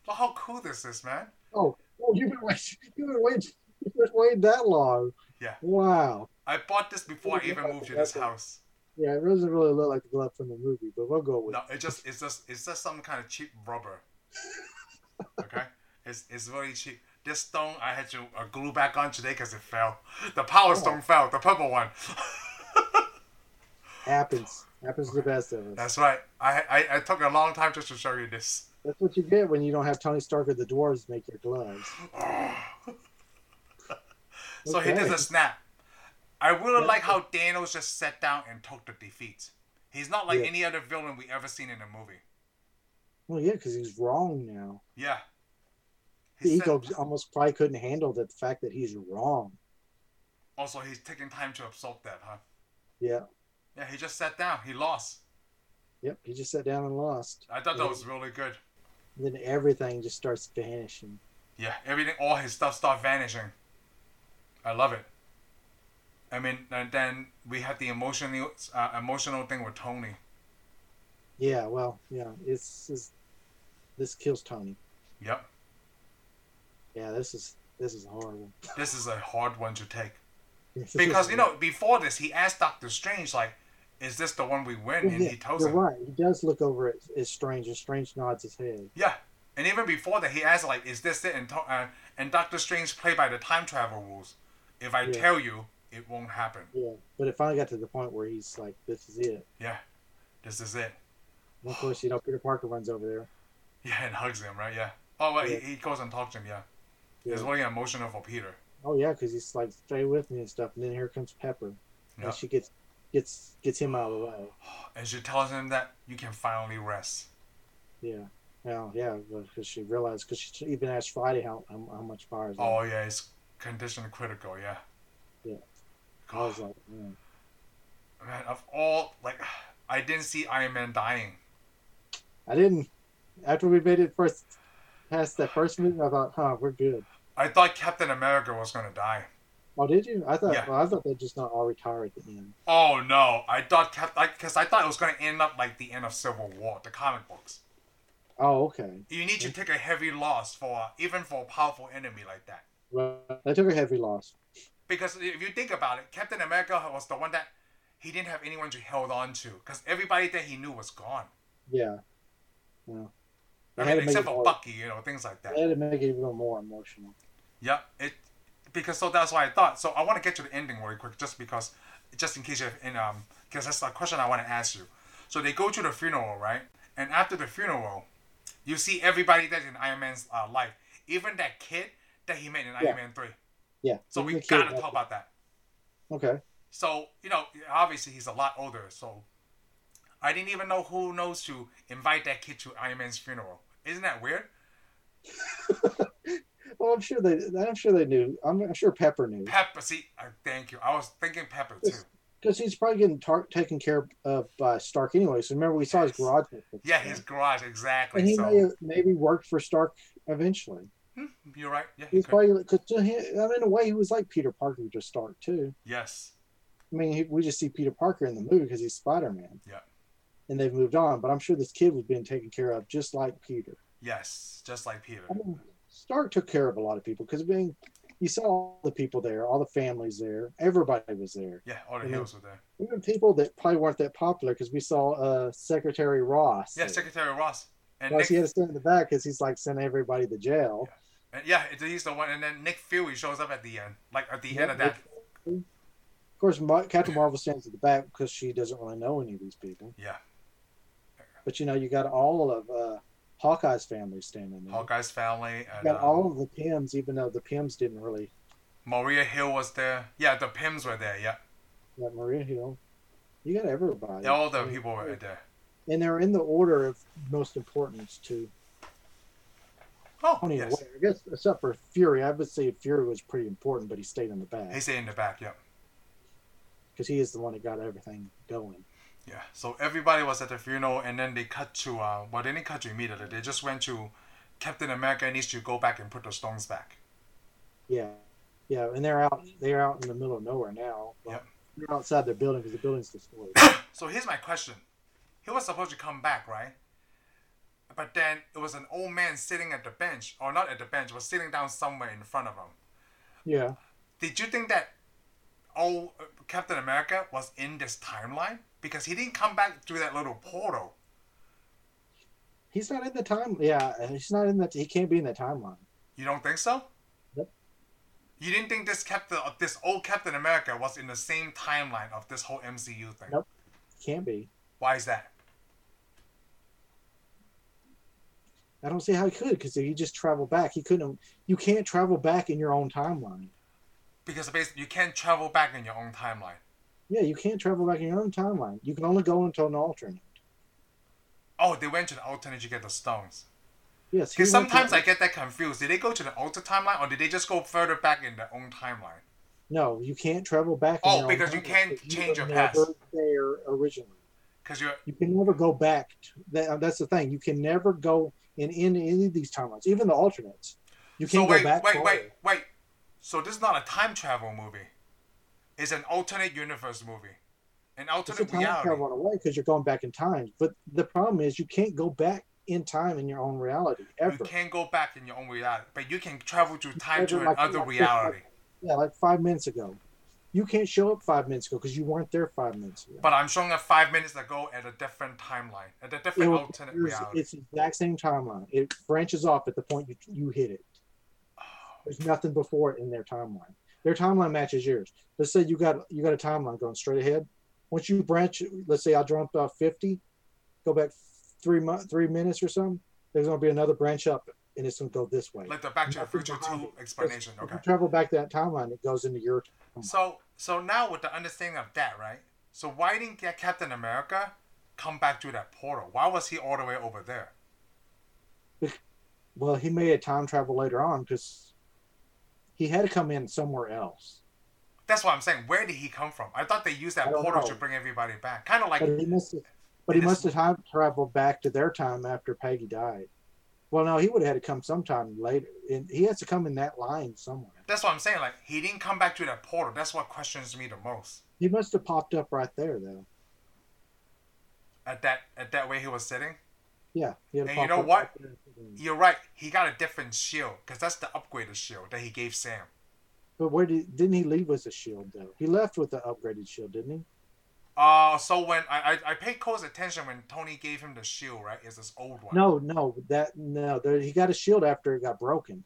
S1: Look how cool this is, man.
S2: Oh, oh, you've been waiting. You've been waiting. You've been waiting that long.
S1: Yeah.
S2: Wow.
S1: I bought this before I even moved to this house.
S2: Yeah, it doesn't really look like the glove from the movie, but we'll go with
S1: No, it just it's just it's just some kind of cheap rubber. Okay, it's it's really cheap. This stone I had to uh, glue back on today because it fell. The power
S2: Oh.
S1: stone fell, the purple one.
S2: it. Happens. Happens to the best of us. That's,
S1: That's right. I, I I took a long time just to show you this.
S2: what you get when you don't have Tony Stark or the dwarves make your gloves.
S1: so he did
S2: Okay.
S1: a snap. I really
S2: Yeah.
S1: like how Thanos just sat down and took the defeat. He's not like
S2: Yeah.
S1: any other villain we ever seen in a movie.
S2: Well, yeah, because he's wrong now.
S1: Yeah.
S2: The
S1: He sat-
S2: ego almost probably couldn't handle the fact that he's wrong.
S1: Also, he's taking time to absorb that, huh?
S2: Yeah.
S1: Yeah, he just sat down. He lost.
S2: Yep. He just sat down and lost.
S1: I thought that
S2: Yeah.
S1: was really good.
S2: And then everything just starts vanishing.
S1: Yeah, everything, all his stuff start vanishing. I love it. I mean, and then we have the emotional, uh, emotional thing with Tony.
S2: Yeah. Well. Yeah. It's, it's this kills Tony.
S1: Yep.
S2: Yeah. This is This is horrible.
S1: This is a hard one to take because you know before this he asked Doctor Strange like, "Is this the one we win?" And
S2: yeah,
S1: he tells
S2: you're
S1: him,
S2: right. He does look over at, at Strange, and Strange nods his head.
S1: "Yeah." And even before that, he asked like, "Is this it?" And to- uh, and Doctor Strange played by the time travel rules. If I
S2: Yeah.
S1: tell you, it won't happen.
S2: Yeah, but it finally got to the point where he's like, "This is it."
S1: Yeah, this is it.
S2: And of course, you know, Peter Parker runs over there.
S1: Yeah, and hugs him, right? Yeah. Oh, well,
S2: Yeah.
S1: He, he goes and talks to him. Yeah. It's
S2: Yeah.
S1: really emotional for Peter.
S2: Oh yeah, because he's like, "Stay with me" and stuff. And then here comes Pepper,
S1: Yeah.
S2: and she gets gets gets him out of the way.
S1: And she tells him that you can finally rest.
S2: Yeah. Well, yeah, because she realized because she even asked Friday how how, how much fire is.
S1: Oh yeah, it's condition critical. Yeah.
S2: Yeah. I
S1: God,
S2: was like, man.
S1: man, of all like, I didn't see Iron Man dying.
S2: I didn't. After we made it first past that first movie, I thought, "Huh, we're good."
S1: I thought Captain America was gonna die.
S2: Oh, did you? I thought.
S1: Yeah.
S2: Well, I thought they just not all retire at the end.
S1: Oh no! I thought Cap, because I thought it was gonna end up like the end of Civil War, the comic books.
S2: Oh, okay.
S1: You need to take a heavy loss for even for a powerful enemy like that.
S2: Well, they took a heavy loss.
S1: Because if you think about it, Captain America was the one that he didn't have anyone to hold on to, because everybody that he knew was gone.
S2: Yeah. Yeah. They
S1: I
S2: had
S1: mean,
S2: to make
S1: except
S2: it
S1: for
S2: hard.
S1: Bucky, you know, things like that.
S2: They had to make it even more emotional.
S1: Yeah, it because so that's why I thought. So I want to get to the ending really quick, just because, just in case you have in um, because that's a question I want to ask you. So they go to the funeral, right? And after the funeral, you see everybody that's in Iron Man's uh, life, even that kid that he met in
S2: Yeah.
S1: Iron Man three.
S2: Yeah.
S1: So
S2: Even
S1: we
S2: the kid
S1: gotta
S2: had-
S1: talk about that.
S2: Okay.
S1: So you know, obviously he's a lot older. So I didn't even know who knows to invite that kid to Iron Man's funeral. Isn't that weird?
S2: Well, I'm sure they. I'm sure they knew. I'm, I'm sure Pepper knew
S1: Pepper, see, uh, thank you. I was thinking Pepper too.
S2: because he's probably getting tar- taken care of by Stark anyway. So remember, we saw his garage.
S1: Yeah, his garage exactly.
S2: and he
S1: so.
S2: may have maybe worked for Stark eventually.
S1: Hmm, you're right. Yeah, he
S2: He's
S1: could.
S2: probably because to him, I mean, in a way, he was like Peter Parker to Stark too.
S1: yes.
S2: I mean, he, we just see Peter Parker in the movie because he's Spider Man.
S1: Yeah.
S2: And they've moved on, but I'm sure this kid was being taken care of just like Peter.
S1: Yes, just like Peter.
S2: I mean, Stark took care of a lot of people because being, you saw all the people there, all the families there, everybody was there.
S1: Yeah, all
S2: I
S1: the
S2: mean-
S1: heroes were there.
S2: Even people that probably weren't that popular because we saw uh, Secretary Ross.
S1: Yeah,
S2: there.
S1: Secretary Ross. And
S2: Ross,
S1: Nick,
S2: he had to stand in the back because he's like sending everybody to jail.
S1: and yeah, it- he's the one. And then Nick Fury shows up at the end, like at the
S2: Yeah,
S1: end of that.
S2: Of course, Ma- Captain Marvel stands at the back because she doesn't really know any of these people.
S1: Yeah,
S2: But you know, you got all of uh, Hawkeye's family standing there.
S1: Hawkeye's family.
S2: You
S1: And,
S2: got
S1: uh,
S2: all of the Pims, even though the Pims didn't really.
S1: Maria Hill was there. Yeah, the Pims were there. Yeah,
S2: Like Maria Hill, you got everybody.
S1: all the
S2: I mean,
S1: people were there.
S2: and they're in the order of most importance to
S1: Oh,
S2: Tony.
S1: yes.
S2: I guess except for Fury, I would say Fury was pretty important, but he stayed in the back
S1: He's in the back. Yeah,
S2: because he is the one that got everything going.
S1: yeah. So everybody was at the funeral, and then they cut to. Uh, well, they didn't cut to immediately. They just went to Captain America needs to go back and put the stones back.
S2: Yeah, yeah, and they're out. They're out in the middle of nowhere now.
S1: Yep.
S2: They're outside their building because the building's destroyed.
S1: So here's my question. He was supposed to come back, right? But then it was an old man sitting at the bench, or not at the bench, was sitting down somewhere in front of him.
S2: yeah.
S1: Did you think that old uh, Captain America was in this timeline? Because he didn't come back through that little portal.
S2: He's not in the time. Yeah, he's not in that. He can't be in the timeline.
S1: You don't think so?
S2: Nope.
S1: You didn't think this Captain, uh, this old Captain America was in the same timeline of this whole MCU thing?
S2: Nope. He can't be.
S1: Why is that?
S2: I don't see how he could because if you just travel back, he couldn't. You can't travel back in your own timeline.
S1: Because basically you can't travel back in your own timeline.
S2: Yeah, you can't travel back in your own timeline. You can only go into an alternate.
S1: Oh, they went to the alternate to get the stones.
S2: Yes. he
S1: Because
S2: went to-
S1: sometimes I get that confused. Did they go to the older timeline or did they just go further back in their own timeline?
S2: No, you can't travel back.
S1: Oh,
S2: your own
S1: because you
S2: timeline,
S1: can't
S2: because
S1: change
S2: were
S1: your past.
S2: never There originally.
S1: Because you're
S2: You can never go back. To, that, uh, that's the thing. You can never go in, in any of these timelines, even the alternates. You
S1: so
S2: can't
S1: wait,
S2: go back.
S1: wait, wait,
S2: farther.
S1: wait. So this is not a time travel movie. It's an alternate universe movie, an
S2: It's a
S1: alternate
S2: time
S1: reality.
S2: travel in a way because you're going back in time. But the problem is you can't go back in time in your own reality ever.
S1: You can't go back in your own reality, but you can travel through time
S2: Ever,
S1: to
S2: like-
S1: another
S2: like-
S1: reality.
S2: Yeah, like five minutes ago. You can't show up five minutes ago because you weren't there five minutes ago.
S1: But I'm showing up five minutes ago at a different timeline, at a different
S2: It-
S1: alternate
S2: it's-
S1: reality.
S2: it's the exact same timeline. It branches off at the point you, you hit it. There's nothing before it in their timeline. Their timeline matches yours. Let's say you got you got a timeline going straight ahead. Once you branch, let's say I jumped off 50, go back three mu- three minutes or something. There's going to be another branch up, and it's going to go this way.
S1: like the Back to the
S2: Nothing
S1: Future
S2: behind
S1: Two
S2: it.
S1: explanation.
S2: If
S1: Okay.
S2: you travel back that timeline, it goes into your.
S1: So so now with the understanding of that, right? So why didn't Ca- Captain America come back through that portal? Why was he all the way over there?
S2: Well, he made a time travel later on because he had to come in somewhere else.
S1: That's what I'm saying. Where did he come from? I thought they used that
S2: I don't
S1: portal
S2: know.
S1: to bring everybody back. Kind of like
S2: But he must have, but he
S1: It is-
S2: must have time traveled back to their time after Peggy died. Well, no, he would have had to come sometime later. And he has to come in that line somewhere.
S1: that's what I'm saying. Like he didn't come back through that portal. That's what questions me the most.
S2: He must have popped up right there, though.
S1: At that at that way he was sitting.
S2: Yeah. He had
S1: And
S2: popped
S1: you know
S2: up
S1: what?
S2: right there.
S1: You're right. He got a different shield because that's the upgraded shield that he gave Sam.
S2: But where did didn't he leave with a shield though? He left with the upgraded shield, didn't he?
S1: Uh, so when I, I I paid close attention when Tony gave him the shield, right? It's this old one.
S2: No, no, that no. There, he got a shield after it got broken.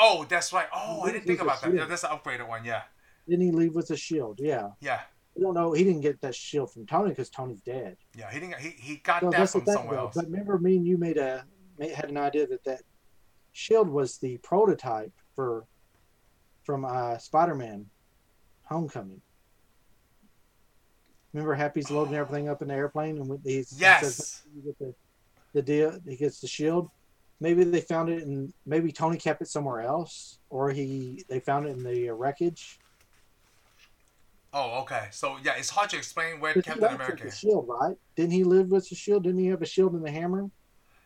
S1: Oh, that's right. Oh, I
S2: He
S1: didn't
S2: didn't
S1: think about
S2: use
S1: that.
S2: the
S1: Yeah, that's an upgraded one. Yeah,
S2: Didn't he leave with a shield? Yeah.
S1: yeah,
S2: We don't know. He didn't get that shield from Tony because Tony's dead.
S1: yeah. He didn't. He, he got
S2: So
S1: that
S2: that's the
S1: from
S2: thing,
S1: somewhere
S2: though.
S1: else.
S2: But remember, me and you made a made, had an idea that that shield was the prototype for from uh, Spider-Man: Homecoming. Remember, Happy's loading
S1: Oh.
S2: everything up in the airplane, and with these he says,
S1: Yes.
S2: "You get the, the deal. He gets the shield. Maybe they found it, and maybe Tony kept it somewhere else, or he they found it in the uh, wreckage.
S1: Oh, okay. So yeah, it's hard to explain where
S2: 'Cause he
S1: Captain
S2: left with
S1: America.
S2: the
S1: is.
S2: shield, right? Didn't he live with the shield? Didn't he have a shield and the hammer?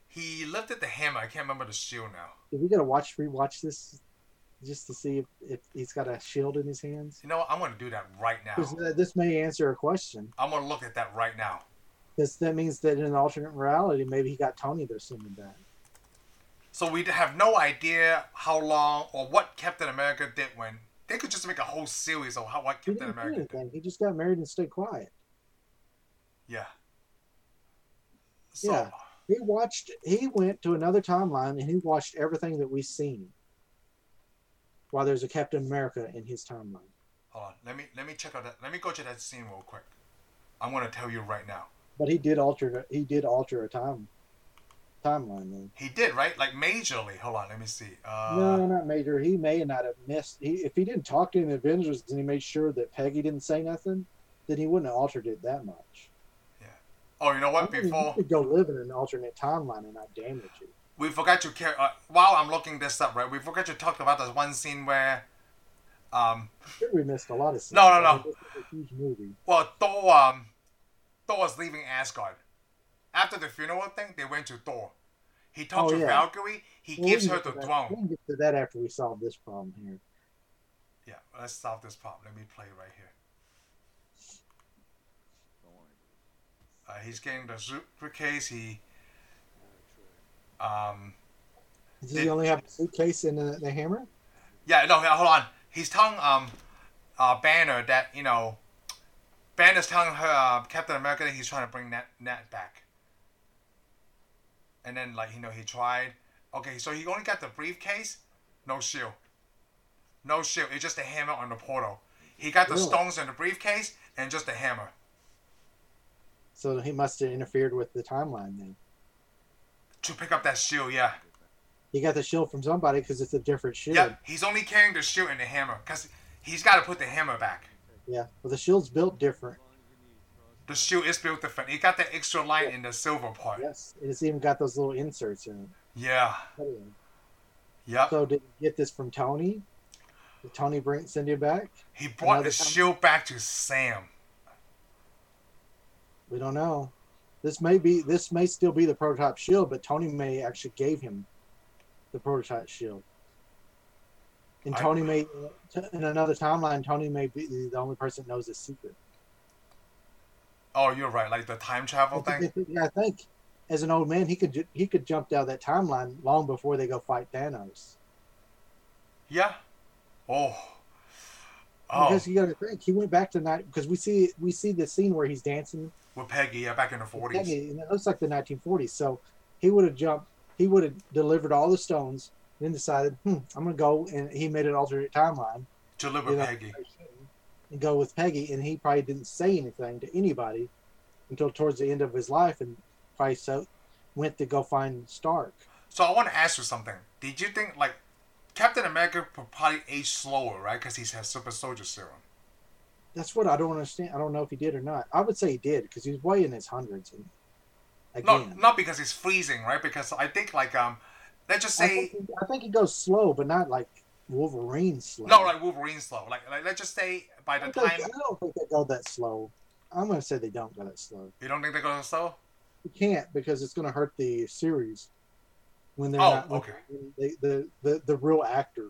S1: He lifted the hammer. I can't remember the shield now.
S2: Dude, we gotta watch rewatch this just to see if, if he's got a shield in his hands.
S1: You know what? I'm gonna do that right now.
S2: 'Cause, uh, this may answer a question.
S1: I'm gonna look at that right now.
S2: Because that means that in an alternate reality, maybe he got Tony there sending back.
S1: So we have no idea how long or what Captain America did when they could just make a whole series of how what
S2: He
S1: Captain
S2: didn't do
S1: America did.
S2: anything. He just got married and stayed quiet.
S1: Yeah. So
S2: Yeah. He watched. He went to another timeline and he watched everything that we've seen. While there's a Captain America in his timeline.
S1: hold on. Let me let me check out that. Let me go to that scene real quick. I'm gonna tell you right now.
S2: But he did alter. He did alter a time timeline then.
S1: He did right, like majorly. Hold on. Let me see. Uh,
S2: No, not Major. He may not have missed. He, if he didn't talk to any of the Avengers and he made sure that Peggy didn't say nothing, then he wouldn't have altered it that much.
S1: Oh, you know what?
S2: I mean,
S1: Before
S2: he could go live in an alternate timeline and not damage it.
S1: we forgot to care. Uh, while I'm looking this up, right? We forgot to talk about this one scene where, um,
S2: Sure, we missed a lot of scenes.
S1: No, no,
S2: I mean,
S1: no.
S2: this is a huge movie.
S1: well, Thor, um, Thor was leaving Asgard. After the funeral thing, they went to Thor. He talks
S2: Oh,
S1: to
S2: yeah. Oh,
S1: Valkyrie. He
S2: Well, we
S1: gives
S2: can
S1: her
S2: get
S1: the
S2: to that-
S1: throne.
S2: We can get to that after we solve this problem here.
S1: Yeah, let's solve this problem. Let me play right here. Uh, he's getting the suitcase. He, um,
S2: Does
S1: It-
S2: he only have a suitcase and a, the hammer?
S1: yeah, no, yeah, hold on. He's telling um, uh, Banner that you know, Banner's telling her uh, Captain America that he's trying to bring Nat Nat back. And then like you know he tried. Okay, so he only got the briefcase, no shield. No shield. It's just a hammer on the portal. He got the
S2: Really?
S1: stones in the briefcase and just a hammer.
S2: So he must have interfered with the timeline then.
S1: to pick up that shield. Yeah,
S2: He got the shield from somebody because it's a different shield.
S1: yeah. He's only carrying the shield and the hammer because he's got to put the hammer back.
S2: yeah. Well, the shield's built different.
S1: The shield is built different. He got that extra line in the silver part. Yeah.
S2: Yes. And it's even got those little inserts in it.
S1: Yeah.
S2: Cut it in. So did you get this from Tony? Did Tony bring send you back?
S1: He brought
S2: Another
S1: the
S2: time.
S1: shield back to Sam.
S2: We don't know. This may be this may still be the prototype shield, but Tony may actually gave him the prototype shield. And
S1: I-
S2: Tony may in another timeline, Tony may be the only person that knows this secret.
S1: Oh, you're right. Like the time travel
S2: I
S1: thing.
S2: think, yeah, I think as an old man, he could ju- he could jump out of that timeline long before they go fight Thanos.
S1: Yeah. Oh. Oh.
S2: Because you got to think he went back to night because we see we see the scene where he's dancing
S1: With Peggy, yeah, back in the
S2: with
S1: 40s.
S2: Peggy, and it looks like the 1940s. So he would have jumped. He would have delivered all the stones, then decided, hmm, I'm gonna go and he made an alternate timeline
S1: To live with
S2: Yeah.
S1: Peggy.
S2: and go with Peggy. And he probably didn't say anything to anybody until towards the end of his life, and probably so went to go find Stark.
S1: So I want to ask you something. Did you think, like, Captain America probably aged slower, right? Because he has super soldier serum.
S2: That's what I don't understand. I don't know if he did or not. I would say he did because he was way in his hundreds. And
S1: No,
S2: again,
S1: not because he's freezing, right? Because I think, like, um, let's just
S2: I,
S1: say.
S2: think, I think he goes slow, but not like Wolverine slow.
S1: No, like Wolverine slow. Like, like let's just say by
S2: I
S1: the
S2: don't,
S1: time
S2: I don't think they go that slow. I'm gonna say they don't go that slow.
S1: you don't think they're going to slow.
S2: You can't because it's gonna hurt the series when they're
S1: Oh,
S2: not when
S1: okay.
S2: they, the, the the real actor.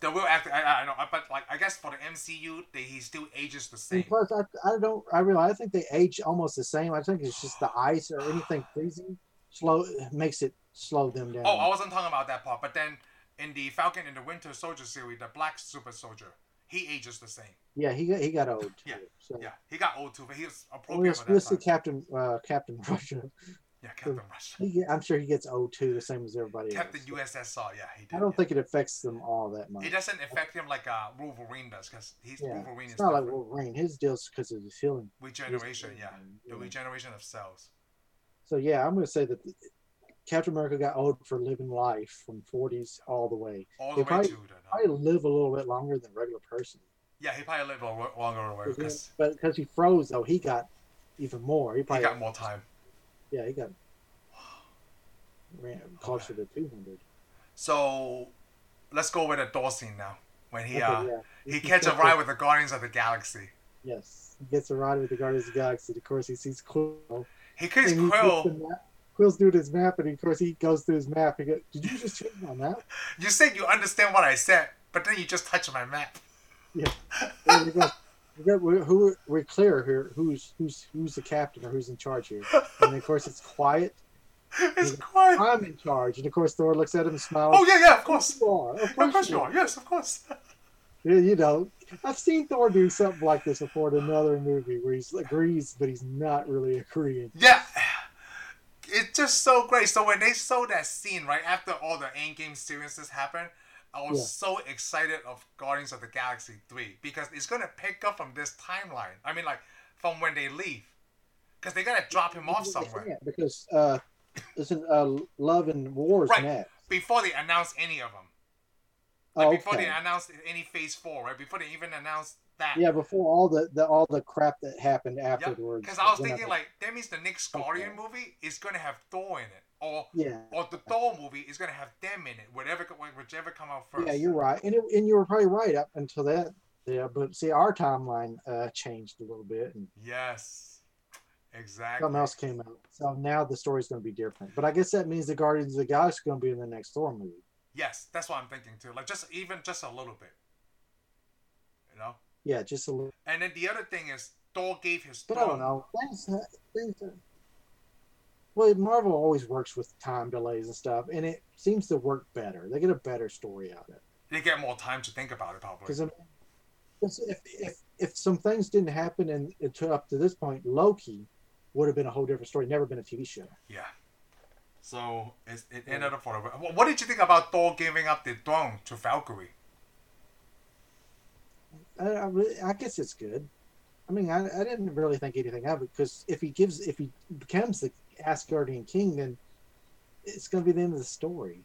S1: They will after. I, I know, but like I guess for the MCU, they, he still ages the same.
S2: And plus, I, I don't I realize I think they age almost the same. I think it's just the ice or anything freezing slow makes it slow them down.
S1: Oh, I wasn't talking about that part. But then in the Falcon and the Winter Soldier series, the Black Super Soldier, he ages the same.
S2: yeah, he got, he got old.
S1: Yeah,
S2: too, so.
S1: Yeah, he got old too, but he was
S2: We'll,
S1: appropriate for
S2: we'll
S1: that
S2: see
S1: time.
S2: Captain uh, Captain Russia.
S1: Yeah, Captain Russia,
S2: He, get- I'm sure he gets O2 the same as everybody
S1: Captain
S2: else.
S1: USSR. Yeah, he did.
S2: I don't
S1: yeah.
S2: think it affects them all that much.
S1: it doesn't affect him like uh, Wolverine does, because he's
S2: Yeah,
S1: Wolverine is
S2: It's not like
S1: different.
S2: Wolverine. His deal's because of his healing. His
S1: regeneration. Yeah,
S2: healing,
S1: the regeneration of cells.
S2: So yeah, I'm going to say that the- Captain America got old for living life from 40s all the way.
S1: All
S2: They
S1: the way
S2: probably-
S1: to the. uh,
S2: Probably live a little bit longer than a regular person.
S1: Yeah, he probably lived a lo- longer away
S2: But
S1: because
S2: because he froze though, he got even more. He
S1: he
S2: probably
S1: got more time.
S2: yeah, he got ran closer to 200.
S1: So let's go with a door scene now. When he
S2: Okay,
S1: uh, he catch a
S2: still-
S1: ride with the Guardians of the Galaxy.
S2: Yes, he gets a ride with the Guardians of the Galaxy. Of course, he sees Quill.
S1: He creates
S2: And he flips the
S1: Quill.
S2: map. Quill's doing his map, and of course, he goes through his map. He goes, "Did you just check my map?"
S1: You said you understand what I said, but then you just touched my map.
S2: And he goes, "We got- we're, who, we're clear here. Who's who's who's the captain or who's in charge here?" And of course, it's quiet.
S1: It's quiet.
S2: I'm in charge, and of course, Thor looks at him and smiles.
S1: Oh yeah, yeah, of course.
S2: You are. Of
S1: Of course you are. Yes, of course.
S2: Yeah, you know, I've seen Thor do something like this before in another movie where he agrees, but he's not really agreeing.
S1: Yeah. It's just so great. So when they saw that scene, right, after all the endgame sequences happened, I was
S2: Yeah.
S1: so excited of Guardians of the Galaxy 3 because it's going to pick up from this timeline. I mean, like, from when they leave. Because they got to drop him off
S2: They
S1: somewhere
S2: can't because uh, isn't uh, Love and War's
S1: Right.
S2: next?
S1: before they announce any of them. Like,
S2: Oh,
S1: before
S2: okay.
S1: they announce any Phase 4, right? Before they even announce that.
S2: Yeah, before all the, the all the crap that happened afterwards.
S1: Because I was
S2: Then
S1: thinking, like, that means the next
S2: Okay.
S1: Guardian movie is going to have Thor in it. Or
S2: yeah,
S1: or the Thor movie is going to have them in it, whatever, whichever come out first.
S2: yeah, you're right, and it, and you were probably right up until that. Yeah, but see, our timeline uh, changed a little bit, and
S1: Yes, exactly.
S2: something else came out. So now the story's going to be different. But I guess that means the Guardians of the Galaxy going to be in the next Thor movie.
S1: Yes, that's what I'm thinking too. Like just even just a little bit, you know.
S2: Yeah, just a little.
S1: And then the other thing is Thor gave his
S2: But I don't
S1: throne-
S2: know. Things, uh, things. Well, Marvel always works with time delays and stuff, and it seems to work better. They get a better story out of it.
S1: They get more time to think about it probably.
S2: Because I mean, 'cause if, if if some things didn't happen and it to, up to this point, Loki would have been a whole different story. Never been a TV show.
S1: Yeah. So it's, it ended up for a. What what did you think about Thor giving up the throne to Valkyrie?
S2: I, I, really- I guess it's good. I mean, I, I didn't really think anything of it because if he gives, if he becomes the Asgardian king, then it's going to be the end of the story.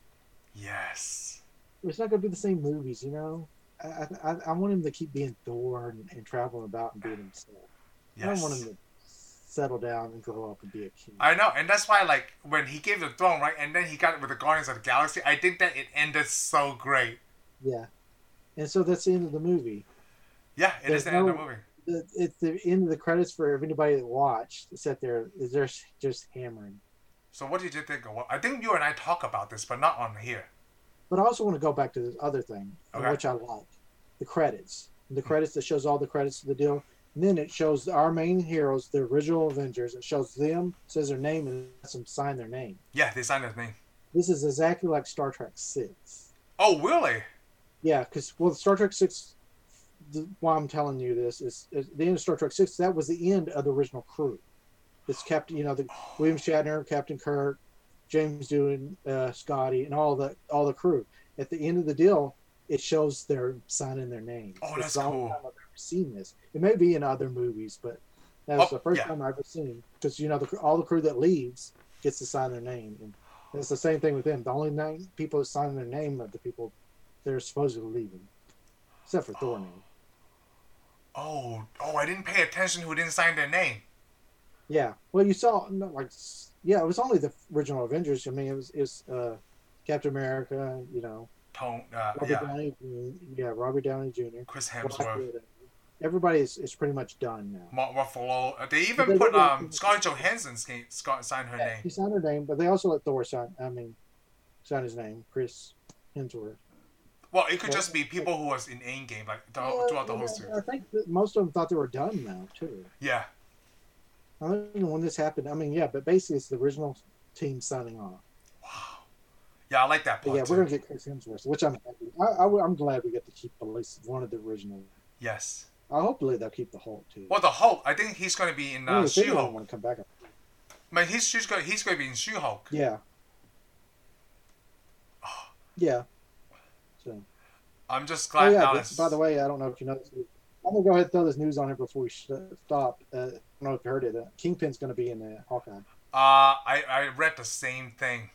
S1: Yes.
S2: It's not going to be the same movies, you know. I I, I- I want him to keep being Thor and, and traveling about and being himself.
S1: Yes.
S2: I don't want him to settle down and grow up and be a king.
S1: I know, and that's why like when he gave the throne, right, and then he got it with the Guardians of the Galaxy. I think that it ended so great.
S2: yeah, and so that's the end of the movie.
S1: Yeah, it
S2: There's
S1: is the end of the
S2: no-
S1: movie.
S2: the, at the end of the credits for anybody that watched sat there is they're just hammering
S1: So what did you think of what I think you and I talk about this, but not on here.
S2: but i also want to go back to this other thing uh,
S1: Okay.
S2: which i like the credits the credits that shows all the credits of the deal And then it shows our main heroes, the original Avengers. It shows them, says their name, and lets them sign their name.
S1: Yeah, they signed his name.
S2: This is exactly like Star Trek Six.
S1: Oh, really?
S2: Yeah, because well, Star Trek Six. The, why I'm telling you this is at the end of Star Trek Six. That was the end of the original crew. It's Captain, you know, the William Shatner, Captain Kirk, James Doohan, uh, Scotty, and all the all the crew. At the end of the deal, it shows their signing their name.
S1: Oh,
S2: It's
S1: that's
S2: the only
S1: cool.
S2: time I've ever seen this. It may be in other movies, but that was
S1: Oh,
S2: the first
S1: yeah.
S2: time I've ever seen. Because you know, the, cr- all the crew that leaves gets to sign their name, and it's the same thing with them. The only name, people that sign their name are the people they're supposedly leaving, except for Thor. Name.
S1: Oh, oh, I didn't pay attention who didn't sign their name.
S2: Yeah. Well, you saw no, like s- yeah, it was only the original Avengers. I mean, it was it's uh, Captain America, you know,
S1: Tone, uh,
S2: Robert
S1: yeah,
S2: Downey, Jr., yeah, Robert Downey Jr.
S1: Chris
S2: Black
S1: Hemsworth,
S2: Widow. Everybody is, is pretty much done now.
S1: Mark Ruffalo. Uh, They even
S2: They-
S1: put
S2: they-
S1: um Scarlett Johansson's name, Scott signed her
S2: Yeah, he
S1: name.
S2: signed her name, but they also let Thor sign. I mean, sign his name, Chris Hemsworth.
S1: Well, it could
S2: Yeah.
S1: just be people who was in Endgame, like the,
S2: Yeah,
S1: throughout the whole
S2: yeah,
S1: series.
S2: I think that most of them thought they were done now too.
S1: Yeah,
S2: I don't know when this happened. I mean, yeah, but basically it's the original team signing off.
S1: yeah, I like that
S2: But
S1: part
S2: yeah,
S1: too.
S2: we're gonna get Chris Hemsworth, which I'm happy. I, I, am glad we get to keep at least one of the original.
S1: Yes.
S2: I hopefully they'll keep the Hulk too.
S1: Well, the Hulk. I think he's gonna be in
S2: I
S1: uh,
S2: mean, if they don't
S1: She-Hulk.
S2: wanna come back.
S1: I mean, he's she's gonna he's gonna be in She-Hulk.
S2: Yeah. Yeah. So.
S1: I'm just
S2: Oh
S1: glad.
S2: yeah.
S1: now
S2: but-
S1: it's-
S2: by the way, I don't know if you know. This, I'm gonna go ahead and throw this news on here before we sh- stop. Uh, I don't know if you heard it. Uh, Kingpin's gonna be in the Hawkeye.
S1: Uh, I, I read the same thing.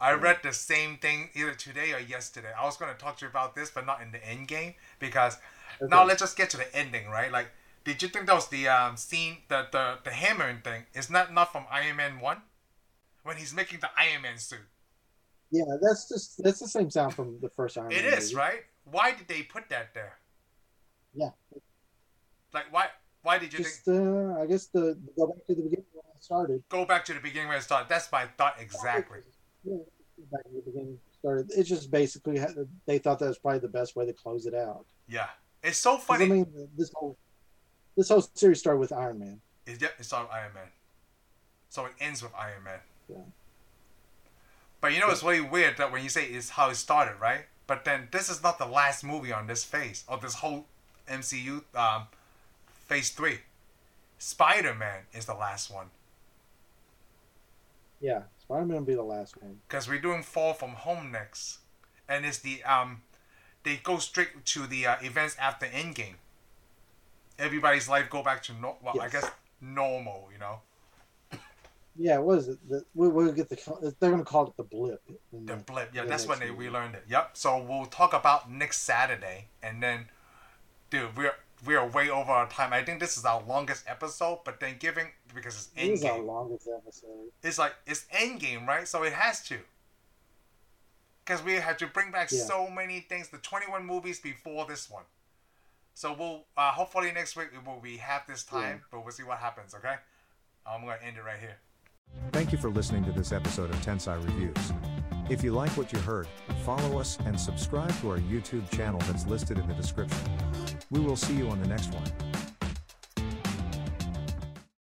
S1: I read the same thing either today or yesterday. I was going to talk to you about this, but not in the end game because now
S2: Okay.
S1: let's just get to the ending, right? Like, did you think that was the um, scene, the, the the hammering thing? Is that not from Iron Man One, when he's making the Iron Man suit?
S2: Yeah, that's just that's the same sound from the first Iron
S1: It
S2: Man
S1: is
S2: movie.
S1: right. Why did they put that there?
S2: Yeah.
S1: Like why why did you think
S2: Just uh, I guess the go back to the beginning where I started.
S1: go back to the beginning where it started? That's my thought exactly.
S2: Yeah, back to the beginning started. It's just basically how, they thought that was probably the best way to close it out.
S1: Yeah, it's so
S2: 'Cause,
S1: funny.
S2: I mean, this whole this whole series started with Iron Man.
S1: It, yeah, it's on Iron Man. So it ends with Iron Man.
S2: Yeah.
S1: But you know, it's really weird that when you say it's how it started, right? But then this is not the last movie on this phase of this whole MCU um, phase three. Spider Man is the last one
S2: Yeah, Spider Man would be the last one.
S1: because we're doing Fall from Home next, and it's the um, they go straight to the uh, events after Endgame. Everybody's life go back to no- well, I
S2: Yes.
S1: guess normal, you know,
S2: Yeah, what is it? The, we, we'll get the. They're going to call it the blip. in
S1: The
S2: the-
S1: blip. Yeah,
S2: the
S1: that's when
S2: next
S1: they
S2: movie.
S1: relearned it. Yep. So we'll talk about next Saturday, and then, dude, we're we are way over our time. I think this is our longest episode, but then giving because it's
S2: It is our
S1: endgame,
S2: longest episode.
S1: it's like it's endgame, right? So it has to. Because we had to bring back
S2: Yeah.
S1: so many things, the twenty-one movies before this one. So we'll uh, hopefully next week it will be half this time, but we'll see what happens. Okay, I'm gonna end it right here.
S3: Thank you for listening to this episode of Tensai Reviews. If you like what you heard, follow us and subscribe to our YouTube channel that's listed in the description. We will see you on the next one.